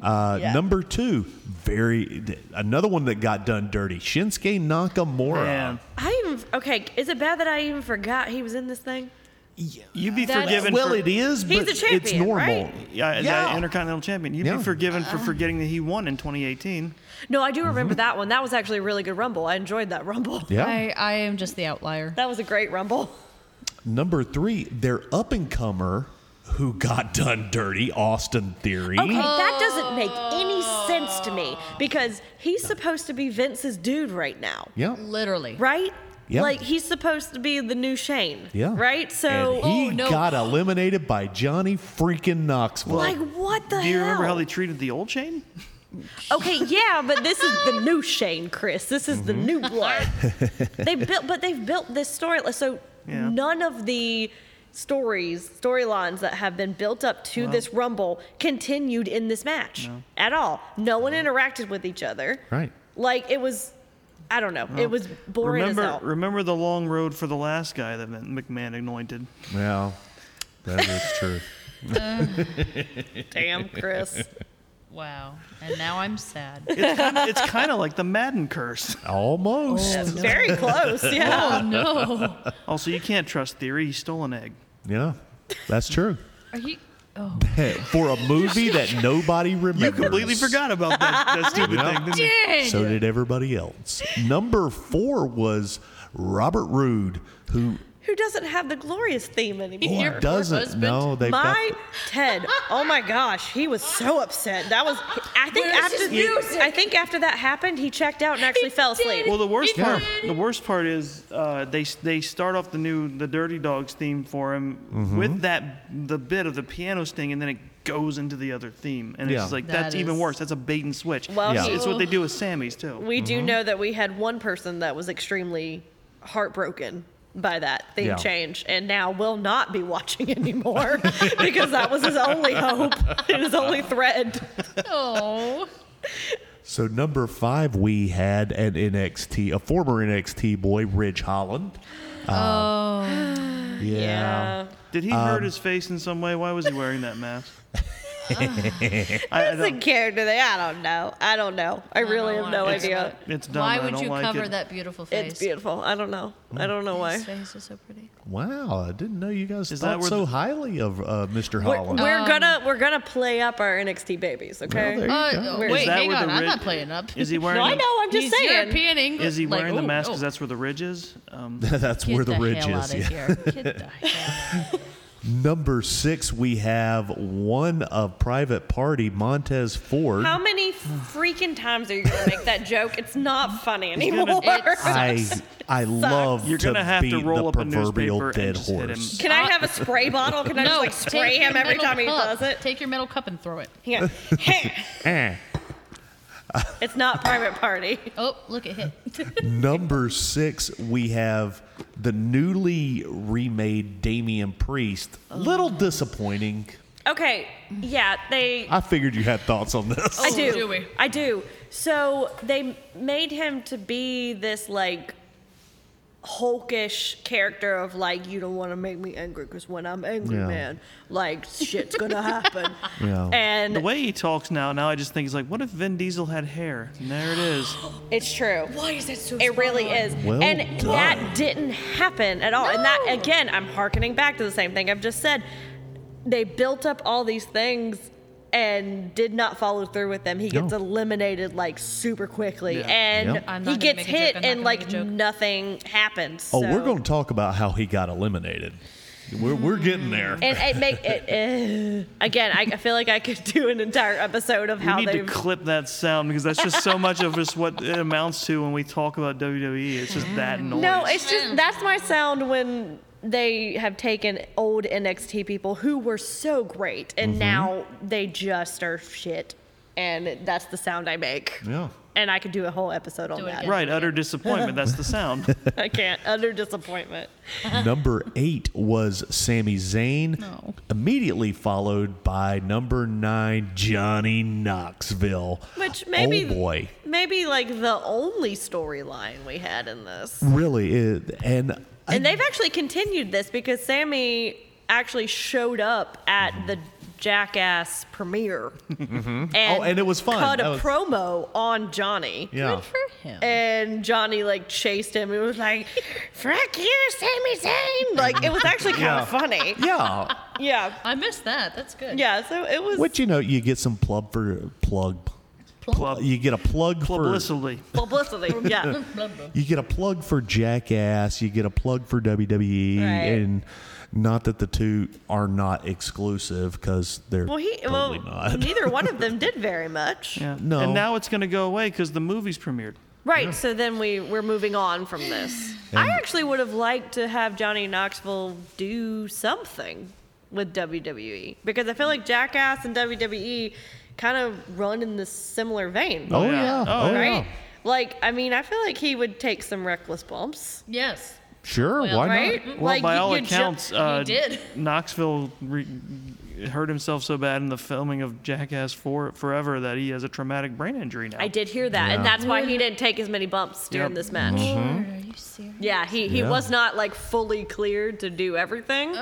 B: Uh, Number two, very another one that got done dirty. Shinsuke Nakamura.
C: Man,
D: I even okay. Is it bad that I even forgot he was in this thing?
C: you'd be
E: That's-
C: forgiven.
B: Well,
C: for,
B: it is, but
D: He's a
B: it's
D: champion,
B: normal.
D: right?
C: Yeah,
B: Yeah.
C: yeah. Intercontinental Champion. You'd
B: Yeah.
C: be forgiven
D: Uh-huh.
C: for forgetting that he won in 2018.
D: No, I do remember that one. That was actually a really good rumble. I enjoyed that rumble.
B: Mm-hmm. Yeah.
F: I, I am just the outlier.
D: That was a great rumble.
B: Number three, their up and comer who got done dirty, Austin Theory.
D: Okay, that doesn't make any sense to me because he's supposed to be Vince's dude right now,
B: Yeah.
F: Literally.
D: right?
B: Yeah.
D: Like he's supposed to be the new Shane.
B: Yeah.
D: Right? So
B: And he
F: Oh, no.
B: got eliminated by Johnny freaking Knoxville.
D: like what the
C: Do you
D: hell?
C: remember how they treated the old chain?
D: okay, yeah, but this is the new Shane, Chris. This is the new blood. they built but they've built this story so
C: Yeah.
D: none of the stories, storylines that have been built up to this rumble continued in this match at all. No one interacted with each other.
B: right.
D: Like it was, I don't know. It was boring
C: remember,
D: as hell.
C: remember the long road for the last guy that McMahon anointed.
B: Well, that is true.
D: Damn, Chris.
E: Wow. And now I'm sad.
C: It's kind of like the Madden curse.
B: Almost.
D: Very close. Yeah.
F: No.
C: Also, you can't trust Theory. He stole an egg.
B: Yeah, that's true.
F: Are you? Oh.
B: For a movie that nobody remembers.
C: You completely forgot about that, that stupid
B: Yeah.
C: thing. Didn't you?
F: Dang.
B: So did everybody else. Number four was Robert Roode, who
D: Who doesn't have the glorious theme anymore?
F: Your poor
B: doesn't
F: husband.
B: know they've
D: My
B: got.
D: Ted. Oh my gosh, he was so upset. That was. I think
F: Where's
D: after
F: his music?
D: I think after that happened, he checked out and actually fell asleep.
C: Well, the worst
F: He
C: part,
F: did.
C: the worst part is uh, they they start off the new the Dirty Dogs theme for him
B: Mm-hmm.
C: with that the bit of the piano sting, and then it goes into the other theme, and
B: Yeah.
C: it's like
F: That
C: that's even
F: is-
C: worse. That's a bait and switch.
D: Well,
B: Yeah.
C: it's, it's what they do with Sammy's too.
B: Mm-hmm.
D: we do know that we had one person that was extremely heartbroken by that theme
B: Yeah.
D: change and now will not be watching anymore because that was his only hope and his only thread.
E: Oh,
B: So number five, we had an NXT, a former NXT boy, Ridge Holland. oh, yeah.
C: Did he
B: Um,
C: hurt his face in some way? Why was he wearing that mask? I, I
D: It's a
C: don't,
D: character thing. I don't know. I don't know. I really
E: don't
D: have no
E: wanna
D: idea.
C: it's dumb.
E: why
C: I
E: would
C: don't
E: you
C: like
E: cover
C: it.
E: that beautiful face?
D: It's beautiful. I don't know.
B: Mm.
D: I don't know why.
E: His face is so pretty.
B: Wow, I didn't know you guys
C: Is that
B: thought
C: where
B: so
C: the-
B: highly of uh, Mr.
D: We're,
B: Holland.
D: we're gonna we're gonna play up our NXT babies, okay?
B: there you
E: Uh,
B: go.
D: Where-
E: wait,
D: Is
C: that
E: hang
C: where
E: on.
C: the
E: I'm
C: ri-
E: not playing up.
C: Is he wearing?
D: no, I
C: the-
D: know. I'm just
E: He's
D: saying.
E: European English.
C: Is he
E: like,
C: wearing the
E: oh,
C: mask? Because
E: no.
C: that's where the ridge is. Um,
B: That's
E: Get
B: where the,
E: the
B: ridge
E: hell
B: is.
E: outta
B: Yeah.
E: here. Get the hell outta
B: Number six, we have one of Private Party, Montez Ford.
D: How many freaking times are you gonna make that joke? It's not funny
C: gonna-
D: anymore.
E: It's-
B: I I love
C: You're
B: to
C: gonna have to
B: beat
C: roll
B: the
C: up a
B: proverbial
C: newspaper and
B: dead
C: just hit him.
B: horse.
D: Can I have a spray bottle? Can I just
E: no,
D: like spray
E: take your
D: him every
E: metal
D: time he
E: cup.
D: does it?
E: Take your metal cup and throw it.
D: Yeah. Hey,
B: Eh.
D: it's not private party.
E: Oh, look it hit.
B: Number six, we have the newly remade Damian Priest. Little disappointing.
D: Okay. Yeah, they.
B: I figured you had thoughts on this.
D: I
E: Oh,
D: do.
E: do we?
D: I do. So they made him to be this like hulkish character of like you don't want to make me angry because when I'm angry,
B: Yeah.
D: man, like shit's gonna happen.
B: Yeah.
D: And
C: the way he talks now, now I just think he's like, what if Vin Diesel had hair? And there it is.
D: It's true. Why is it so? It really is,
B: Well
D: and
B: done.
D: that didn't happen at all. And that again, I'm hearkening back to the same thing I've just said. They built up all these things and did not follow through with them. He gets
B: No.
D: eliminated like super
C: Yeah.
D: quickly,
B: Yep.
D: and
E: I'm not
D: he
E: gonna
D: gets
E: make a joke.
D: hit,
E: I'm not
D: and
E: gonna
D: like
E: make a joke.
D: nothing happens.
B: Oh, we're
D: so-
B: going to talk about how he got eliminated. We're, we're getting there.
D: And it make it uh, again. I, I feel like I could do an entire episode of
C: We
D: how
C: need to
D: they've
C: clip that sound because that's just so much of just what it amounts to when we talk about WWE. It's just that noise.
D: No, it's just that's my sound when they have taken old NXT people who were so great and now they just are shit. And that's the sound I make.
B: Yeah.
D: And I could do a whole episode on
E: Do it
D: that.
E: again.
C: right. Utter disappointment. That's the sound.
D: I can't. Utter disappointment.
B: number eight was Sami Zayn,
E: No.
B: immediately followed by number nine, Johnny Knoxville.
D: Which maybe
B: Oh, boy.
D: maybe like the only storyline we had in this.
B: Really? It, and
D: And they've actually continued this because Sammy actually showed up at the Jackass premiere. And
B: Oh, and it was fun.
D: Cut
B: That
D: a
B: was-
D: promo on Johnny.
B: yeah.
E: For him.
D: And Johnny like chased him. It was like, "Frack you, Sammy Zayn!" Like it was actually kind
B: Yeah.
D: of funny.
B: Yeah.
D: Yeah,
E: I missed that. That's good.
D: yeah. So it was
B: Which, you know, you get some plug for plug.
C: Club,
B: You get a plug for
C: publicity.
D: publicity. Yeah,
E: Blah, blah.
B: you get a plug for Jackass, you get a plug for WWE,
D: Right.
B: and not that the two are not exclusive because they're
D: well, he
B: totally
D: well
B: not.
D: neither one of them did very much.
C: Yeah.
B: No.
C: And now it's going to go away because the movie's premiered.
D: Right. So then we we're moving on from this. I actually would have liked to have Johnny Knoxville do something with WWE because I feel like Jackass and WWE kind of run in this similar vein.
B: oh
C: yeah.
B: yeah,
C: Oh,
B: oh, yeah.
D: right? Like, I mean, I feel like he would take some reckless bumps,
E: Yes.
B: sure,
E: Well,
B: why
D: right?
E: Well,
C: Well, by all accounts, uh,
E: did.
C: Knoxville re- hurt himself so bad in the filming of Jackass for- Forever that he has a traumatic brain injury now.
D: I did hear that, and that's why he didn't take as many bumps during
C: Yep. Mm-hmm.
D: this match.
E: Are you serious?
D: Yeah, he, he
B: Yeah.
D: was not like fully cleared to do everything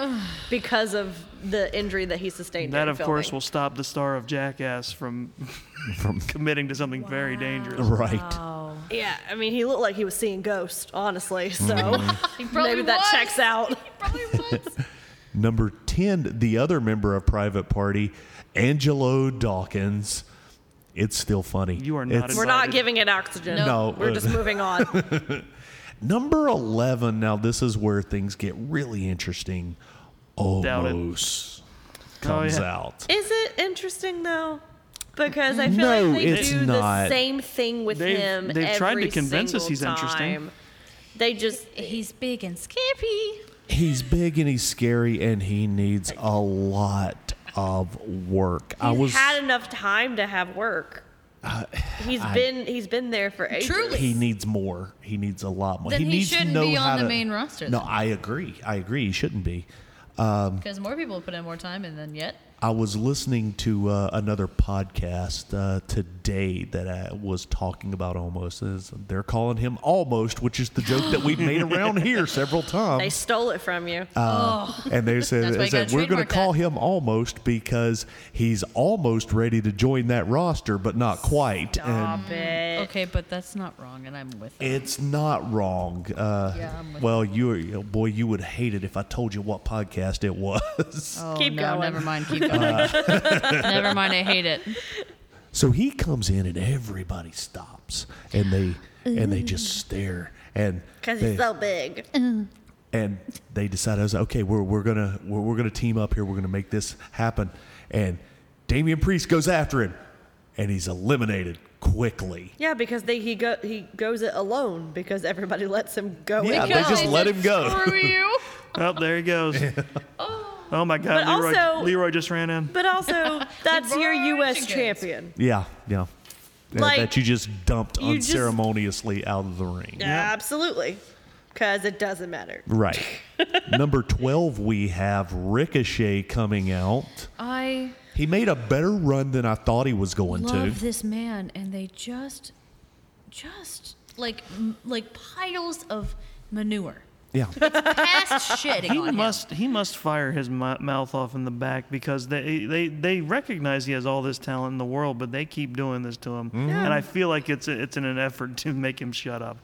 D: because of the injury that he sustained.
C: That,
D: during
C: of course, will
D: filming.
C: stop the star of Jackass from committing to something very dangerous.
B: not? Right.
D: Yeah, I mean, he looked like he was seeing ghosts, honestly. So
E: He probably
D: maybe that
E: was.
D: checks out.
E: He probably was.
B: Number ten, the other member of Private Party, Angelo Dawkins. It's still funny.
C: You are not
B: It's-
D: We're
C: Decided.
D: not giving it oxygen.
B: No. No.
D: we're just moving on.
B: Number 11. Now, this is where things get really interesting.
C: it. Oh,
B: Almost comes
C: yeah.
B: out.
D: Is it interesting though? Because I feel
B: No,
D: like they
B: it's
D: do
B: not.
D: the same thing with
C: They've-
D: him.
C: they've tried to
D: every
C: convince us
D: single
C: he's interesting.
D: time. They just
E: He's big and scary.
B: He's big and he's scary and he needs a lot of work. I
D: he's
B: was
D: had enough time to have work. He's been he's been there for ages.
E: Truly.
B: He needs more. He needs a lot more.
E: Then he
B: needs to
E: shouldn't
B: know
E: be
B: how
E: on the
B: to-
E: main roster,
B: No,
E: then.
B: I agree. I agree. He shouldn't be.
E: because more people put in more time, and then yet
B: I was listening to uh, another podcast uh, today that I was talking about almost. Is they're calling him almost, which is the joke that we've made around here several times.
D: They stole it from you.
B: and they said,
E: That's why
B: they
E: you
B: said
E: gotta
B: we're going to
E: trademark
B: call
E: that."
B: him almost because he's almost ready to join that roster, but not quite. And
D: Stop it.
E: okay, but that's not wrong, and I'm with it.
B: it's not wrong. Uh,
E: Yeah, I'm with
B: well, you were- you know, boy, you would hate it if I told you what podcast it was.
E: Oh,
D: Keep
E: no,
D: going.
E: Never mind. Keep
B: Uh.
E: going. never mind. I hate it.
B: So he comes in and everybody stops and they and they just stare and
D: Because
B: they,
D: Mm. he's so big.
B: and they decide I was okay we're we're gonna we're, we're gonna team up here we're gonna make this happen and Damian Priest goes after him and he's eliminated quickly.
D: Yeah, because they, he go he goes it alone because everybody lets him go.
B: Yeah,
D: in.
B: they just
E: Guys,
B: let him go.
E: Screw you.
C: Oh, there he goes. oh my God,
D: But
C: Leroy,
D: also-
C: Leroy just ran in.
D: But also, that's your
E: Leroy
D: U.S.
E: Jenkins.
D: champion.
B: Yeah, yeah. That-
D: Like,
B: that you just dumped
D: you just-
B: unceremoniously out of the ring.
D: Absolutely, because it doesn't matter.
B: Right. Number 12 we have Ricochet coming out.
E: I
B: He made a better run than I thought he was going to.
E: love this man, and they just, just like m- like piles of manure.
B: Yeah.
E: Past shitting
C: He
E: on him.
C: must he must fire his mu- mouth off in the back because they, they they recognize he has all this talent in the world, but they keep doing this to him, and I feel like it's it's in an effort to make him shut up.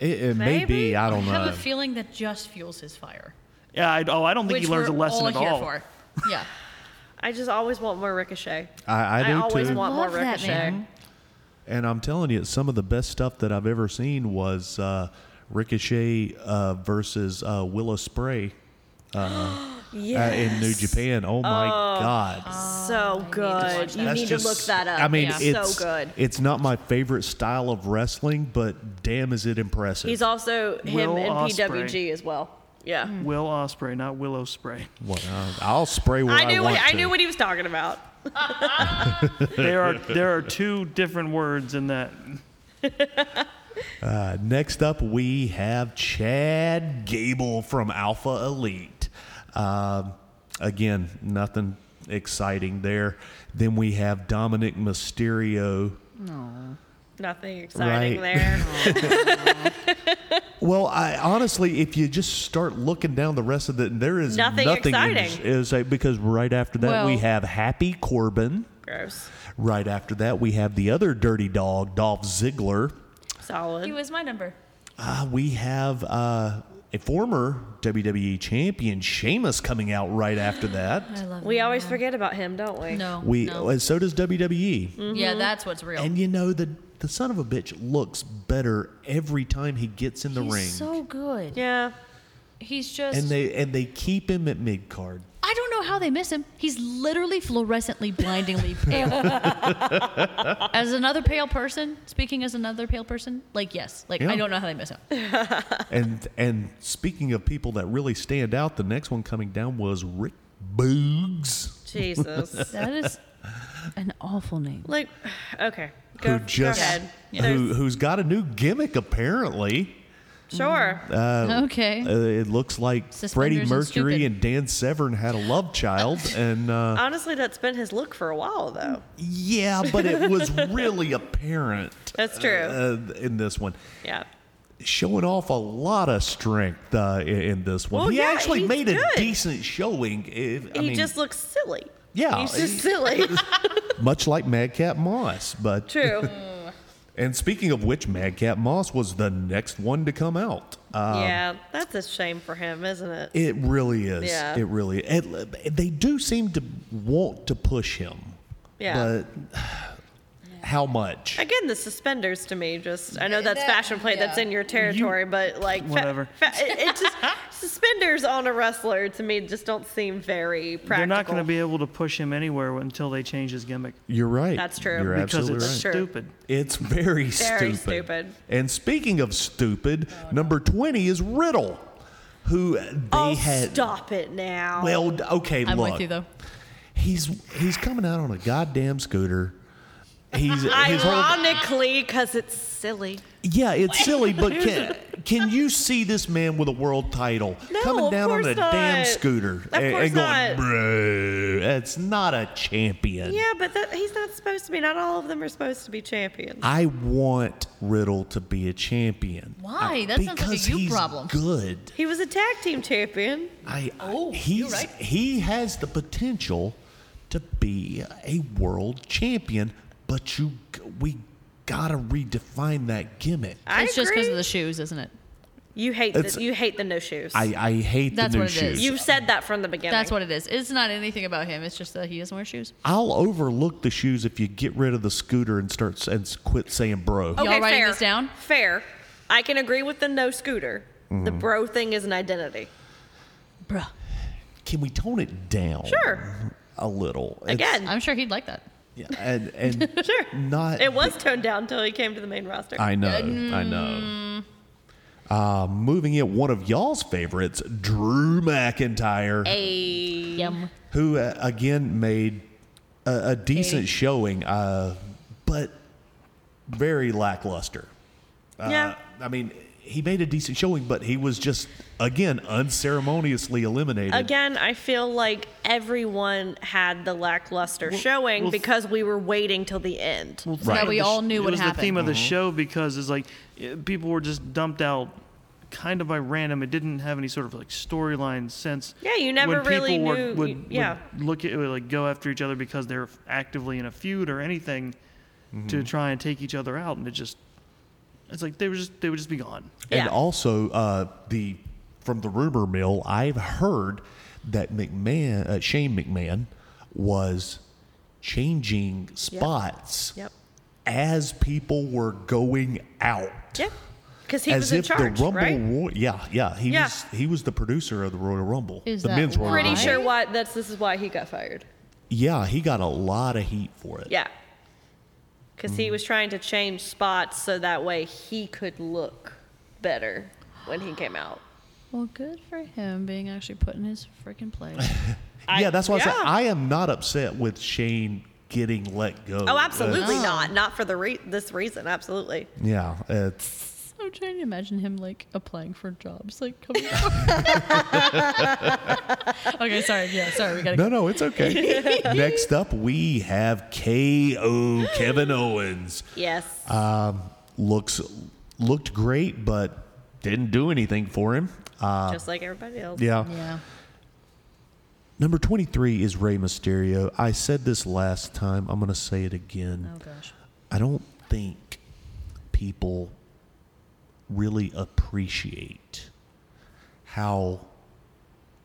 B: It, it may be.
D: Maybe.
B: I don't
E: I
B: know.
E: have a feeling that just fuels his fire.
C: Yeah, I, oh, I don't think
E: which
C: he learns a
E: we're
C: lesson
E: all
C: at
E: here
C: all.
E: for. Yeah.
D: I just always want more Ricochet.
B: I, I
D: I
B: do
D: always
B: too.
D: want more
E: Love that
D: Ricochet.
E: man.
B: and I'm telling you, some of the best stuff that I've ever seen was uh, Ricochet uh, versus uh, Willow Spray uh,
D: Yeah,
B: in New Japan. Oh my God.
E: Oh,
D: so
E: watch
D: good. You
E: that.
D: need to look that up.
B: Uh, I mean,
D: it's,
B: it's
D: so good.
B: It's not my favorite style of wrestling, but damn, is it impressive!
D: He's also him
C: Will
D: and
C: Ospreay.
D: PWG as well. Yeah,
E: Hmm.
C: Will Osprey, not Willow Spray.
B: What, uh, I'll spray where I,
D: I knew
B: want
D: what, I
B: to.
D: knew what he was talking about.
C: There are there are two different words in that.
B: Uh, next up, we have Chad Gable from Alpha Elite. Um, again, nothing exciting there. Then we have Dominic Mysterio.
D: Nothing exciting
B: Right.
D: there.
B: Well, I honestly, if you just start looking down the rest of the, there is
D: Nothing
B: nothing in-
D: exciting.
B: Is a- because right after that we
E: Well-
B: have Happy Corbin.
D: Gross.
B: Right after that we have the other dirty dog, Dolph Ziggler.
E: He
D: Solid.
E: was my number.
B: Uh, we have uh, a former WWE champion, Sheamus, coming out right after
E: I
B: that.
E: love
D: We
E: him.
D: always forget about him, don't we?
E: No.
B: We
E: no.
B: and so does WWE,
D: Mm-hmm.
E: yeah, that's what's real.
B: and you know the the son of a bitch looks better every time he gets in the
E: He's
B: ring,
E: so good.
D: Yeah.
E: He's just.
B: and they and they keep him at mid card.
F: I don't know how they miss him. He's literally fluorescently, blindingly pale.
E: as another pale person, speaking as another pale person, like yes, like
B: Yeah.
E: I don't know how they miss him.
B: and and speaking of people that really stand out, the next one coming down was Rick Boogs.
D: Jesus.
E: That is an awful name.
D: like, okay. Go,
B: who just
D: go ahead.
B: who who's got a new gimmick apparently.
D: Sure.
E: okay.
B: Uh, it looks like Freddie
E: Suspenders and
B: Mercury
E: stupid.
B: and, Dan Severn had a love child, and uh,
D: Honestly, that's been his look for a while, though.
B: yeah, but it was really apparent.
D: That's true.
B: Uh, in this one,
D: Yeah.
B: showing off a lot of strength uh, in, in this one.
D: Well,
B: he
D: yeah,
B: actually
D: he's
B: made
D: good.
B: a decent showing. If, I
D: he
B: mean,
D: just looks silly.
B: Yeah,
D: He's just silly.
B: much like Madcap Moss, but
D: True.
B: And speaking of which, Madcap Moss was the next one to come out. Uh,
D: yeah. That's a shame for him, isn't it?
B: it really is.
D: Yeah.
B: It really. It, they do seem to want to push him.
D: Yeah.
B: But how much?
D: Again, the suspenders to me just, I know that's fashion plate that's
E: yeah.
D: in your territory, but like, fa-
C: Whatever.
D: fa- it, it just, suspenders on a wrestler to me just don't seem very practical.
C: They're not going to be able to push him anywhere until they change his gimmick
B: You're right.
D: That's true.
B: You're
D: Because
C: because
B: absolutely
C: it's
B: right.
D: Sure.
C: stupid.
B: It's very,
D: Very
B: stupid.
D: stupid.
B: And speaking of stupid, number twenty is Riddle, who they
D: Oh,
B: had.
D: stop it now.
B: Well, okay,
E: I'm
B: look.
E: with you though.
B: He's he's coming out on a goddamn scooter. he's his whole
D: Ironically, because it's silly.
B: Yeah, it's silly, but can can you see this man with a world title
D: No,
B: coming
D: of
B: down on
D: course
B: a
D: not.
B: damn scooter
D: Of
B: and,
D: course
B: and going,
D: not.
B: bro, that's not a champion.
D: Yeah, but that, he's not supposed to be. Not all of them are supposed to be champions.
B: I want Riddle to be a champion.
E: Why?
B: I-
E: That sounds like a
B: because
E: you
B: he's
E: problem.
B: Good.
D: He was a tag team champion.
B: I, I-
E: Oh, you're
B: he's,
E: right.
B: He has the potential to be a world champion, but you g- we gotta redefine that gimmick.
D: I
F: it's
D: agree.
F: just because of the shoes, isn't it?
D: you hate
B: It's-
D: the, you hate the no shoes.
B: I, I hate
E: That's
B: the new
E: what it is.
B: shoes.
D: You've said that from the beginning.
E: That's what it is. It's not anything about him. It's just that he doesn't wear shoes.
B: I'll overlook the shoes if you get rid of the scooter and start s- and s- quit saying bro.
E: Oh. Y'all writing this down?
D: Fair. I can agree with the no scooter. The
B: Mm-hmm.
D: bro thing is an identity.
E: Bruh.
B: Can we tone it down?
D: Sure.
B: A little. It's-
D: Again,
E: I'm sure he'd like that.
B: yeah, and and
D: sure.
B: not.
D: It was toned down until he came to the main roster.
B: I know. I know. Uh, moving it, one of y'all's favorites, Drew McIntyre,
D: a
F: Yum.
B: who uh, again made a, a decent showing, uh, but very lackluster. Uh,
D: yeah.
B: I mean, he made a decent showing, but he was just again unceremoniously eliminated.
D: Again, I feel like everyone had the lackluster showing because we were waiting till the end.
E: So that we all knew
C: it
E: what
C: was the
E: happened.
C: theme of the
B: Mm-hmm.
C: show because it's like eh, people were just dumped out kind of by random it didn't have any sort of like storyline sense
D: Yeah, you never
C: when
D: really
C: people
D: knew-
C: would, would,
D: you- yeah.
C: would look at would, like go after each other because they're actively in a feud or anything
B: Mm-hmm.
C: to try and take each other out and it just it's like they were just they would just be gone
B: And
D: Yeah.
B: also, uh, the from the rumor mill, I've heard that McMahon, uh, Shane McMahon, was changing spots
D: Yep.
B: as people were going out.
D: Yeah. Because he
B: as
D: was
B: if
D: in charge,
B: the Rumble,
D: right?
B: Roy- yeah, yeah, he
D: Yeah.
B: was he was the producer of the Royal Rumble,
F: Is
B: the
F: that
B: men's Royal
F: why?
D: Pretty
B: Rumble.
D: sure why that's this is why he got fired.
B: Yeah, he got a lot of heat for it.
D: Yeah. Because he was trying to change spots so that way he could look better when he came out.
F: Well, good for him being actually put in his freaking place.
B: yeah, that's why I said
D: yeah.
B: I am not upset with Shane getting let go.
D: Oh, absolutely
F: No.
D: not. Not for the re- this reason. Absolutely.
B: Uh, yeah, it's
F: I'm trying to imagine him like applying for jobs, like coming. up. okay, sorry. Yeah, sorry. We gotta.
B: No, no, it's okay. Next up, we have KO Kevin Owens.
D: Yes.
B: Looks looked great, but didn't do anything for him. Uh,
D: just like everybody else.
B: yeah.
F: Yeah.
B: Number twenty three is Rey Mysterio. I said this last time. I'm going to say it again.
F: Oh gosh.
B: I don't think people really appreciate how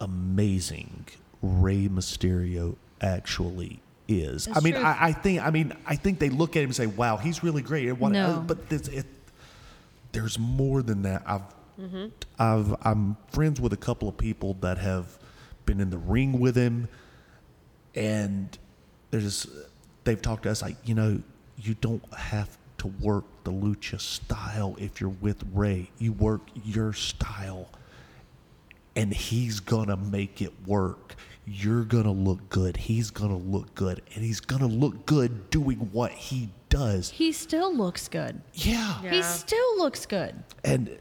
B: amazing Rey Mysterio actually is. I
F: That's
B: mean,
F: true.
B: I, I think I mean I think they look at him and say, "Wow, he's really great." And what-
F: No.
B: But this, it, there's more than that. I've
F: Mm-hmm.
B: I've I'm friends with a couple of people that have been in the ring with him, and there's they've talked to us like you know you don't have to work the lucha style if you're with Ray. You work your style, and he's gonna make it work. You're gonna look good. He's gonna look good, and he's gonna look good doing what he does.
F: He still looks good.
B: Yeah
F: He still looks good.
B: and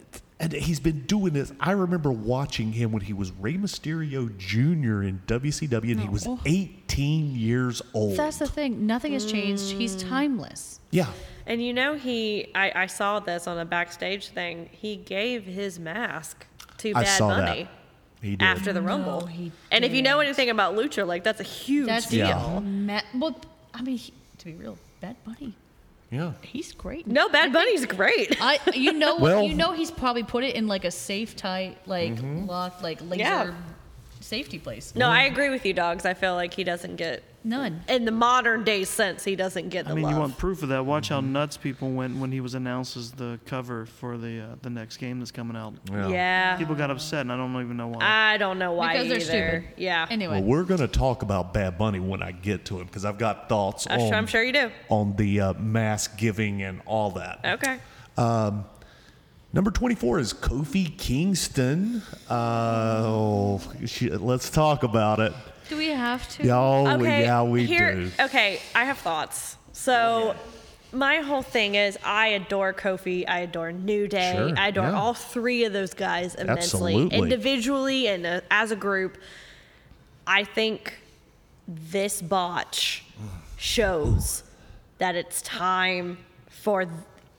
B: and he's been doing this. I remember watching him when he was Rey Mysterio Jr. in WCW, and he was
F: Oh.
B: 18 years old.
F: That's the thing. Nothing has changed. He's
E: Mm.
F: timeless.
B: yeah,
D: And you know, he, I, I saw this on a backstage thing. He gave his mask to
B: I
D: Bad
B: saw
D: Bunny
B: that. He did.
D: after the Rumble.
F: he
D: and if you know anything about Lucha, like that's a huge
F: That's
D: deal.
B: Yeah.
F: Ma- well, I mean, he, to be real, Bad Bunny,
B: yeah.
F: he's great.
D: No, Bad Bunny's great.
F: I, you know,
B: Well-
F: you know, he's probably put it in like a safe, tight, like
B: Mm-hmm.
F: locked, like laser
D: Yeah.
F: safety place.
D: No, I agree with you, dogs. I feel like he doesn't get,
F: None.
D: in the modern day sense, he doesn't get the
C: I mean,
D: love.
C: you want proof of that? Watch how
B: Mm-hmm.
C: nuts people went when he was announced as the cover for the uh, the next game that's coming out.
D: yeah. Uh,
C: People got upset, and I don't even know why.
D: I don't know why
F: because they're
D: either.
F: stupid.
D: Yeah.
F: Anyway,
B: Well, we're gonna talk about Bad Bunny when I get to him because I've got thoughts
D: I'm,
B: on
D: sure, I'm sure you do.
B: on the uh, mass giving and all that.
D: Okay.
B: Number 24 is Kofi Kingston. Uh, oh, shit, let's talk about it.
F: do we have to?
B: Y'all,
D: okay.
B: yeah, we
D: here,
B: do.
D: Okay, I have thoughts. So my whole thing is I adore Kofi, I adore New Day,
A: Sure,
D: I adore
A: yeah.
D: all three of those guys immensely,
B: Absolutely.
D: individually and uh, as a group. I think this botch shows that it's time for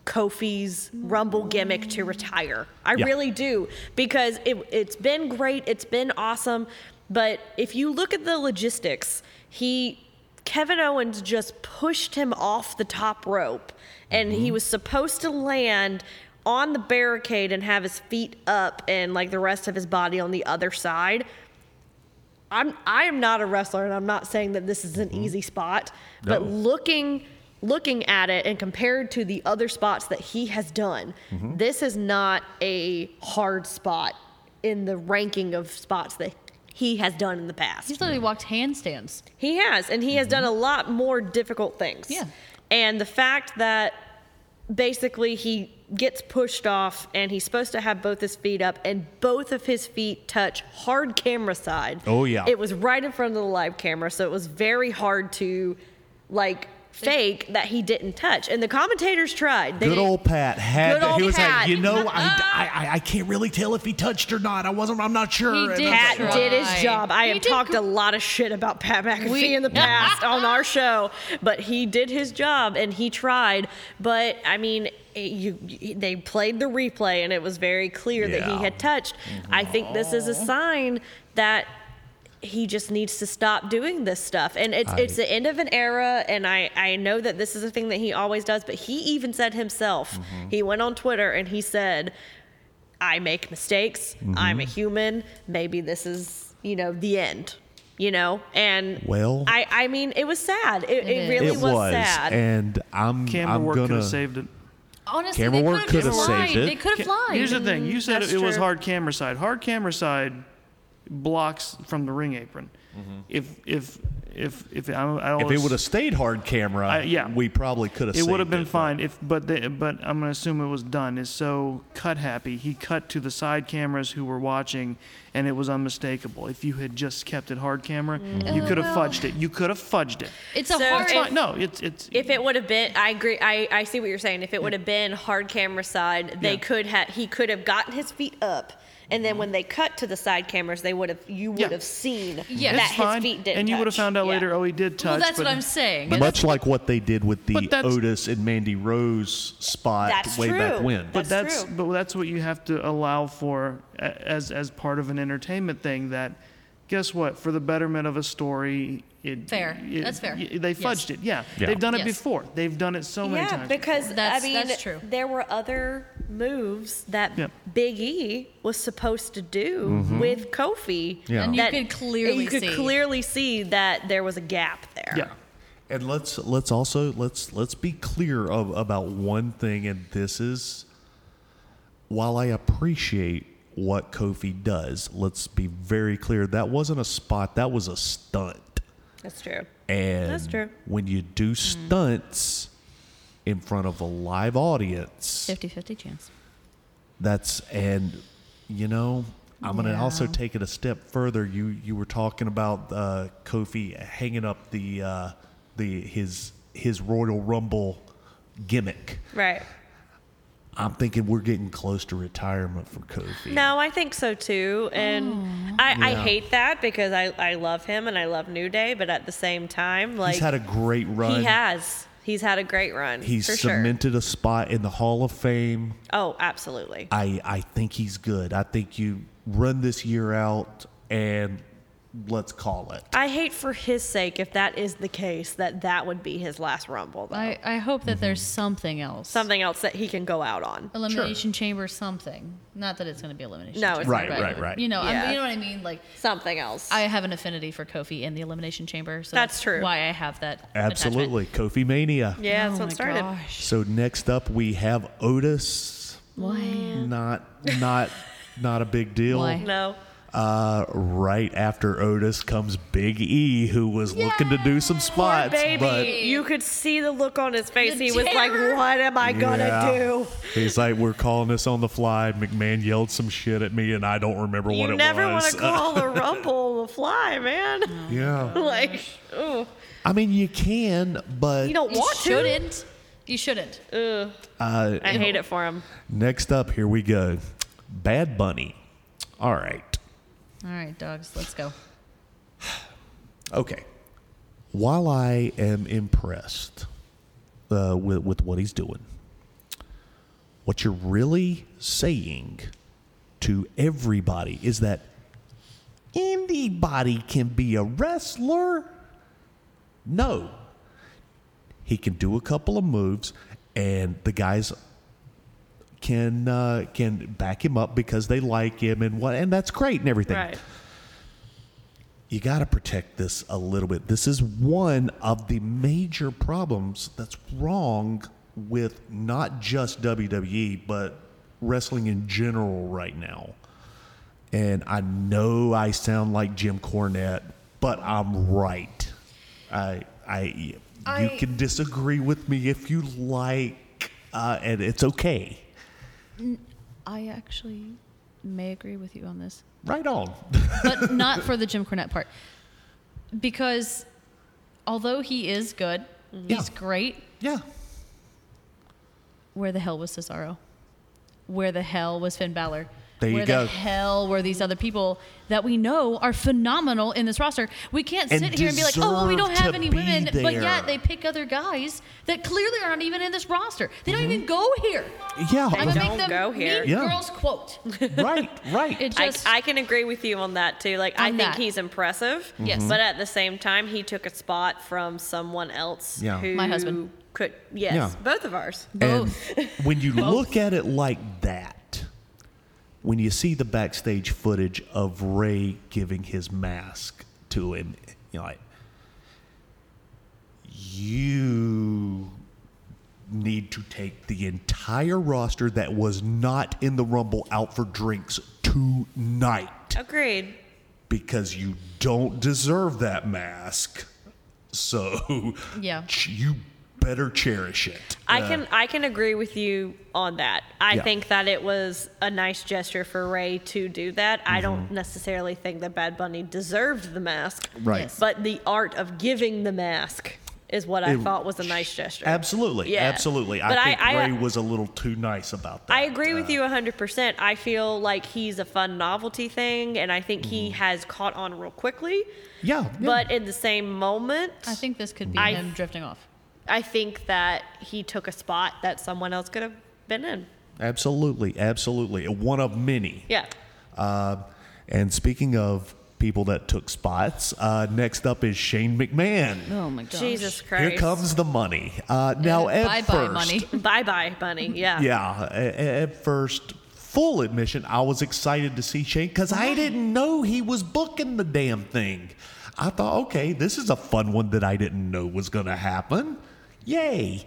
D: Kofi's Rumble gimmick to retire. I
B: Yeah.
D: really do because it, it's been great, it's been awesome, but if you look at the logistics, he Kevin Owens just pushed him off the top rope, and he was supposed to land on the barricade and have his feet up and like the rest of his body on the other side. I'm I am not a wrestler, and I'm not saying that this is an easy spot, but
B: No.
D: looking looking at it and compared to the other spots that he has done, this is not a hard spot in the ranking of spots that he has done in the past.
E: He's literally walked handstands.
D: He has, and he has done a
B: Mm-hmm.
D: lot more difficult things.
E: Yeah.
D: And the fact that basically he gets pushed off and he's supposed to have both his feet up and both of his feet touch hard camera side.
B: Oh, yeah.
D: It was right in front of the live camera, so it was very hard to like fake that he didn't touch. And the commentators tried. They
B: Good
D: didn't-
B: old Pat had
D: Good
B: that.
D: old
B: He was
D: Pat. Uh,
B: like, you know, I, I, I, I can't really tell if he touched or not. I wasn't. I'm not sure.
E: He
B: And I
E: did
B: was
D: Pat
E: Try.
D: did his job. I
E: He
D: have
E: did
D: talked
E: gr-
D: a lot of shit about Pat McAfee
E: We-
D: in the past on our show, but he did his job and he tried. But I mean, it- you, you- they played the replay and it was very clear that
B: Yeah.
D: he had touched. I think this is a sign that he just needs to stop doing this stuff. And it's it's the end of an era and I, I know that this is a thing that he always does, but he even said himself, he went on Twitter and he said, I make mistakes, I'm
C: Mm-hmm.
D: a human, maybe this is, you know, the end. You know? And
B: Well-
D: I, I mean it was sad. It, it,
E: is.
D: really
B: it
D: was,
B: was,
D: sad.
B: and I'm,
C: Camera
B: I'm
C: work could
B: gonna.
C: have saved it.
E: Honestly,
B: Camera
E: they
B: work
E: could have
B: could've
E: flied.
B: saved it.
E: They could have
B: Ca-
E: flied.
C: Here's the thing. You said it,
D: that's
C: it was
D: true.
C: hard camera side. Hard camera side blocks from the ring apron. If if if if I, I
B: Mm-hmm. If it would have stayed hard camera,
C: I- yeah.
B: we probably could have.
C: it would have been
B: saved it.
C: fine if but they, but I'm gonna assume it was done. Is so cut happy. He cut to the side cameras who were watching, and it was unmistakable. If you had just kept it hard camera, you
E: Oh,
C: could have
E: well.
C: fudged it. You could have fudged it.
E: It's a
D: So
E: hard.
D: Mm. if-
C: Fine, no, it's it's
D: If it would have been I agree I, I see what you're saying. If it would have been hard camera side, they
C: Yeah.
D: could have he could have gotten his feet up. And then when they cut to the side cameras, they would have you would
C: Yeah.
D: have seen
E: Yes.
D: that
E: It's
D: his
C: fine.
D: feet didn't
C: and you would have
D: touch.
C: found out
D: Yeah.
C: later. Oh, he did touch.
E: well, that's
C: but
E: what I'm saying.
B: Much like what they did with the
C: But that's-
B: Otis and Mandy Rose spot
D: That's
B: way back
D: true.
B: when.
C: but
D: That's
C: that's,
D: true.
C: but that's what you have to allow for a- as as part of an entertainment thing that guess what for the betterment of a story it
E: Fair.
C: it-
E: That's fair.
C: y- they
E: Yes.
C: fudged it yeah.
B: Yeah.
C: they've done it
E: Yes.
C: before they've done it so many
D: yeah,
C: times
D: because
E: That's-
D: I mean,
E: that's true.
D: there were other moves that
C: Yeah.
D: Big E was supposed to do with Kofi.
B: Mm-hmm. Yeah. And
E: you
D: that-
E: could clearly
D: you could
E: see.
D: clearly see that there was a gap there.
C: yeah
B: And let's let's also let's let's be clear of, about one thing, and this is while I appreciate what Kofi does, let's be very clear that wasn't a spot, that was a stunt.
D: that's true.
B: And
D: That's true. Mm-hmm.
B: when you do stunts in front of a live audience,
E: 50-50 chance.
B: that's and you know i'm going to
E: Yeah.
B: also take it a step further you you were talking about uh, kofi hanging up the uh, the his his royal rumble gimmick
D: Right.
B: i'm thinking we're getting close to retirement for kofi
D: No, I think so too, and
E: Oh.
D: I, I
B: Yeah.
D: hate that because I I love him and I love New Day, but at the same time, like
B: he's had a great run
D: he has he's had a great run.
B: He's
D: for sure.
B: cemented a spot in the hall of fame
D: Oh, absolutely.
B: I I think he's good. I think you run this year out and let's call it.
D: I hate for his sake if that is the case that that would be his last rumble though.
E: I, I hope that there's
B: Hmm.
E: something else.
D: something else that he can go out on.
E: Elimination chamber, something. Not that it's going to be elimination.
D: No, it's
E: chamber,
D: Right,
B: not. right, right.
E: You know, I'm-
D: Yeah.
E: you know what I mean. Like
D: Something else.
E: I have an affinity for Kofi and the elimination chamber. So
D: That's true.
E: Why I have that. attachment.
B: Absolutely, Kofi Mania.
D: yeah, that's
E: oh
D: what
E: my
D: started.
E: Gosh.
B: So next up we have Otis.
E: Why?
B: Not not not a big deal.
E: Why?
D: No.
B: Uh, right after Otis comes Big E, who was looking to do some spots.
D: Baby,
B: but-
D: you could see the look on his face.
E: The
D: he was like,
E: terror.
D: "What am I gonna
B: Yeah.
D: do?"
B: He's like, we're calling this on the fly. McMahon yelled some shit at me, and I don't remember what
D: you
B: it
D: never want
B: was.
D: to call a rumble a fly, man.
B: yeah.
D: like, ooh,
B: I mean, you can, but
D: you don't
E: You
D: want to.
E: shouldn't. You shouldn't.
B: uh,
D: I hate it for him.
B: next up, here we go. Bad Bunny. All right.
E: All right, dogs, let's go.
B: Okay. While I am impressed uh, with, with what he's doing, what you're really saying to everybody is that anybody can be a wrestler? No. He can do a couple of moves, and the guys can uh, can back him up because they like him and what, and that's great and everything
D: Right.
B: you got to protect this a little bit. This is one of the major problems that's wrong with not just WWE, but wrestling in general right now. And I know I sound like Jim Cornette, but I'm right. I, I, you
E: I-
B: can disagree with me if you like, uh, and it's okay.
E: I actually may agree with you on this,
B: Right on.
E: but not for the Jim Cornette part. Because although he is good, he's
B: Yeah.
E: great,
B: yeah.
E: where the hell was Cesaro? Where the hell was Finn Balor?
B: There you
E: where
B: go.
E: the hell were these other people that we know are phenomenal in this roster? We can't
B: And
E: sit here and be like, oh, well, we don't
B: deserve
E: have
B: to
E: any
B: be
E: women, but
B: there.
E: yeah, they pick other guys that clearly aren't even in this roster. They don't even go here.
B: Yeah.
E: I'm gonna
D: don't
E: make them
D: go here.
B: Mm-hmm.
E: Mean
B: Yeah.
E: Girls quote.
B: right, right.
E: It
D: I,
E: just
D: I can agree with you on that too. Like, I
E: On
D: think
E: that.
D: he's impressive.
E: Yes.
D: But at the same time, he took a spot from someone else
B: Yeah.
D: who
E: My husband.
D: could. Yes,
B: Yeah.
D: both of ours.
B: And
E: both.
B: when you look at it like that, when you see the backstage footage of Ray giving his mask to him, you know, like, you need to take the entire roster that was not in the Rumble out for drinks tonight
D: Agreed.
B: because you don't deserve that mask. So
E: Yeah.
B: ch- you better cherish it.
D: I can I can agree with you on that. I
B: Yeah.
D: think that it was a nice gesture for Ray to do that. I don't
B: Mm-hmm.
D: necessarily think that Bad Bunny deserved the mask,
B: Right.
E: Yes.
D: but the art of giving the mask is what I
B: It-
D: thought was a nice gesture.
B: Absolutely,
D: Yeah.
B: absolutely. I
D: But I-
B: think
D: I- uh,
B: Ray was a little too nice about that.
D: I agree with you 100%. I feel like he's a fun novelty thing, and I think he
B: Mm-hmm.
D: has caught on real quickly.
B: Yeah, yeah.
D: But in the same moment,
E: I think this could be
D: I-
E: him drifting off.
D: I think that he took a spot that someone else could have been in.
B: absolutely, absolutely. One of many.
D: Yeah.
B: Uh, and speaking of people that took spots, uh, next up is Shane McMahon.
F: Oh my gosh.
D: Jesus Christ.
B: Here comes the money. Uh, now, at
E: Bye bye
B: first,
E: money.
D: Bye bye, Bunny. Yeah.
B: yeah, a- a- at first, full admission, I was excited to see Shane because I didn't know he was booking the damn thing. I thought, okay, this is a fun one that I didn't know was going to happen. Yay.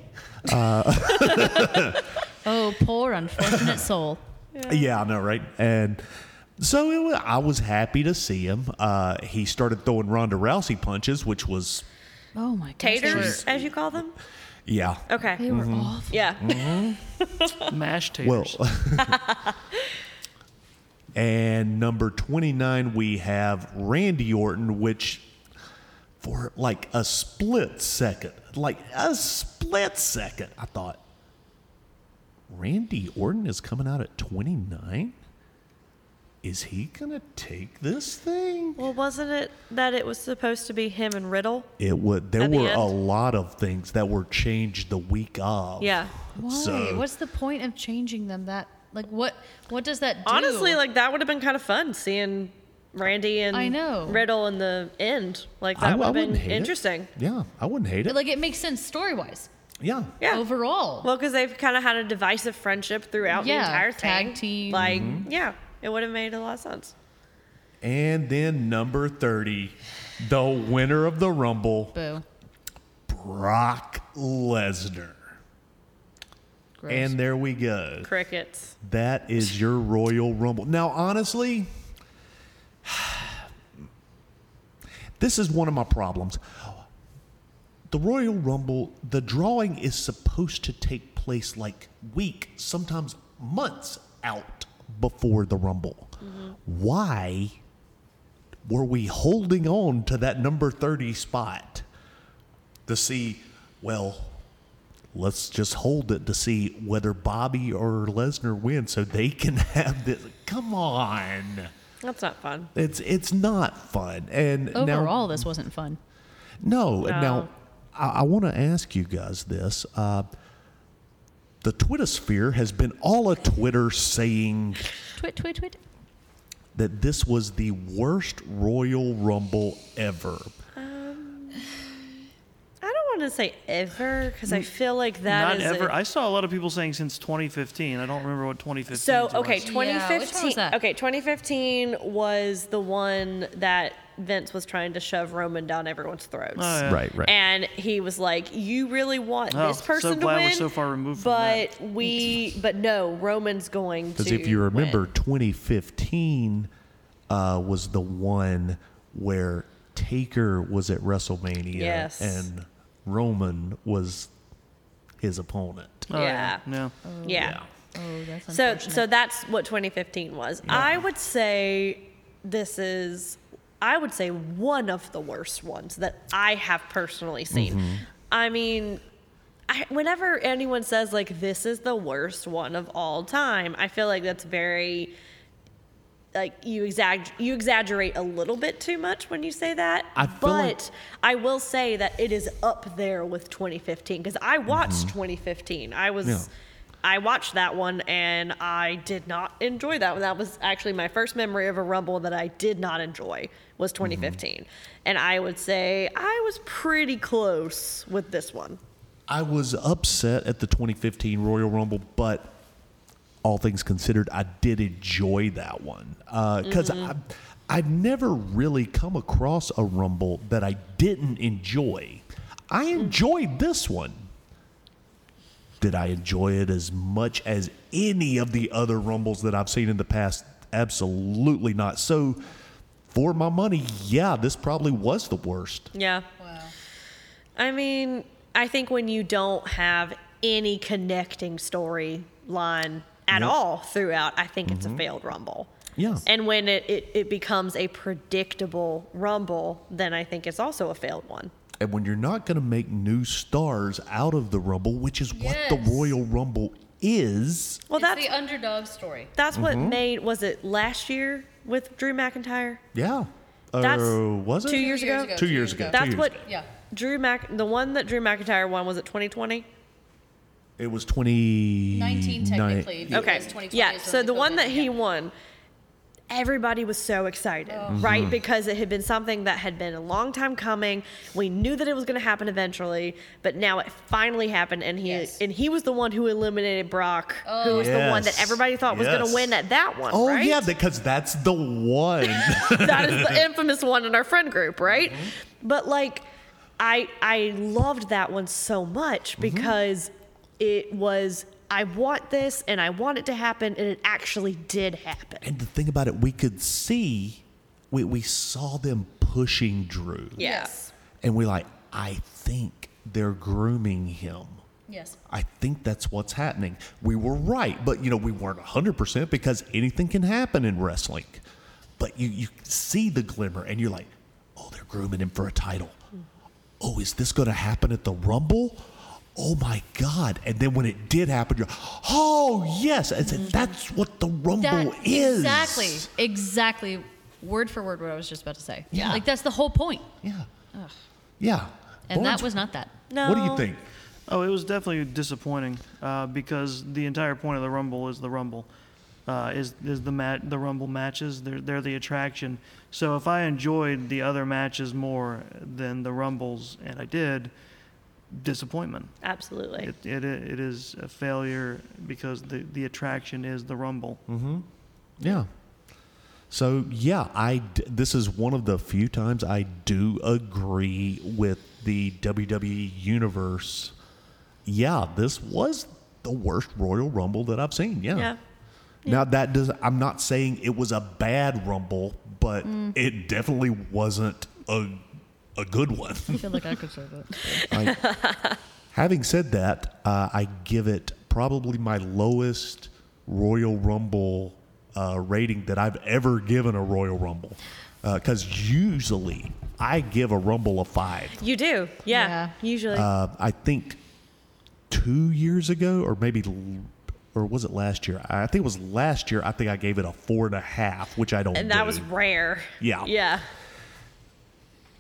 E: Oh, poor unfortunate soul.
B: Yeah, I know, right? And so it wa I was happy to see him. Uh, he started throwing Ronda Rousey punches, which was,
E: Oh my gosh. they were-
D: Taters, as you call them.
B: yeah.
E: They
D: Okay.
E: were
B: Mm-hmm.
E: awful.
D: Yeah.
C: Mash taters.
B: Well, and number 29, we have Randy Orton, which for like a split second, like a split second, I thought, Randy Orton is coming out at 29? Is he going to take this thing?
D: Well, wasn't it that it was supposed to be him and Riddle?
B: It would. There
D: At the
B: were a
D: end?
B: lot of things that were changed the week of.
D: Yeah.
E: Why?
B: So-
E: What's the point of changing them that like what what does that do?
D: Honestly, like that would have been kind of fun seeing Randy and
E: I know.
D: Riddle in the end. Like
B: I,
D: that
B: I
D: would have
B: wouldn't
D: been
B: hate it.
D: interesting.
B: Yeah, I wouldn't hate it.
E: like it makes sense story wise.
B: yeah.
D: Yeah.
E: Overall.
D: Well, because they've kind of had a divisive friendship throughout
E: Yeah,
D: the entire thing.
E: tag team.
D: Like,
B: Mm-hmm.
D: yeah, it would have made a lot of sense.
B: And then number thirty, the winner of the Rumble,
E: Boo.
B: Brock Lesnar.
E: Gross.
B: And there we go.
D: Crickets.
B: That is your Royal Rumble. Now, honestly, This is one of my problems. The Royal Rumble, the drawing is supposed to take place like week, sometimes months out before the Rumble. Why were we holding on to that number 30 spot to see, well, let's just hold it to see whether Bobby or Lesnar win so they can have this. Come on.
D: That's not fun.
B: It's it's not fun. And now,
F: Overall, this wasn't fun.
B: no, now
D: No.
B: I, I want to ask you guys this. Uh, the Twitter sphere has been all a Twitter saying
F: Twit, twit, twit.
B: that this was the worst Royal Rumble ever.
D: I don't want to say ever because I feel like that
C: Not
D: is
C: ever.
D: a-
C: I saw a lot of people saying since 2015. I don't remember what 2015.
D: So
C: was.
D: okay,
F: Yeah, which one was
D: 2015.
F: that?
D: Okay, 2015 was the one that Vince was trying to shove Roman down everyone's throats.
C: Oh, yeah.
B: Right, right.
D: And he was like, "You really want
C: Oh,
D: this
C: so
D: person to
C: glad we're
D: win?"
C: so far removed from
D: but we, but no, Roman's going to.
B: Because if you remember,
D: win.
B: 2015 uh, was the one where Taker was at WrestleMania
D: Yes.
B: and Roman was his opponent.
C: Oh,
D: yeah,
C: Yeah.
D: yeah.
F: Oh, that's
D: So,
F: unfortunate.
D: so that's what 2015 was. I would say this is, I would say one of the worst ones that I have personally seen.
B: Mm-hmm.
D: I mean, I, whenever anyone says like this is the worst one of all time, I feel like that's very like you exag- you exaggerate a little bit too much when you say that.
B: I feel like-
D: but I will say that it is up there with 2015 because I watched 2015. I was
B: Yeah.
D: I watched that one and I did not enjoy that one. That was actually my first memory of a rumble that I did not enjoy was 2015. And I would say I was pretty close with this one.
B: I was upset at the 2015 Royal Rumble, but all things considered, I did enjoy that one because I, I've never really come across a Rumble that I didn't enjoy. I enjoyed this one. Did I enjoy it as much as any of the other Rumbles that I've seen in the past? Absolutely not. So, for my money, yeah, this probably was the worst.
D: Yeah.
E: Wow.
D: I mean, I think when you don't have any connecting story line at
B: Yep.
D: all throughout, I think it's a failed rumble.
B: Mm-hmm. Yeah.
D: And when it, it, it becomes a predictable rumble, then I think it's also a failed one.
B: And when you're not going to make new stars out of the Rumble, which is what the
E: Yes.
B: Royal Rumble is,
D: Well,
E: it's
D: that's
E: the underdog story.
D: that's what
B: Mm-hmm.
D: made was it last year with Drew McIntyre?
B: yeah.
D: That's
B: Oh, was it
D: two years ago?
B: Two, years ago. two
D: That's
B: years
D: what
B: ago.
E: Yeah.
D: Drew Mac the one that Drew McIntyre won was it 2020?
B: it was twenty
E: 19 technically.
B: nine-
E: but
D: Okay.
E: it's 2020
D: Yeah.
E: is
D: So
E: when
D: the
E: COVID
D: one that he
E: happened.
D: won, everybody was so excited,
E: Oh.
B: Mm-hmm.
D: right? Because it had been something that had been a long time coming. We knew that it was going to happen eventually, but now it finally happened, and he
E: Yes.
D: and he was the one who eliminated Brock, who was the one that
B: Yes.
D: everybody thought was going
B: Yes.
D: to win at that one.
B: Oh
D: right?
B: yeah, because that's the one.
D: that is the infamous one in our friend group, right? But like, I I loved that one so much because it was I want this and I want it to happen, and it actually did happen.
B: and the thing about it, we could see, we we saw them pushing Drew,
D: Yes.
B: and we like, I think they're grooming him.
E: Yes.
B: I think that's what's happening. We were right, but you know, we weren't 100% because anything can happen in wrestling. But you, you see the glimmer and you're like, oh, they're grooming him for a title. Oh, is this going to happen at the Rumble? Oh my God. And then when it did happen, you're, oh, yes. I said, that's what the Rumble
E: Mm-hmm. That
B: is.
E: exactly, exactly, word for word what I was just about to say.
B: Yeah.
E: like that's the whole point,
B: Yeah. Yeah.
E: and
B: Lawrence,
E: that was not that.
D: No.
B: What do you think?
C: Oh, it was definitely disappointing uh, because the entire point of the Rumble is the Rumble, uh, is is the mat the Rumble matches. They're they're the attraction. So if I enjoyed the other matches more than the Rumbles, and I did, disappointment.
D: Absolutely.
C: It it, it is a failure because the the attraction is the Rumble.
B: Mm-hmm. Yeah. So yeah, I d- this is one of the few times I do agree with the WWE universe. Yeah, this was the worst Royal Rumble that I've seen. Yeah.
D: Yeah.
B: Now that does I'm not saying it was a bad Rumble, but it definitely wasn't a a good one.
E: I feel like I could serve it.
B: I- having said that, uh, I give it probably my lowest Royal Rumble uh, rating that I've ever given a Royal Rumble. Because usually I give a Rumble a five.
D: You do, yeah.
E: Yeah.
D: Usually,
B: Uh, I think two years ago, or maybe, l- or was it last year? I think it was last year. I think I gave it a four and a half, which I don't.
D: and that
B: do.
D: was rare.
B: Yeah.
D: Yeah.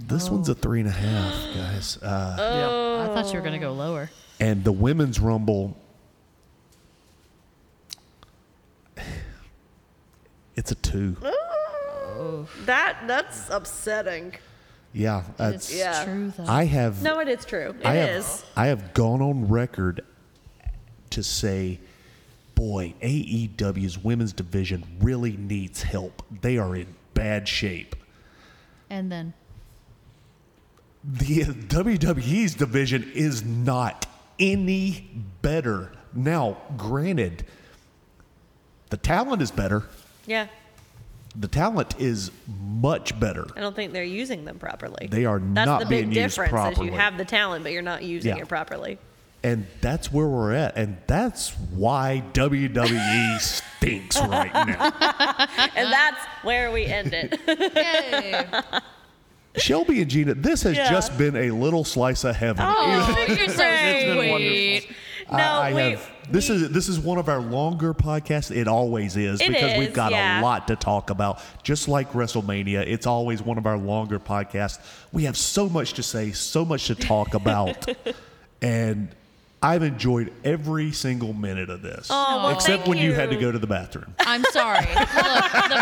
B: This
D: Oh.
B: one's a three and a half, guys. Uh,
C: Yeah.
E: I thought you were gonna go lower.
B: and the women's rumble it's a two
D: That that's upsetting.
B: yeah
E: It's
B: it's,
D: Yeah.
E: true though.
B: i have
D: No, it is true. It is.
B: I have, I have gone on record to say, boy, AEW's women's division really needs help. They are in bad shape.
E: and then
B: The WWE's division is not any better. Now, granted, the talent is better.
D: Yeah.
B: the talent is much better.
D: I don't think they're using them properly.
B: They are
D: that's
B: not
D: the big
B: being used
D: difference is
B: properly.
D: you have the talent, but you're not using
B: Yeah.
D: it properly.
B: And that's where we're at. And that's why WWE stinks right now.
D: And that's where we end it.
B: Shelby and Gina, this has
D: Yeah.
B: just been a little slice of heaven.
E: Oh, you're so
D: It's
C: been wonderful.
E: sweet.
D: no,
B: I, I
D: we,
B: have, this is this is one of our longer podcasts. It always is
D: It
B: because
D: is,
B: we've got
D: yeah.
B: a lot to talk about. Just like WrestleMania, it's always one of our longer podcasts. We have so much to say, so much to talk about, and I've enjoyed every single minute of this,
D: Oh, well,
B: except
D: thank
B: when you. had to
D: you.
B: go to the bathroom.
E: I'm sorry. Look, the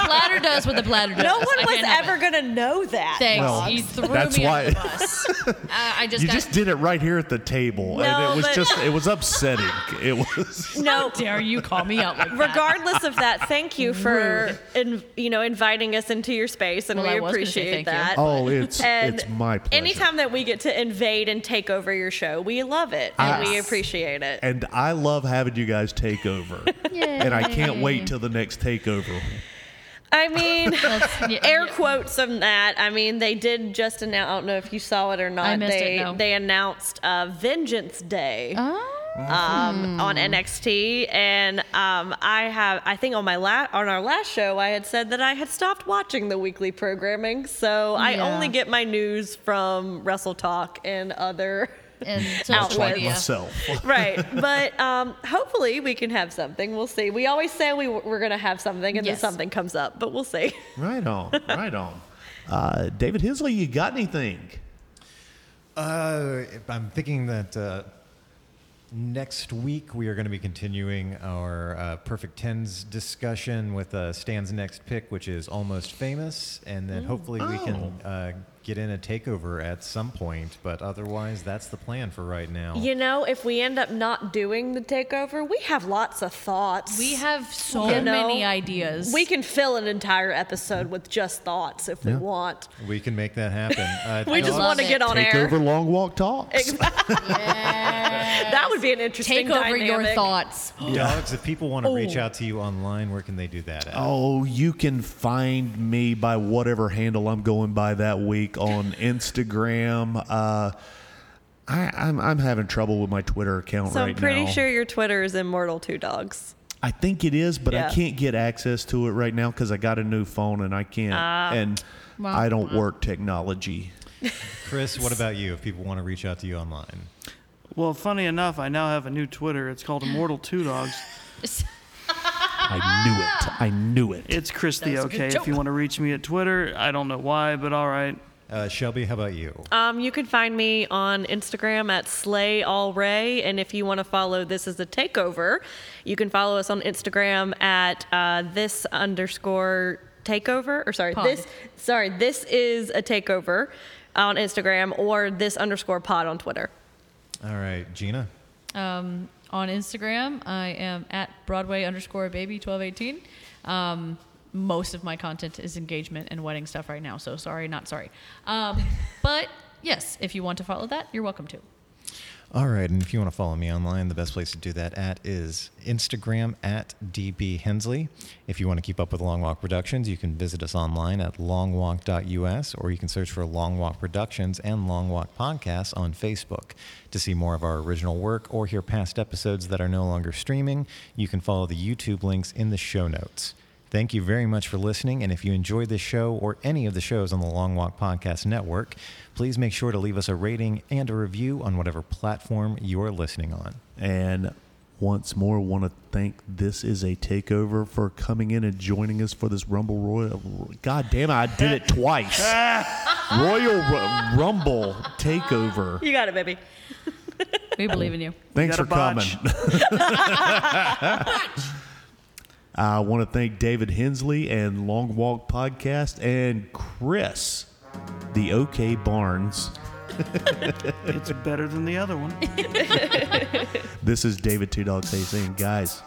E: platter does what the platter does.
D: no
E: I
D: one was
E: can't help
D: ever
E: it.
D: going to know that.
E: Thanks.
B: Well,
E: you threw
B: that's
E: me
B: why-
E: under the bus. Uh, I, I just
B: You
E: got
B: just did it right here at the table, and
D: No,
B: it was
D: but-
B: just it was upsetting. It was.
D: No,
E: dare you call me out like that.
D: regardless of that, thank you for in, you know inviting us into your space, and
E: Well, I
D: we
E: was gonna say
D: appreciate
E: thank you.
D: that.
B: Oh, it's
D: And
B: it's my pleasure.
D: Anytime that we get to invade and take over your show, we love it and we appreciate it.
B: and I love having you guys take over. And I
D: Mm.
B: can't wait till the next takeover.
D: I mean,
E: That's- yeah,
D: air
E: yeah.
D: quotes on that. I mean, they did just announce. I don't know if you saw it or not.
E: I missed it,
D: they
E: no.
D: they announced uh, Vengeance Day
E: Oh,
D: um, on NXT, and um, I have I think on my la- on our last show I had said that I had stopped watching the weekly programming, so I
E: Yeah.
D: only get my news from Wrestle Talk and other.
E: and
D: Outlets.
E: social
B: Like
E: media.
B: myself.
D: right, but um, hopefully we can have something. We'll see. We always say we, we're going to have something, and
E: Yes.
D: then something comes up, but we'll see.
B: Right on. Right on. Uh, David Hensley, you got anything?
A: Uh, I'm thinking that uh, next week we are going to be continuing our uh, perfect tens discussion with uh, Stan's next pick, which is almost famous, and
D: Mm.
A: then hopefully we can
B: Oh.
A: uh, get in a takeover at some point. But otherwise, that's the plan for right now.
D: You know, if we end up not doing the takeover, we have lots of thoughts.
E: We have so
D: You know,
E: many ideas.
D: We can fill an entire episode with just thoughts if we want.
A: We can make that happen. Uh,
D: We just
A: thoughts?
D: want to
E: it.
D: get on air.
B: Takeover long walk talks.
D: That would be an interesting
E: take over your
D: dynamic.
E: thoughts.
A: Dogs, if people want to reach
E: Oh.
A: out to you online, where can they do that? At?
B: Oh, you can find me by whatever handle I'm going by that week on Instagram. Uh, I, I'm, I'm having trouble with my Twitter account
D: So
B: right
D: I'm pretty
B: now.
D: sure your Twitter is Immortal Two Dogs.
B: I think it is, but
D: Yeah.
B: I can't get access to it right now because I got a new phone and I can't.
D: Ah.
B: and I don't work technology.
A: Chris, what about you? If people want to reach out to you online,
C: Well, funny enough, I now have a new Twitter. It's called Immortal Two Dogs.
B: I knew it. I knew it.
C: It's Chris the
E: was a good
C: OK. If you
E: joke.
C: want to reach me at Twitter, I don't know why, but all right.
A: uh, Shelby, how about you?
D: Um, you can find me on Instagram at Slay All Ray, and if you want to follow This Is a Takeover, you can follow us on Instagram at uh, this underscore takeover, or sorry,
E: Pod.
D: this sorry, this is a takeover on Instagram or this underscore pod on Twitter.
A: All right, Gina.
E: Um, on Instagram, I am at Broadway underscore baby twelve eighteen. Um, most of my content is engagement and wedding stuff right now, so sorry, not sorry. Um, but yes, if you want to follow that, you're welcome to.
A: All right, and if you want to follow me online, the best place to do that at is Instagram at DB Hensley. If you want to keep up with Long Walk Productions, you can visit us online at longwalk.us or you can search for Long Walk Productions and Long Walk Podcasts on Facebook. To see more of our original work or hear past episodes that are no longer streaming, you can follow the YouTube links in the show notes. Thank you very much for listening. And if you enjoyed this show or any of the shows on the Long Walk Podcast Network, please make sure to leave us a rating and a review on whatever platform you're listening on.
B: And once more, want to thank this is a takeover for coming in and joining us for this Rumble Royal. God damn it, I did it twice. Royal Ru- Rumble takeover.
D: You got it, baby.
E: We believe in you.
B: Thanks
C: got
B: for
C: a botch.
B: coming. I want to thank David Hensley and Long Walk Podcast and Chris, the OK Barnes.
C: It's better than the other one.
B: This is David Two Dogs Hey saying, guys,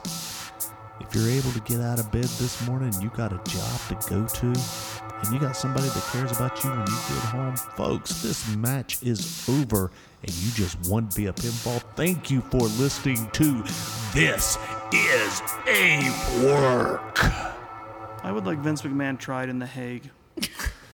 B: if you're able to get out of bed this morning, you got a job to go to, and you got somebody that cares about you when you get home, folks. This match is over, and you just won via pinfall. Thank you for listening to this is a work.
C: I would like Vince McMahon tried in The Hague.